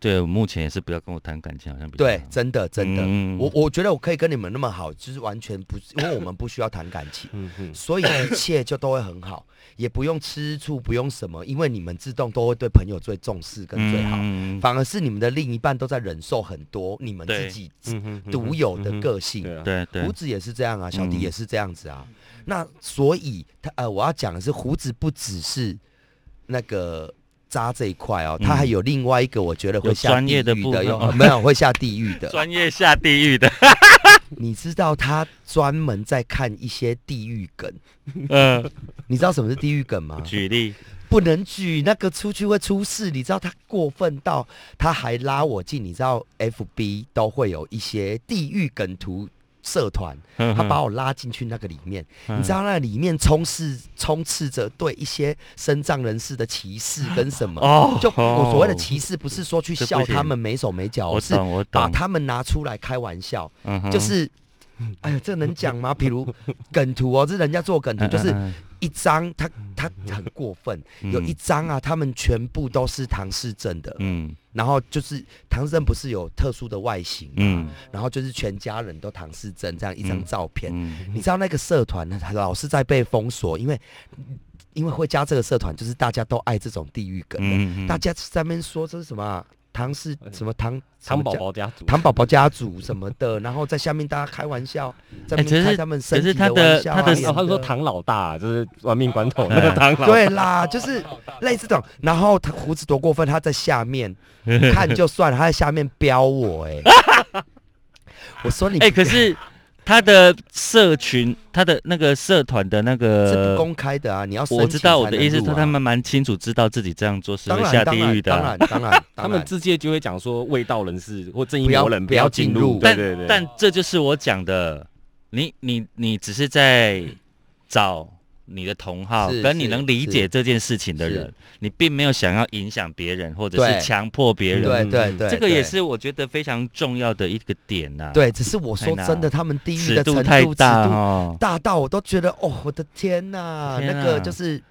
[SPEAKER 3] 对我目前也是不要跟我谈感情，好像比较
[SPEAKER 4] 对
[SPEAKER 3] 好，
[SPEAKER 4] 真的真的，
[SPEAKER 3] 嗯
[SPEAKER 4] 我我觉得我可以跟你们那么好，就是完全不是，因为我们不需要谈感情
[SPEAKER 5] 嗯嗯，
[SPEAKER 4] 所以一切就都会很好，也不用吃醋，不用什么，因为你们自动都会对朋友最重视跟最好，
[SPEAKER 3] 嗯
[SPEAKER 4] 反而是你们的另一半都在忍受很多你们自
[SPEAKER 3] 对
[SPEAKER 4] 己
[SPEAKER 5] 嗯哼哼
[SPEAKER 4] 独有的
[SPEAKER 5] 嗯哼
[SPEAKER 4] 个性，
[SPEAKER 5] 对啊，
[SPEAKER 3] 对对
[SPEAKER 4] 胡，子也是这样啊，小迪
[SPEAKER 3] 嗯
[SPEAKER 4] 也是这样子啊。那所以他呃，我要讲的是，胡子不只是那个渣这一块哦，他
[SPEAKER 3] 嗯
[SPEAKER 4] 还有另外一个，我觉得会
[SPEAKER 3] 有
[SPEAKER 4] 下
[SPEAKER 3] 专
[SPEAKER 4] 地
[SPEAKER 3] 业的
[SPEAKER 4] 狱
[SPEAKER 3] 部
[SPEAKER 4] 的，
[SPEAKER 3] 分
[SPEAKER 4] 有
[SPEAKER 3] 哦
[SPEAKER 4] 没有会下地狱的？
[SPEAKER 3] 专业下地狱的，
[SPEAKER 4] 你知道他专门在看一些地狱梗，
[SPEAKER 3] 嗯，
[SPEAKER 4] 你知道什么是地狱梗吗？
[SPEAKER 3] 举例，
[SPEAKER 4] 不能举那个出去会出事，你知道他过分到他还拉我进，你知道 FB 都会有一些地狱梗图社团，他
[SPEAKER 3] 他
[SPEAKER 4] 把我拉进去那个里面。
[SPEAKER 3] 嗯
[SPEAKER 4] 你知道那里面充斥充斥着对一些身障人士的歧视跟什么？
[SPEAKER 3] 哦
[SPEAKER 4] 就我所谓的
[SPEAKER 3] 哦
[SPEAKER 4] 歧视，不是说去
[SPEAKER 3] 这不
[SPEAKER 4] 笑他
[SPEAKER 3] 行
[SPEAKER 4] 们没手没脚，
[SPEAKER 3] 我
[SPEAKER 4] 是
[SPEAKER 3] 懂我
[SPEAKER 4] 把
[SPEAKER 3] 懂，
[SPEAKER 4] 他们拿出来开玩笑，
[SPEAKER 3] 嗯哼
[SPEAKER 4] 就是 哎呀，这能讲吗？比如梗图哦，这人家做
[SPEAKER 3] 嗯
[SPEAKER 4] 梗图，就是一张，他他很过分，有一张啊，他们全部都是唐氏症的，
[SPEAKER 3] 嗯
[SPEAKER 4] 然后就是唐氏症不是有特殊的外形，
[SPEAKER 3] 嗯
[SPEAKER 4] 然后就是全家人都唐氏症这样一张
[SPEAKER 3] 嗯
[SPEAKER 4] 照片，
[SPEAKER 3] 嗯
[SPEAKER 4] 你知道那个社团呢，他老是在被封锁，因为因为会加这个社团，就是大家都爱这种地狱梗的，
[SPEAKER 3] 嗯呃
[SPEAKER 4] 大家在那边说这是什么啊、唐氏什么唐
[SPEAKER 5] 糖宝、
[SPEAKER 4] 什么
[SPEAKER 5] 宝家族
[SPEAKER 4] 家、唐宝宝家族什么的，然后在下面大家开玩笑，在那
[SPEAKER 3] 哎可
[SPEAKER 4] 边
[SPEAKER 3] 是
[SPEAKER 4] 开他们身
[SPEAKER 3] 可是
[SPEAKER 4] 体
[SPEAKER 3] 他的
[SPEAKER 4] 玩笑啊、
[SPEAKER 3] 他的
[SPEAKER 4] 演
[SPEAKER 5] 哦，他说唐老大就是玩命关
[SPEAKER 4] 哎
[SPEAKER 5] 头那个唐老，
[SPEAKER 4] 对啦，就是类似这种。然后他胡子多过分，他在下 面看就算了，他在下面飙我哎、 我说你
[SPEAKER 3] 哎、可是他的社群，他的那个社团的那
[SPEAKER 4] 这不
[SPEAKER 3] 个，
[SPEAKER 4] 公开的啊，你要申
[SPEAKER 3] 呃我知道
[SPEAKER 4] 请
[SPEAKER 3] 我
[SPEAKER 4] 才
[SPEAKER 3] 的
[SPEAKER 4] 能
[SPEAKER 3] 意思是
[SPEAKER 4] 入
[SPEAKER 3] 说，
[SPEAKER 4] 啊
[SPEAKER 3] 他们蛮清楚知道自己这样做是
[SPEAKER 4] 当
[SPEAKER 3] 会
[SPEAKER 4] 然
[SPEAKER 3] 下地狱的
[SPEAKER 4] 当
[SPEAKER 3] 啊、
[SPEAKER 4] 然当然当然，
[SPEAKER 5] 他
[SPEAKER 4] 当
[SPEAKER 5] 们
[SPEAKER 4] 然
[SPEAKER 5] 自界就会讲说卫道人士或正义
[SPEAKER 4] 不要
[SPEAKER 5] 魔人
[SPEAKER 4] 不要
[SPEAKER 5] 进
[SPEAKER 4] 进入
[SPEAKER 5] 对
[SPEAKER 3] 但
[SPEAKER 5] 对对，
[SPEAKER 3] 但这就是我讲的，你你你只是在找你的同好，
[SPEAKER 4] 是
[SPEAKER 3] 跟你
[SPEAKER 4] 是
[SPEAKER 3] 能理解
[SPEAKER 4] 是
[SPEAKER 3] 这件事情的人
[SPEAKER 4] 是，
[SPEAKER 3] 你并没有想要影响别人或者
[SPEAKER 4] 对
[SPEAKER 3] 是强迫别人。
[SPEAKER 4] 对
[SPEAKER 5] 嗯
[SPEAKER 4] 对对，
[SPEAKER 3] 这个也
[SPEAKER 4] 对。
[SPEAKER 3] 是我觉得非常重要的一个点呐、，
[SPEAKER 4] 对，只是我说
[SPEAKER 3] 哎呀
[SPEAKER 4] 真的，他们地狱
[SPEAKER 3] 尺
[SPEAKER 4] 的程
[SPEAKER 3] 度
[SPEAKER 4] 度
[SPEAKER 3] 太
[SPEAKER 4] 尺度
[SPEAKER 3] 大哦。
[SPEAKER 4] 大到我都觉得，哦，我的天呐，
[SPEAKER 3] 天
[SPEAKER 4] 那个
[SPEAKER 3] 哪
[SPEAKER 4] 就是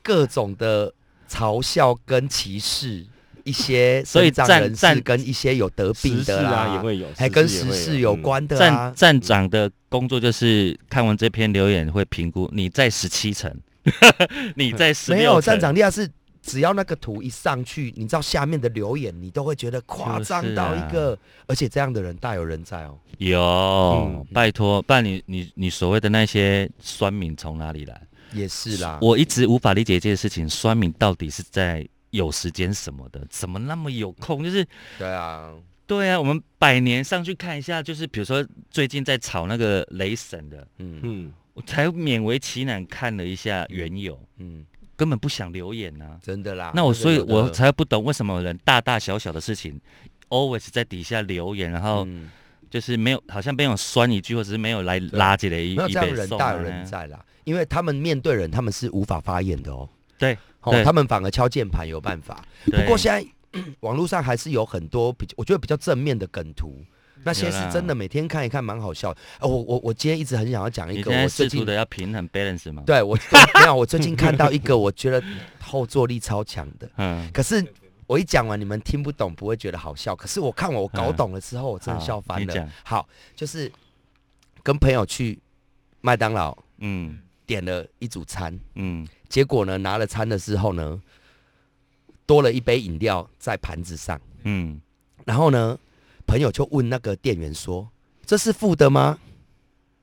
[SPEAKER 4] 各种的嘲笑跟歧视，一些
[SPEAKER 3] 所以
[SPEAKER 4] 身障
[SPEAKER 3] 站
[SPEAKER 4] 人士
[SPEAKER 3] 站
[SPEAKER 4] 跟一些有得病
[SPEAKER 5] 时事
[SPEAKER 4] 的
[SPEAKER 5] 啊也
[SPEAKER 4] 啦，
[SPEAKER 5] 会有，
[SPEAKER 4] 还跟
[SPEAKER 5] 也
[SPEAKER 4] 时
[SPEAKER 5] 会
[SPEAKER 4] 事有
[SPEAKER 5] 嗯
[SPEAKER 4] 关的
[SPEAKER 3] 站
[SPEAKER 4] 啊，
[SPEAKER 3] 站长的工作就是看完这篇留言会评估你在十七层， 你在十
[SPEAKER 4] 没
[SPEAKER 3] 六
[SPEAKER 4] 有
[SPEAKER 3] 层
[SPEAKER 4] 站，长利亚是。只要那个图一上去，你知道下面的留言，你都会觉得夸张到一
[SPEAKER 3] 就是啊
[SPEAKER 4] 个，而且这样的人大有人在哦。
[SPEAKER 3] 有、
[SPEAKER 5] 嗯
[SPEAKER 3] 拜托，不然你你你所谓的那些酸民从哪里来？
[SPEAKER 4] 也是啦，
[SPEAKER 3] 我一直无法理解这件事情，酸民到底是在有时间什么的，怎么那么有空？就是
[SPEAKER 4] 对啊，
[SPEAKER 3] 对啊，我们百年上去看一下，就是比如说最近在炒那个雷神的，
[SPEAKER 4] 嗯
[SPEAKER 5] 嗯，
[SPEAKER 3] 我才勉为其难看了一下缘由，
[SPEAKER 4] 嗯，
[SPEAKER 3] 根本不想留言呐、
[SPEAKER 4] 真的啦。
[SPEAKER 3] 那我
[SPEAKER 4] 这个
[SPEAKER 3] 所以
[SPEAKER 4] 有的
[SPEAKER 3] 我才不懂为什么有人大大小小的事情，always 在底下留言，然后
[SPEAKER 4] 嗯
[SPEAKER 3] 就是没有好像没有酸一句，或者是没有来拉起来一
[SPEAKER 4] 没有
[SPEAKER 3] 一
[SPEAKER 4] 这样
[SPEAKER 3] 杯
[SPEAKER 4] 人
[SPEAKER 3] 送
[SPEAKER 4] 大
[SPEAKER 3] 啊
[SPEAKER 4] 有人在啦，因为他们面对人，他们是无法发言的哦。
[SPEAKER 3] 对，
[SPEAKER 4] 哦
[SPEAKER 3] 对，
[SPEAKER 4] 他们反而敲键盘有办法。
[SPEAKER 3] 不
[SPEAKER 4] 不过现在 网络上还是有很多比较，我觉得比较正面的梗图。那些
[SPEAKER 3] 有
[SPEAKER 4] 是
[SPEAKER 3] 啦
[SPEAKER 4] 真的，每天看一看蛮好笑的。呃，我我我今天一直很想要讲一
[SPEAKER 3] 你
[SPEAKER 4] 个，
[SPEAKER 3] 现
[SPEAKER 4] 我
[SPEAKER 3] 在
[SPEAKER 4] 最
[SPEAKER 3] 试图
[SPEAKER 4] 近
[SPEAKER 3] 的要平衡 balance 吗？，
[SPEAKER 4] 对我我没有，我最近看到一个，我觉得后坐力超强的。
[SPEAKER 3] 嗯，
[SPEAKER 4] 可是我一讲完，你们听不懂，不会觉得好笑。可是我看我我搞懂了之后，我真的
[SPEAKER 3] 好
[SPEAKER 4] 笑翻
[SPEAKER 3] 你
[SPEAKER 4] 了
[SPEAKER 3] 讲。
[SPEAKER 4] 好，就是跟朋友去麦当劳，
[SPEAKER 3] 嗯
[SPEAKER 4] 点了一组餐，
[SPEAKER 3] 嗯
[SPEAKER 4] 结果呢拿了餐的时候呢，多了一杯饮料在盘子上，
[SPEAKER 3] 嗯，
[SPEAKER 4] 然后呢，朋友就问那个店员说：“这是付的吗？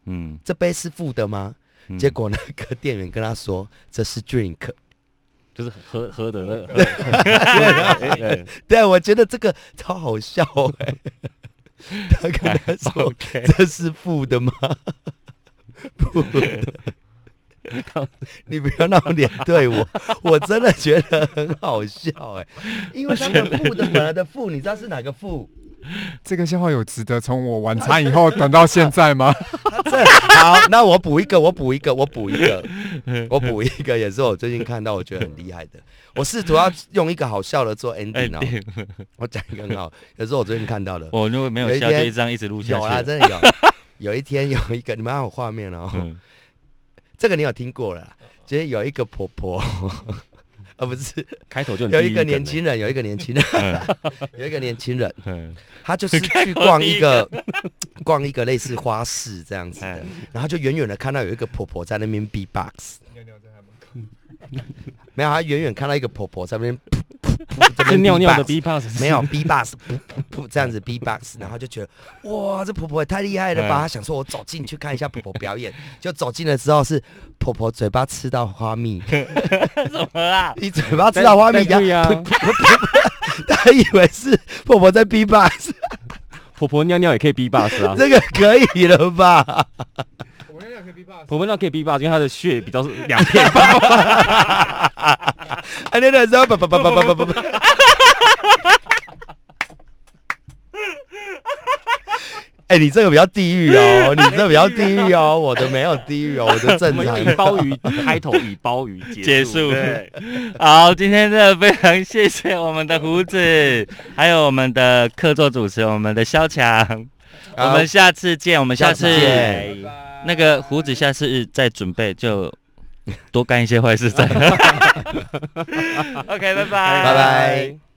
[SPEAKER 3] 嗯，
[SPEAKER 4] 这杯是付的吗？”
[SPEAKER 3] 嗯
[SPEAKER 4] 结果那个店员跟他说：“这是 drink。
[SPEAKER 5] 就是喝喝的那个 对，对”
[SPEAKER 4] 对，我觉得这个超好笑哎、 他跟他说
[SPEAKER 5] 哎 OK：“
[SPEAKER 4] 这是付的 吗？”不的，你不要那种脸对我，我真的觉得很好笑哎、因为他们付的本来的付，你知道是哪个付？
[SPEAKER 6] 这个笑话有值得从我晚餐以后等到现在吗？
[SPEAKER 4] 他这好，那我补一个，我补一个，我补一 个，我补一个，也是我最近看到我觉得很厉害的。我试图要用一个好笑的做 ending 哦，
[SPEAKER 3] 哎对
[SPEAKER 4] 我讲一个很好，也是我最近看到的，
[SPEAKER 3] 我如果没有
[SPEAKER 4] 有一
[SPEAKER 3] 笑，就
[SPEAKER 4] 天
[SPEAKER 3] 一张一直录下
[SPEAKER 4] 有啊，
[SPEAKER 3] 去。
[SPEAKER 4] 真的有。有一天有一个，你们要有画面哦，
[SPEAKER 3] 嗯
[SPEAKER 4] 这个你有听过了啦，就是有一个婆婆， 啊不是，
[SPEAKER 5] 开头就很
[SPEAKER 4] 有
[SPEAKER 5] 地
[SPEAKER 4] 一
[SPEAKER 5] 狱
[SPEAKER 4] 个
[SPEAKER 5] 梗
[SPEAKER 4] 年
[SPEAKER 5] 欸
[SPEAKER 4] 轻人，有一个年轻人，
[SPEAKER 3] 嗯
[SPEAKER 4] 有一个年轻人，
[SPEAKER 3] 嗯
[SPEAKER 4] 他就是去逛一个 逛一个类似花市这样子的，然后就远远的看到有一个婆婆在那边 B box，没有，他远远看到一个婆婆在那边噗噗噗，在那
[SPEAKER 5] 是
[SPEAKER 4] 边
[SPEAKER 5] 尿尿的
[SPEAKER 4] B
[SPEAKER 5] B 啊 pass，
[SPEAKER 4] 没有 B box 噗噗噗 这样子 B box，然后就觉得哇，这婆婆也太厉害了吧！
[SPEAKER 3] 嗯
[SPEAKER 4] 他想说，我走进去看一下婆婆表演，就走进了之后是婆婆嘴巴吃到花蜜，
[SPEAKER 3] 怎么啦？
[SPEAKER 4] 你嘴巴吃到花蜜，然
[SPEAKER 5] 对
[SPEAKER 4] 后
[SPEAKER 5] 呀，
[SPEAKER 4] 他以为是婆婆在 B box，
[SPEAKER 5] 婆婆尿尿也可以 B pass 啊，
[SPEAKER 4] 这个可以了吧？
[SPEAKER 6] 我跟两个 B b
[SPEAKER 5] 婆婆尿可以 B pass，因为她的血比较是两 片，
[SPEAKER 4] 哎，那个时候，不不不不不不不。哎、你这个比较地狱哦，你这个比较地狱哦，我的没有地狱哦，我的
[SPEAKER 5] 我
[SPEAKER 4] 正
[SPEAKER 5] 们
[SPEAKER 4] 常
[SPEAKER 5] 以。鲍鱼开头，以鲍鱼
[SPEAKER 3] 结
[SPEAKER 5] 结
[SPEAKER 3] 束
[SPEAKER 5] 对。
[SPEAKER 3] 好，今天真的非常谢谢我们的胡子，还有我们的客座主持人，我们的萧强。我
[SPEAKER 4] 啊
[SPEAKER 3] 们下次见，我们下次
[SPEAKER 4] 下次见
[SPEAKER 3] 那个胡子下次再准备，就多干一些坏事再。OK，
[SPEAKER 4] 拜
[SPEAKER 3] 拜拜，
[SPEAKER 4] 拜。